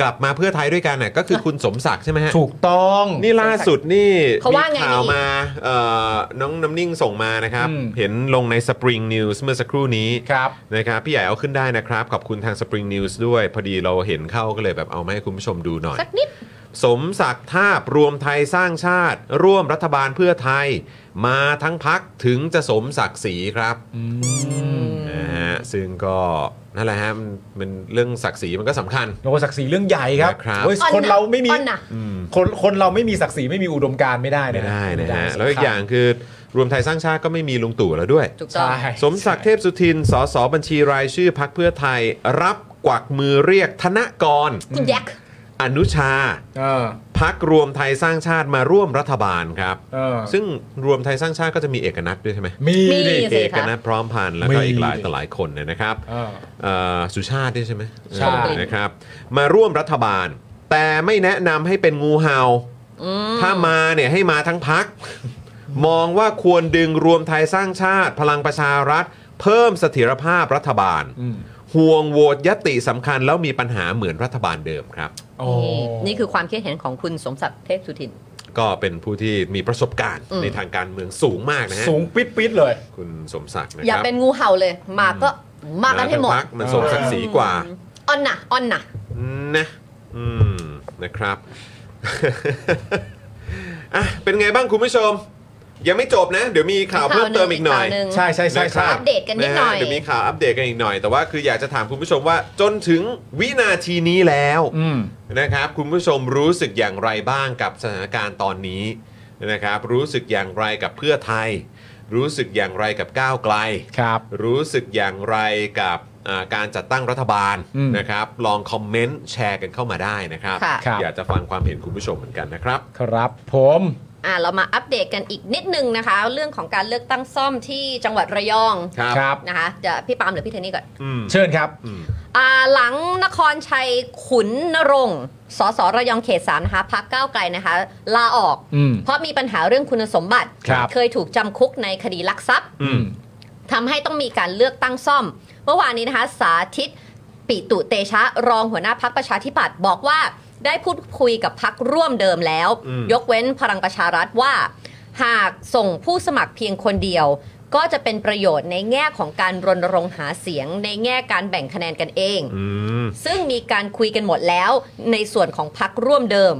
กลับมาเพื่อไทยด้วยกันเนี่ยก็คือคุณสมศักดิ์ใช่ไหมฮะ ถูกต้อง นี่ล่าสุดนี่ เขาว่าไง ข่าว นี่ มาเอ่อน้องน้ำนิ่งส่งมานะครับ อืม เห็นลงใน Spring News เมื่อสักครู่นี้ ครับ นะครับพี่ใหญ่เอาขึ้นได้นะครับ ขอบคุณทาง Spring News ด้วย พอดีเราเห็นเข้าก็เลยแบบเอามาให้คุณผู้ชมดูหน่อย สักนิด สมศักดิ์ทาบรวมไทยสร้างชาติ ร่วมรัฐบาลเพื่อไทย มาทั้งพักถึงจะสมศักดิ์ศรีครับนะฮะซึ่งก็นั่นแหละฮะมันมันเรื่องศักดิ์ศรีมันก็สำคัญ โนศักดิ์ศรีเรื่องใหญ่ครับ นะครับ โอ้ย อ่อนนะ คนเราไม่มี อ่อนนะ คนคนเราไม่มีศักดิ์ศรีไม่มีอุดมการณ์ไม่ได้ ไม่ นะ ได้นะฮะ ไม่ได้ แล้วอีกอย่างคือรวมไทยสร้างชาติก็ไม่มีลุงตู่แล้วด้วย ถูกต้อง ใช่ สมศักดิ์เทพสุทินสสบัญชีรายชื่อพักเพื่อไทย รับกวักมือเรียกธนกร คุณแยก อนุชา เออ พักรวมไทยสร้างชาติมาร่วมรัฐบาลครับ เออ ซึ่งรวมไทยสร้างชาติก็จะมีเอกนัทด้วยใช่ไหม มี มี ดิ เอ สิ ก คะ นัทพร้อมพันธ์แล้วก็ มี อีกหลายต่อหลายคนเนี่ยนะครับ เออ เอ่อสุชาติด้วยใช่ไหม ใช่ เออนะครับ มาร่วมรัฐบาล แต่ไม่แนะนำให้เป็นงูเห่าถ้ามาเนี่ยให้มาทั้งพัก มองว่าควรดึงรวมไทยสร้างชาติ พลังประชารัฐ เพิ่มเสถียรภาพรัฐบาล อืม ห่วงโหวตยติสำคัญแล้วมีปัญหาเหมือนรัฐบาลเดิมครับ โอ้ นี่นี่คือความคิดเห็นของคุณสมศักดิ์เทพสุทิน ก็เป็นผู้ที่มีประสบการณ์ อืม ในทางการเมืองสูงมากนะฮะ สูงปิดปิดๆเลย คุณสมศักดิ์นะ อ ค ย่า รับ เป็นงูเห่าเลย มาก็มากันให้หมด ทงพรรคมันสมศักดิ์ศรีกว่า อ่อนนะอ่อนนะ นะอืมนะครับ อ่ะเป็นไงบ้างคุณผู้ชม ยังไม่จบนะ เดี๋ยวมีข่าวเพิ่มเติมอีกหน่อย ข่าวง ใช่ใช่ใช่ นะค ใช่ รับ อัปเดตกันนิดหน่อะยฮะเดี๋ยวมีข่าวอัปเดตกันอีกหน่อย แต่ว่าคืออยากจะถามคุณผู้ชมว่าจนถึงวินาทีนี้แล้ว อืม นะครับคุณผู้ชมรู้สึกอย่างไรบ้างกับสถานการณ์ตอนนี้นะครับรู้สึกอย่างไรกับเพื่อไทย รู้สึกอย่างไรกับก้าวไกล ครับ รู้สึกอย่างไรกับอ่าการจัดตั้งรัฐบาล อืม นะครับลองคอมเมนต์แชร์กันเข้ามาได้นะครับ ค่ะ อยากจะฟังความเห็นคุณผู้ชมเหมือนกันนะครับ ครับผม อ่ะเรามาอัปเดตกันอีกนิดนึงนะคะ เรื่องของการเลือกตั้งซ่อมที่จังหวัดระยอง ครับ ครับ นะคะเดี๋ยวพี่ปาล์มหรือพี่เทนนี่ก่อน อืม เชิญครับ อืม อ่าหลังนครชัยขุนนรงค์สสระยองเขตสามนะคะพักก้าวไกลนะคะลาออก อืม เพราะมีปัญหาเรื่องคุณสมบัติ ครับ เคยถูกจำคุกในคดีลักทรัพย์ อื อื ม ม ทำให้ต้องมีการเลือกตั้งซ่อม เมื่อวานนี้นะคะ สาธิตปิตุเตชะ รองหัวหน้าพักประชาธิปัตย์บอกว่าได้พูดคุยกับพักร่วมเดิมแล้ว อืม ยกเว้นพลังประชารัฐว่า หากส่งผู้สมัครเพียงคนเดียว ก็จะเป็นประโยชน์ในแง่ของการรณรงค์หาเสียง ในแง่การแบ่งคะแนนกันเอง อืม ซึ่งมีการคุยกันหมดแล้วในส่วนของพักร่วมเดิม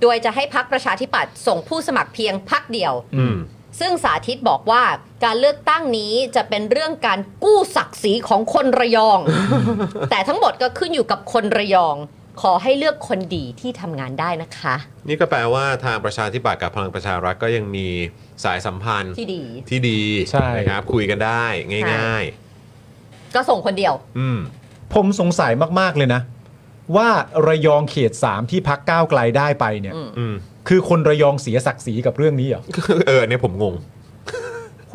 โดยจะให้พักประชาธิปัตย์ส่งผู้สมัครเพียงพักเดียว อืม ซึ่งสาธิตบอกว่าการเลือกตั้งนี้จะเป็นเรื่องการกู้ศักดิ์ศรีของคนระยอง แต่ทั้งหมดก็ขึ้นอยู่กับคนระยอง ขอให้เลือกคนดีที่ทำงานได้นะคะ นี่ก็แปลว่าทางประชาธิปัตย์กับพลังประชารัฐก็ยังมีสายสัมพันธ์ ที่ดี ที่ดี ใช่ นะครับคุยกันได้ง่าย ก็ส่งคนเดียว ๆ อืม ผมสงสัยมาก ๆ เลยนะ ว่าระยองเขตสามที่พักก้าวไกลได้ไปเนี่ย อืม อืม คือคนระยองเสียศักดิ์ศรีกับเรื่องนี้เหรอ เออเนี่ยผมงง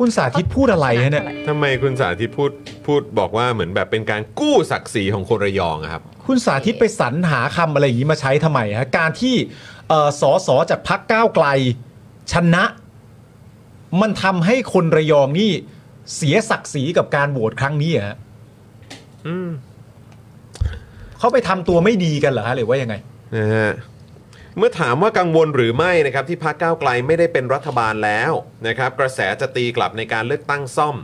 คุณสาธิตพูดอะไรฮะเนี่ย ทำไมคุณสาธิตพูดพูดบอกว่าเหมือนแบบเป็นการกู้ศักดิ์ศรีของคนระยองอะครับ คุณสาธิตไปสรรหาคำอะไรอย่างนี้มาใช้ทำไมฮะการที่เอ่อสอสอจากพักก้าวไกล ชนะ มันทำให้คนระยองนี่ เสียศักดิ์ศรีกับการโหวตครั้งนี้เหรอฮะ อืม เขาไปทำตัวไม่ดีกันเหรอฮะหรือว่ายังไง นะฮะเมื่อถามว่ากังวลหรือไม่นะครับที่พรรคก้าวไกลไม่ได้เป็นรัฐบาลแล้วนะครับ กระแสจะตีกลับในการเลือกตั้งซ่อม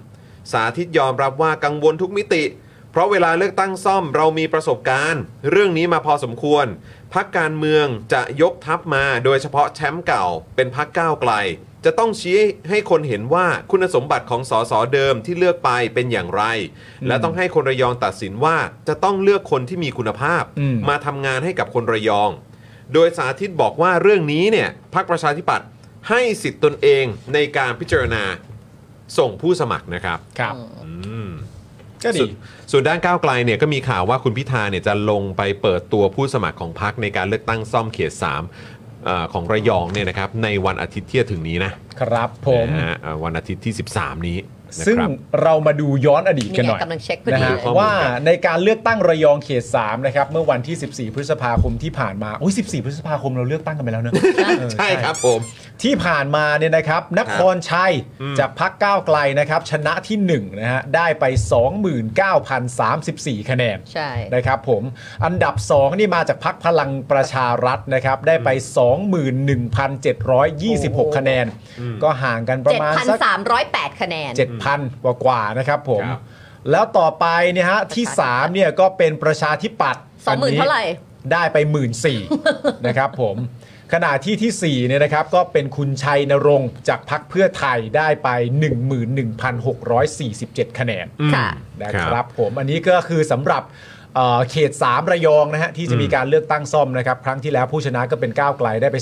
สาธิตยอมรับว่ากังวลทุกมิติ เพราะเวลาเลือกตั้งซ่อมเรามีประสบการณ์ เรื่องนี้มาพอสมควรพักการเมืองจะยกทัพมา โดยเฉพาะแชมป์เก่า เป็นพักก้าวไกล จะต้องชี้ให้คนเห็นว่าคุณสมบัติของสสเดิมที่เลือกไปเป็นอย่างไร และต้องให้คนระยองตัดสินว่าจะต้องเลือกคนที่มีคุณภาพ อืม มาทำงานให้กับคนระยอง โดยสาธิตบอกว่าเรื่องนี้เนี่ยพรรคประชาธิปัตย์ให้สิทธิ์ตนเองในการพิจารณาส่งผู้สมัครนะครับ ครับ อืม ก็ ส่ ดี วนส่วนด้านก้าวไกลเนี่ยก็มีข่าวว่าคุณพิธาเนี่ยจะลงไปเปิดตัวผู้สมัครของพรรคในการเลือกตั้งซ่อมเขต3เอ่อของระยองเนี่ยนะครับในวันอาทิตย์ที่จะถึงนี้นะครับ ผม นะฮะเอ่อวันอาทิตย์ที่ 13 นี้ นะครับ ซึ่งเรามาดูย้อนอดีตกันหน่อย เนี่ยกำลังเช็คพอดี นะฮะ เลย ว่าในการเลือกตั้งระยองเขต3นะครับเมื่อวันที่ 14 พฤษภาคมที่ผ่านมาโอ้ย14 พฤษภาคมเราเลือกตั้งกันไปแล้วเนอะเออ ใช่ครับผม ที่ผ่านมาเนี่ยนะครับนครชัยจากพักก้าวไกลนะครับ ชนะที่1นะฮะได้ไป 29,034 คะแนน ใช่ นะครับผมอันดับ 2 นี่มาจากพักพลังประชารัฐนะครับ ได้ไป 21,726 คะแนน ก็ห่างกันประมาณสัก 7,308 คะแนน 7,000 กว่ากว่าๆนะครับผม ครับ แล้วต่อไปเนี่ยฮะที่3เนี่ยก็เป็นประชาธิปัตย์ สองหมื่น อั เท่าไหร่ ได้ไป 1 4ื่นสี่ นะครับผมขณะที่ที่ 4 เนี่ยนะครับก็เป็นคุณชัยนรงค์จากพักเพื่อไทยได้ไป 11,647 คะแนน ค่ะ นะ ค ค รั รับ บผมอันนี้ก็คือสำหรับเอ่อเขต 3 ระยองนะฮะที่จะมีการเลือกตั้งซ่อมนะครับ ครั้งที่แล้วผู้ชนะก็เป็นก้าวไกลได้ไป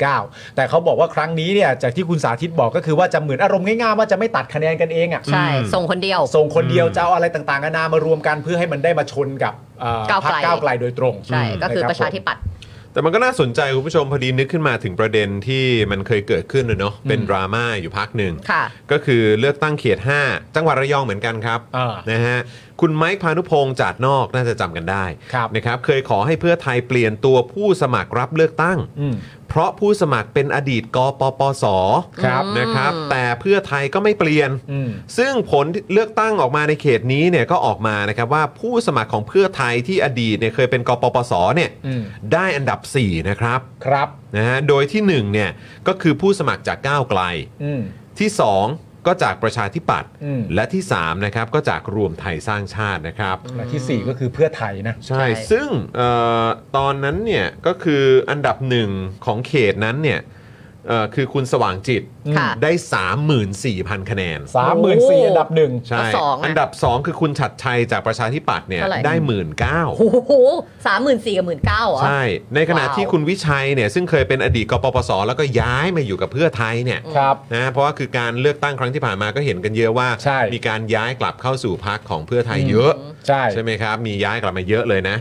29,000แต่เขาบอกว่าครั้งนี้เนี่ยจากที่คุณสาธิตบอกก็คือว่าจะเหมือนอารมณ์ง่ายๆว่าจะไม่ตัดคะแนนกันเองอ่ะ ใช่ ส่งคนเดียว ส่งคนเดียวจะเอาอะไรต่างๆนานามารวมกันเพื่อให้มันได้มาชนกับเอ่อ ก้าว พร ไกล รคก้าวไกลโดยตรง ใช่ ก็คือ นะ ประชาธิ ผม ปัตย์ แต่มันก็น่าสนใจคุณผู้ชมพอดีนึกขึ้นมาถึงประเด็นที่มันเคยเกิดขึ้นนะเนาะเป็นดราม่าอยู่พักหนึ่ง ค่ะ ก็คือเลือกตั้งเขต 5 จังหวัดระยองเหมือนกันครับ อ่า นะฮะคุณไมค์พานุพงษ์จาดนอกน่าจะจำกันได้ ครับ นะครับเคยขอให้เพื่อไทยเปลี่ยนตัวผู้สมัครรับเลือกตั้ง อืม เพราะผู้สมัครเป็นอดีตกปปส ครับ นะครับแต่เพื่อไทยก็ไม่เปลี่ยน อืม ซึ่งผลเลือกตั้งออกมาในเขตนี้เนี่ยก็ออกมานะครับว่าผู้สมัครของเพื่อไทยที่อดีตเนี่ยเคยเป็นกปปสเนี่ย อืม ได้อันดับ 4 นะครับ ครับ นะฮะโดยที่1เนี่ยก็คือผู้สมัครจากก้าวไกล อืม ที่ 2 ก็จากประชาธิปัตย์ อืม และที่3นะครับก็จากรวมไทยสร้างชาตินะครับ และทีสี่ 4 ก็คือเพื่อไทยนะ ใช่ ใช่ ซึ่งเอ่อตอนนั้นเนี่ยก็คืออันดับหนึ่งของเขตนั้นเนี่ยเอ่อคือคุณสว่างจิต ค่ะ ได้ 34,000 คะแนน 34อันดับหนึ่ง ใช่ สองอะ อันดับ 2 คือคุณฉัดชัยจากประชาธิปัตย์เนี่ย เท่าไหร่ ได้หมื่นเก้า โอ้โหสามหมื่นสี่กับหมื่นเก้าอ่ะ ใช่ ในขณะ ว้าว ที่คุณวิชัยเนี่ยซึ่งเคยเป็นอดีตกปปส แล้วก็ย้ายมาอยู่กับเพื่อไทยเนี่ย ครับ นะเพราะว่าคือการเลือกตั้งครั้งที่ผ่านมาก็เห็นกันเยอะว่า ใช่ มีการย้ายกลับเข้าสู่พักของเพื่อไทยเยอะ ใช่ ใช่ไหมครับ มีย้ายกลับมาเยอะเลยนะ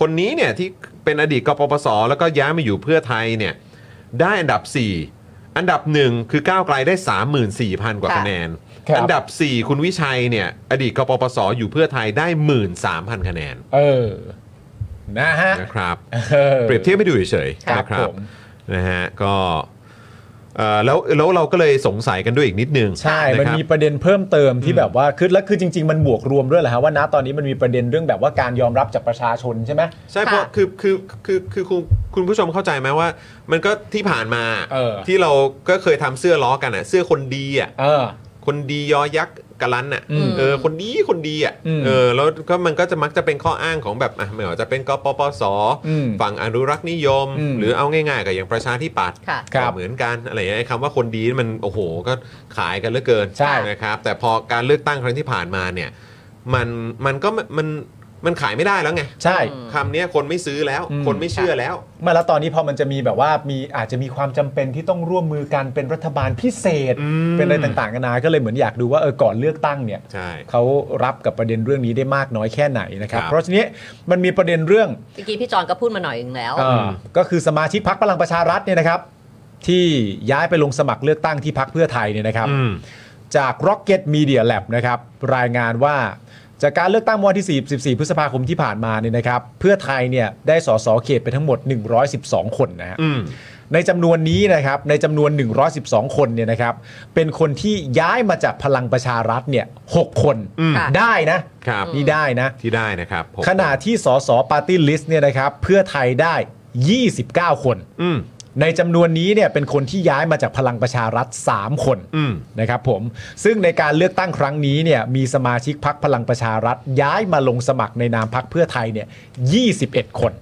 คนนี้เนี่ยที่เป็นอดีตกปปส แล้วก็ย้ายมาอยู่เพื่อไทยเนี่ยได้อันดับ 4 อันดับ 1 คือก้าวไกลได้ 34,000 กว่า ค่ะ คะแนน ครับ อันดับ 4 คุณวิชัยเนี่ยอดีตกปปส อยู่เพื่อไทยได้ 13,000 คะแนน เออ นะฮะ นะครับ ออ เปรียบเทียบไม่ดูเฉยๆ ครับ นะครับ ผม นะฮะก็เอ่อแล้วแล้วเราก็เลยสงสัยกันด้วยอีกนิดนึง ใช่ ะ มัน ครับ มีประเด็นเพิ่มเติมที่แบบว่าคือแล้วคือจริง ๆ มันบวกรวมด้วยแหละฮะว่าณตอนนี้มันมีประเด็นเรื่องแบบว่าการยอมรับจากประชาชนใช่ไหม ใช่เพราะ ค่ะ คือคือคือคือคุณคุณผู้ชมเข้าใจไหมว่า มันก็ที่ผ่านมา เออ ที่เราก็เคยทำเสื้อล้อกันอ่ะ เสื้อคนดีอ่ะ เออ คนดียอยักษ์กะลันอ่ะ อืม เออคนดีคนดีอ่ะ อืม เออแล้วก็มันก็จะมักจะเป็นข้ออ้างของแบบอ่ะไม่ว่าจะเป็นกปปส อืม ฝั่งอนุรักษ์นิยม อืม หรือเอาง่ายๆกับอย่างประชาธิปัตย์ ค่ะ ครับ ก็เหมือนกันอะไรอย่างเงี้ยไอ้คำว่าคนดีนี่มันโอ้โหก็ขายกันเหลือเกิน ใช่ นะครับ แต่พอการเลือกตั้งครั้งที่ผ่านมาเนี่ย มันมันก็ไม่มันมันขายไม่ได้แล้วไง ใช่ คำเนี้ยคนไม่ซื้อแล้ว อืม คนไม่เชื่อแล้ว ไมาแล้วตอนนี้พอมันจะมีแบบว่ามีอาจจะมีความจำเป็นที่ต้องร่วมมือกันเป็นรัฐบาลพิเศษ อืม เป็นอะไรต่างๆกันานาก็เลยเหมือนอยากดูว่าเออก่อนเลือกตั้งเนี่ย ใช่ เขารับกับประเด็นเรื่องนี้ได้มากน้อยแค่ไหนนะครับ ครับ เพราะฉะนี้มันมีประเด็นเรื่อง เมื่อกี้พี่จอนก็พูดมาหน่อยหนึงแล้ว เออก็คือสมาชิกพักพลังประชารัฐเนี่ยนะครับ ที่ย้ายไปลงสมัครเลือกตั้งที่พักเพื่อไทยเนี่ยนะครับ อืม จาก Rocket Media Lab นะครับรายงานว่าจากการเลือกตั้งวันที่ 14 พฤษภาคมที่ผ่านมาเนี่ยนะครับ เพื่อไทยเนี่ยได้สสเขตไปทั้งหมด 112 คนนะฮะ อืม ในจำนวนนี้นะครับในจำนวน 112 คนเนี่ยนะครับ เป็นคนที่ย้ายมาจากพลังประชารัฐเนี่ย6คน อืม ได้นะครับ นี่ได้นะ ที่ได้นะครับผม ขณะที่สสปาร์ตี้ลิสต์เนี่ยนะครับ เพื่อไทยได้ 29 คน อืม ในจำนวนนี้เนี่ยเป็นคนที่ย้ายมาจากพลังประชารัฐ 3 คน อืม นะครับผมซึ่งในการเลือกตั้งครั้งนี้เนี่ยมีสมาชิกพักพลังประชารัฐ ย้ายมาลงสมัครในนามพักเพื่อไทยเนี่ย21 คน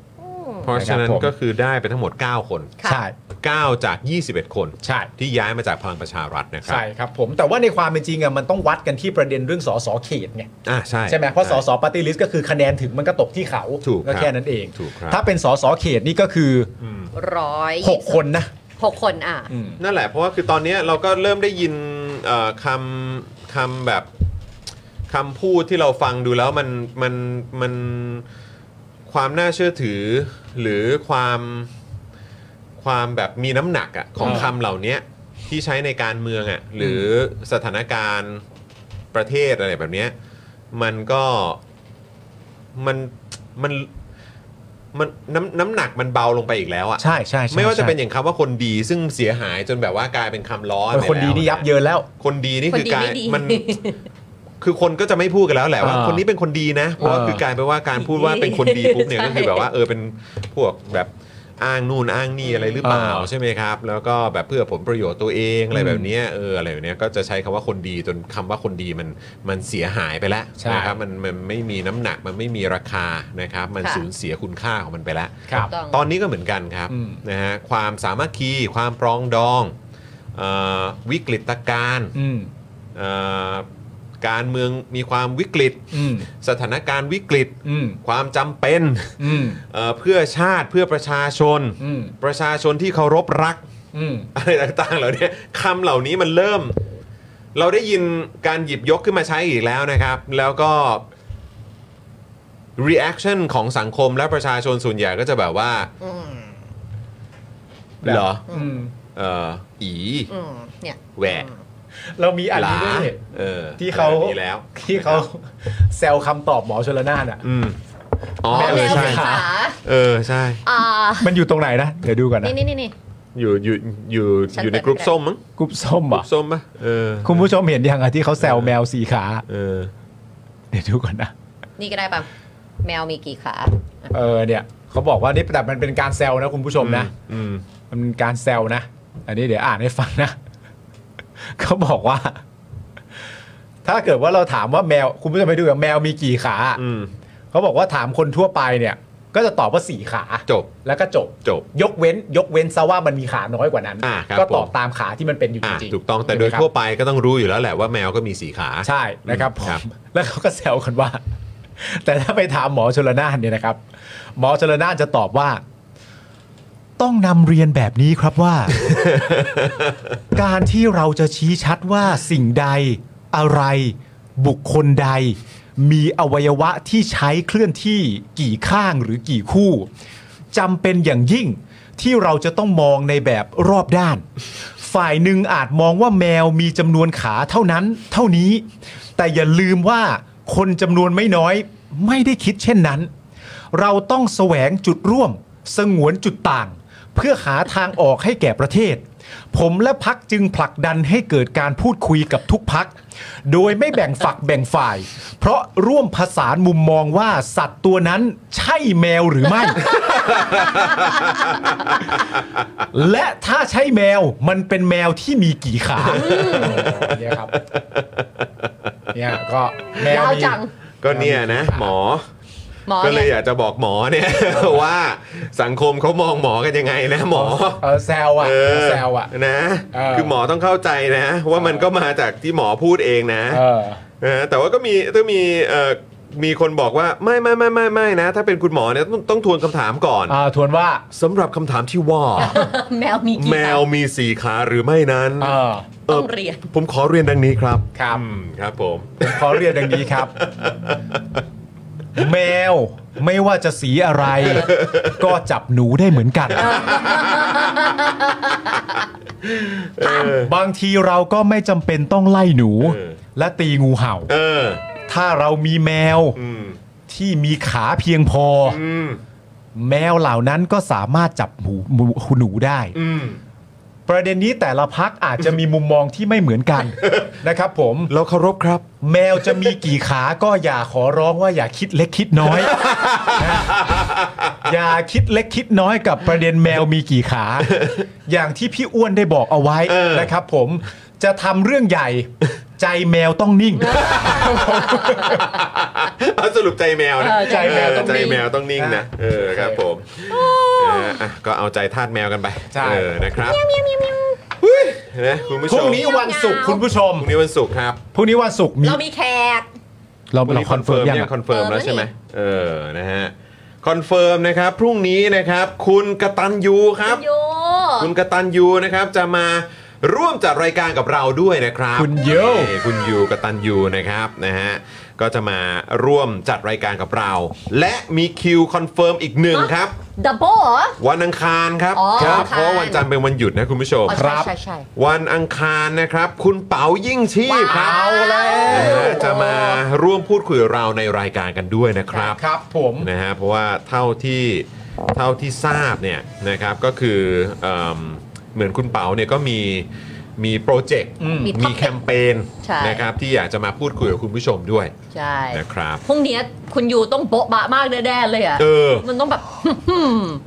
เพราะฉะนั้น นะครับผม ก็คือได้ไปทั้งหมด 9 คน ค่ะ ใช่ 9 จาก 21 คน ใช่ ที่ย้ายมาจากพลังประชารัฐนะครั ใช่ครับผมแต่ว่าในความเป็นจริงอะมันต้องวัดกันที่ประเด็นเรื่องสสเขตไง อ่ะใช่ ใช่ไหมเพราะสสปาร์ตี้ลิสต์ก็คือคะแนนถึงมันก็ตกที่เขา ถูกครับ แค่นั้นเอง ถูกครับ ถ้าเป็นสสเขตนี่ก็คือ ร้อย หกคนนะ หกคนอ่ะ นั่นแหละเพราะว่าคือตอนเนี้ยเราก็เริ่มได้ยินเอ่อคำคำแบบคำพูดที่เราฟังดูแล้วมันมันมันความน่าเชื่อถือ หรือความความแบบมีน้ำหนักอะของ เออ คำเหล่านี้ที่ใช้ในการเมืองอะหรือสถานการณ์ ประเทศอะไรแบบเนี้ยมันก็มันมันมันน้ำน้ำหนักมันเบาลงไปอีกแล้วอะ ใช่ใช่ใช่ ไม่ว่าจะเป็นอ ใช่ ย่างคำว่าคนดีซึ่งเสียหายจนแบบว่ากลายเป็นคำล้อ เป็นคนดี ไปแล้ว นี่ยับเยินแล้ว คนดีนี่ คน คือ ดี กลาย ไม่ดี มัน คือคนก็จะไม่พูดกันแล้วแหละว่า อ่า คนนี้เป็นคนดีนะเพราะว่า เออ คือกลายเป็นว่าการพูดว่าเป็นคนดีปุ๊บเนี่ย ใช่ ก็คือแบบว่าเออเป็นพวกแบบอ้างนู่นอ้างนี่อะไรหรือเปล่าใช่ไหมครับ แล้วก็แบบเพื่อผลประโยชน์ตัวเองอะไรแบบเนี้ยเอออะไรแบบเนี้ยก็จะใช้คำว่าคนดีจนคำว่าคนดีมันมันเสียหายไปแล้ว ใช่ นะครับมันมันไม่มีน้ำหนักมันไม่มีราคานะครับมัน ค่ะ สูญเสียคุณค่าของมันไปแล้ว ครับ ต้อง ตอนนี้ก็เหมือนกันครับ อืม นะฮะความสามัคคีความปรองดองเอ่อวิกฤตการณ์ อืม เอ่อการเมืองมีความวิกฤต อืม สถานการณ์วิกฤต อืม ความจำเป็น อืม เอ่อเพื่อชาติเพื่อประชาชน อืม ประชาชนที่เคารพรัก อืม อะไรต่างๆเหล่านี้คำเหล่านี้มันเริ่ม เราได้ยินการหยิบยกขึ้นมาใช้อีกแล้วนะครับ แล้วก็ reaction ของสังคมและประชาชนส่วนใหญ่ก็จะแบบว่า แบบ เหรอ อืม เอ่ออี อืมเนี่ย แหวะ เรามีอัน หลา นี้ด้วยเนี่ย เออ ที่เขา แบบนี้แล้ว ที่เขา แซวคำตอบหมอชลนานอ่ะ อืมอ๋อ แมว เออ แมว ใช่ สี ค่ะ ขา เออใช่ อ่า มันอยู่ตรงไหนนะ เดี๋ยวดูก่อนนะ นี่นี่นี่นี่ อยู่อยู่อยู่ ฉัน อยู่ใน เปิด กรุ๊ป ไม่ได้ ส้มมั้ง กรุ๊ปส้ม ก เหร รุ๊ อ่ะ ปส้มปะเออ คุณผู้ชมเห็นยังอ่ะที่เขาแซวแมวสีขา เออ เดี๋ยวดูก่อนนะ นี่ก็ได้ปะแมวมีกี่ขา เออเนี่ยเขาบอกว่านี่แต่มันเป็นการแซวนะคุณผู้ชมนะ อืม มันเป็นการแซวนะ อันนี้เดี๋ยวอ่านให้ฟังนะ เขาบอกว่า ถ้าเกิดว่าเราถามว่าแมว คุณผู้ชมไปดูว่าแมวมีกี่ขา อืม เขาบอกว่าถามคนทั่วไปเนี่ย ก็จะตอบว่าสี่ขา จบ แล้วก็จบ จบ ยกเว้น ยกเว้นซะว่ามันมีขาน้อยกว่านั้น อ่าครับ ก็ตอบ ผม ตามขาที่มันเป็นอยู่จ อ่ะ ริง ถูกต้องแต่ ใช่ไหม โดย ครับ ทั่วไปก็ต้องรู้อยู่แล้วแหละว่าแมวก็มีสีขา ใช่นะครับผ ครั ม บ แล้วเขาก็แซวกันว่า แต่ถ้าไปถามหมอชลนานเนี่ยนะครับ หมอชลนานจะตอบว่า ต้องนำเรียนแบบนี้ครับว่า การที่เราจะชี้ชัดว่าสิ่งใด อะไร บุคคลใด มีอวัยวะที่ใช้เคลื่อนที่กี่ข้างหรือกี่คู่จำเป็นอย่างยิ่งที่เราจะต้องมองในแบบรอบด้าน ฝ่ายหนึ่งอาจมองว่าแมวมีจำนวนขาเท่านั้น เท่านี้ แต่อย่าลืมว่าคนจำนวนไม่น้อยไม่ได้คิดเช่นนั้น เราต้องแสวงจุดร่วม สงวนจุดต่าง เพื่อหาทางออกให้แก่ประเทศ ผมและพักจึงผลักดันให้เกิดการพูดคุยกับทุกพัก โดยไม่แบ่งฝักแบ่งฝ่าย เพราะร่วมผสานมุมมองว่าสัตว์ตัวนั้นใช่แมวหรือไม่ และถ้าใช่แมวมันเป็นแมวที่มีกี่ขาเนี่ยครับเนี่ยก็แมวย าว มี จัง ก็เนี่ยนะ หมอ หมอ ก็เลย เนี่ อยากจะบอกหมอเนี่ย ว่าสังคมเขามองหมอกันยังไงนะหมอ เออแซวอ่ะ เออ แซวอ่ะ นะ เออ คือหมอต้องเข้าใจนะ ว่ามันก็มาจากที่หมอพูดเองนะ เออ นะฮะแต่ว่าก็มีก็มีเอ่อมีคนบอกว่าไม่ไม่ไม่ไม่ไม่นะ ถ้าเป็นคุณหมอเนี่ยต้องต้องทวนคำถามก่อน อ่าทวนว่า สำหรับคำถามที่ว่า แมวมีกี่ แม ขาว มีสีขาหรือไม่นั้น เออ ต้องเรียน ผมขอเรียนดังนี้ครับ ครับ อืมครับผม ขอเรียนดังนี้ครับ แมวไม่ว่าจะสีอะไร ก็จับหนูได้เหมือนกัน บางทีเราก็ไม่จำเป็นต้องไล่หนู เออ และตีงูเห่า เออ ถ้าเรามีแมว อืม ที่มีขาเพียงพออ อืม แมวเหล่านั้นก็สามารถจับหมูหมูหนูได้ อืม ประเด็นนี้แต่ละพักอาจจะมีมุมมองที่ไม่เหมือนกัน นะครับผม เราเคารพครับ แมวจะมีกี่ขาก็อย่าขอร้องว่าอย่าคิดเล็กคิดน้อย นะอย่าคิดเล็กคิดน้อยกับประเด็นแมวมีกี่ขา อย่างที่พี่อ้วนได้บอกเอาไว้ เออ นะครับผมจะทำเรื่อง ใหญ่ ใจแมวต้องนิ่ง เอาสรุปใจแมวนะ เออใจแมวต้องนิ่ง เใจแมวต้องนิ่งนะเออครับผมเอออ่ะก็เอาใจทาสแมวกันไป ใช่ เออนะครับเฮ้ยนะคุณผู้ช พ ม รุ่งนี้วันศุกร์คุณผู้ชม พรุ่งนี้วันศุกร์ครับ พรุ่งนี้วันศุกร์มี เรามีแขก เรา วัน เรา นี้คคอ อน น เฟิ เฟิ ร์ ร์ ม ม ยัง ยัง อะ คอนเฟิร์ม เออ แล้วใช่ไหม นี่ เออนะฮะคอนเฟิร์มนะครับพรุ่งนี้นะครับ คุณกตันยูครับ โย คุณกตันยูนะครับจะมา ร่วมจัดรายการกับเราด้วยนะครับ คุณโย นี่คุณยูกตันยูนะครับนะฮะก็จะมาร่วมจัดรายการกับเรา และมีคิวคอนเฟิร์มอีกหนึ่งครับ ดับเบิลเหรอ วันอังคารครับ อ๋อ ครั อังคาร เพราะวันจันทร์เป็นวันหยุดนะคุณผู้ชม อ๋อ ค ใช่ รับ ใช่ใช่ วันอังคารนะครับ คุณเป๋ายิ่งชีพครับ เอาแล้ว จะมาร่วมพูดคุยกับเราในรายการกันด้วยนะครับ ครับผม นะฮะเพราะว่าเท่าที่เท่าที่ทราบเนี่ยนะครับก็คือเอิ่มเหมือนคุณเป๋าเนี่ยก็มีมีโปรเจกต์ อืม มี มี topic แคมเปญ ใช่ นะครับที่อยากจะมาพูดคุยกับคุณผู้ชมด้วย ใช่ นะครับ พรุ่งนี้คุณยูต้องโบ๊ะบะมากแน่ๆเลยอ่ะ เออ มันต้องแบบ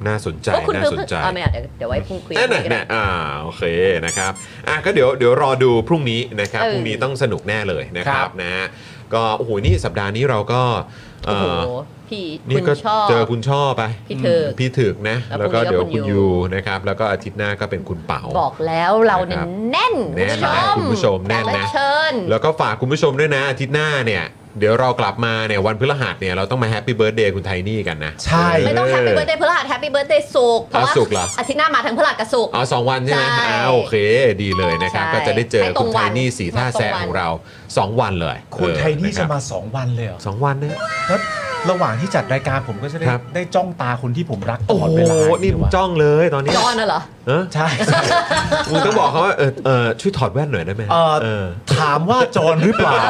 น่าสนใจ ว่าคุณ น่า ดู สนใจ อ่ะไม่เอาเดี๋ยวเดี๋ยวไว้พรุ่งคุยกั นั่ น น ใหม่ น่ะ ก็ได้ น่ะอ่าโอเคนะครับอ่ะก็เดี๋ยวเดี๋ยวรอดูพรุ่งนี้นะครับ เออ พรุ่งนี้ต้องสนุกแน่เลยนะค ครั รับบ นะฮะก็โอ้โหนี่สัปดาห์นี้เราก็เอ่ โอ้โห อ พี่ นี่ คุณ ก็ ชอบ เจอคุณช่อไป พี่เถิก พี่ถึกนะ แล้ว แล้วก็ พรุ่งเดี๋ยวนี้ก็คุ คุณ ณยู ยูนะครับ แล้วก็อาทิตย์หน้าก็เป็นคุณเป๋า บอกแล้วเราเนี่ย นะครับ แน่น แน่นนะคุณผู้ชมแน่นนะ ต่ละเชิญ แล้วก็ฝากคุณผู้ชมด้วยนะ อาทิตย์หน้า เนี่ย เดี๋ยวเรากลับมาเนี่ยวันพฤหัสเนี่ยเราต้องมาแฮปปี้เบิร์ดเดย์คุณไทนี่กันนะ ใช่ ไม่ต้องแฮปปี้เบิร์ดเดย์พฤหัสแฮปปี้เบิร์ดเดย์ศุกร์เพราะว่า อ่ะศุกร์เหรอ อาทิตย์หน้ามาทั้งพฤหัสกับศุกร์ อ๋อสองวันใช่ไหม ใช่ อ่าโอเค ดีเลยนะครับ ใช่ ก็จะได้เจอ ให้ตร คุณ ง ไท วัน นี่สีท่าแซะ ให้ตรงวัน ของเรา 2 วันเลย คุณ เออ ไทยนี่ ค จะ รับ มา 2 วันเลยเหรอ สองวันนะ แล้วระหว่างที่จัดรายการผมก็จะได้ ครับ ได้จ้องตาคนที่ผมรักต โอ้ ลอด โห เวลา นี่ เลยวะ จ้องเลยตอนนี้ จอนน่ะเหรอ เออ ใช่ มึงต้องบอกเขาว่าเออเออช่วยถอดแว่นหน่อยได้ไหม เอ่อ เออ ถามว่าจรหรือเปล่า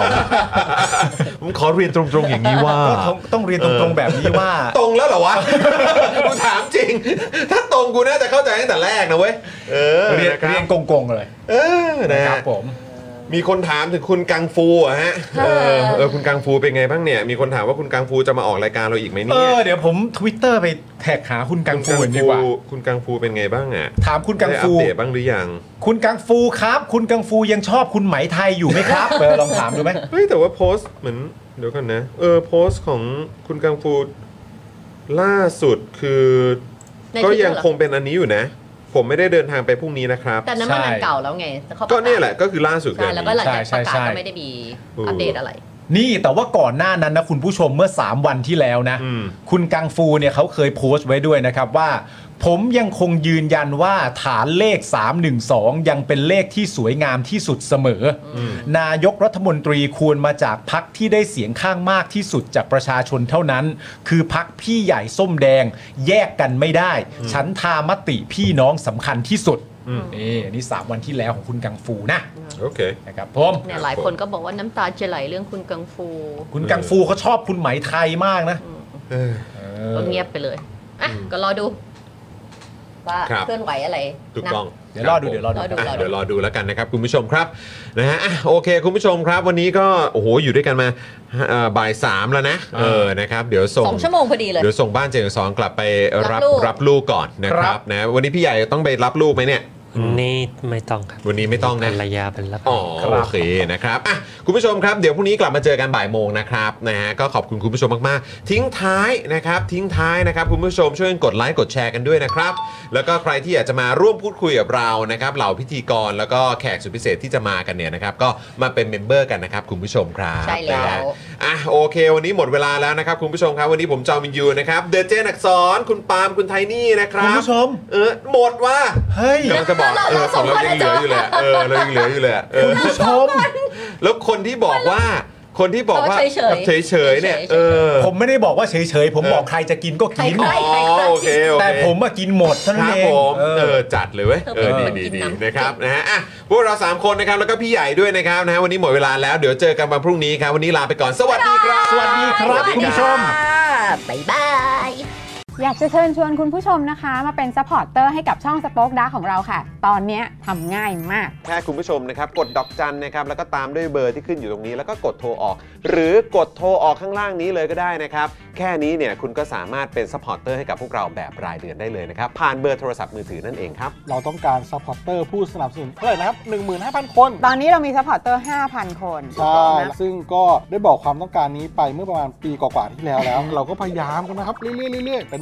ผมขอเรียนตรงๆอย่างนี้ว่า ก็ต้องต้องเรียนตรงๆแบบนี้ว่า ตรงแล้วเหรอวะ กูถามจริง ถ้าตรงกูน่าจะเข้าใจตั้งแต่แรกนะเว้ย เออ เรียน นะคบ เรียนโกงๆเลย เออนะ ค ฮะ รับผม มีคนถามถึงคุณกังฟูอะฮะ เออ เออคุณกังฟูเป็นไงบ้างเนี่ย มีคนถามว่าคุณกังฟูจะมาออกรายการเราอีกไหม เอ เนี่ย อ เดี๋ยวผม Twitter ไปแท็กหาคุณกังฟูก่อนดีกว่า คุณกังฟูเป็นไงบ้างอะ ถามคุณกัง ได้อั ฟู ปเดตบ้างหรือยัง คุณกังฟูครับ คุณกังฟูยังชอบคุณไหมไทยอยู่ไหมครับ เออลองถามดูไหม เฮ้ย แต่ว่าโพสต์เหมือนเดี๋ยวกันนะ เออโพสต์ของคุณกังฟูล่าสุดคือ ใน ก็ Twitter ยังคงเป็นอันนี้อยู่นะ ผมไม่ได้เดินทางไปพรุ่งนี้นะครับ แต่นั้นมัน ใช่ งานเก่าแล้วไงเขาประาศ ก็เนี่ยแหละก็คือล่าสุดเล ใช่ ย แล้วก็หลังจาก ใช่ ประกาศใช่ใช่ ก็ไม่ได้มีอัปเดตอะไร นี่แต่ว่าก่อนหน้านั้นนะคุณผู้ชมเมื่อ 3 วันที่แล้วนะ อืม คุณกังฟูเนี่ยเขาเคยโพสต์ไว้ด้วยนะครับว่า ผมยังคงยืนยันว่าฐานเลข 312 ยังเป็นเลขที่สวยงามที่สุดเสมออนายกรัฐมนตรีควรมาจากพักที่ได้เสียงข้างมากที่สุดจากประชาชนเท่านั้น คือพักพี่ใหญ่ส้มแดง แยกกันไม่ได้ ฉันทามติพี่น้องสำคัญที่สุดนี่อันนี่ 3 วันที่แล้วของคุณกังฟูนะ โอเค นะครับผม เนี่ยหลายคนก็บอกว่าน้ำตาจะไหลเรื่องคุณกังฟู คุณกังฟูเขาชอบคุณไหมไทยมากนะ ก็เงียบไปเลยอ่ะก็รอดู ว่า ครับ เคลื่อนไหวอะไร ถูก นะ ต้อง เดี๋ยวรอดูเดี๋ยวรอดู รอดู อ่ะเดี๋ยวรอดูแล้วกันนะครับ คุณผู้ชมครับนะฮะอ่ะโอเค คุณผู้ชมครับ วันนี้ก็โอ้โหอยู่ด้วยกันมาเอ่อบ่ายสามแล้วนะเออนะครับ เดี๋ยวส่ง สองชั่วโมงพอดีเลย เดี๋ยวส่งบ้านเจงสองกลับไปรับ รับลูก รับลูกก่อนนะค ครั รับบ นะวันนี้พี่ใหญ่ต้องไปรับลูกไหมเนี่ย นี่ไม่ต้องครับ วันนี้ไม่ต้องนะ ภรรยาเป็นรับ อ๋อโอเคนะครับอ่ะคุณผู้ชมครับเดี๋ยวพรุ่งนี้กลับมาเจอกันบ่ายโมงนะครับนะฮะก็ขอบคุณคุณผู้ชมมากๆ ทิ้งท้ายนะครับทิ้งท้ายนะครับคุณผู้ชมช่วยกดไลค์กดแชร์กันด้วยนะครับ แล้วก็ใครที่อยากจะมาร่วมพูดคุยกับเรานะครับเหล่าพิธีกรแล้วก็แขกสุดพิเศษที่จะมากันเนี่ยนะครับก็มาเป็นเมมเบอร์กันนะครับคุณผู้ชมครับ ใช่แล้ว นะฮะอ่ะโอเค วันนี้หมดเวลาแล้วนะครับคุณผู้ชมครับวันนี้ผมจอมินยูนะครับเดเจนักสอนคุณปาล์มคุณไทนี่นะครั คุ บ ณผู้ชม เออหมดว่า เฮ้ย กำลังจะบอกเออของเรายังเหลืออยู่แหละเออเรายังเหลืออยู่แหละเออ ผู้ชม แล้วคนที่บอกว่าคนที่บอกว่า เราเฉยๆ เฉยๆเนี่ย เฉยๆ เออ ผมไม่ได้บอกว่าเฉยๆ ผมบอกใครจะกินก็กิน ใคร อ๋อโอเคโอเค แต่ผมมากินหมดเท่า ค นั้น รับ เอง ผม เออ เออจัดเลยเว้ยเออดี เออ ดีดี กินน้ำ นะครับนะฮะอ่ะพวกเราสามคนนะครับแล้วก็พี่ใหญ่ด้วยนะครับนะฮะวันนี้หมดเวลาแล้วเดี๋ยวเจอกันวันพรุ่งนี้ครับวันนี้ลาไปก่อนสวัสดีครับ สวัสดีครับคุณผู้ชม บ๊ายบาย อยากจะเชิญชวนคุณผู้ชมนะคะ มาเป็นซัพพอร์ตเตอร์ให้กับช่องสป็อคดาของเราค่ะ ตอนเนี้ยทำง่ายมาก แค่คุณผู้ชมนะครับ กดดอกจันนะครับ แล้วก็ตามด้วยเบอร์ที่ขึ้นอยู่ตรงนี้ แล้วก็กดโทรออก หรือกดโทรออกข้างล่างนี้เลยก็ได้นะครับ แค่นี้เนี่ยคุณก็สามารถเป็นซัพพอร์ตเตอร์ให้กับพวกเราแบบรายเดือนได้เลยนะครับ ผ่านเบอร์โทรศัพท์มือถือนั่นเองครับ เราต้องการซัพพอร์เตอร์ผู้สนับสนุนเท่าไหร่นะครับ 15,000 คน ตอนนี้เรามีซัพพอร์ตเตอร์ 5,000 คน ใช่ ซึ่ง ก็ได้บอกความต้องการนี้ไปเมื่อประมาณปีกว่าๆที่แล้วแล้ว เราก็พยายามกันนะครับ เรื่อยๆเรื่อยๆเป็น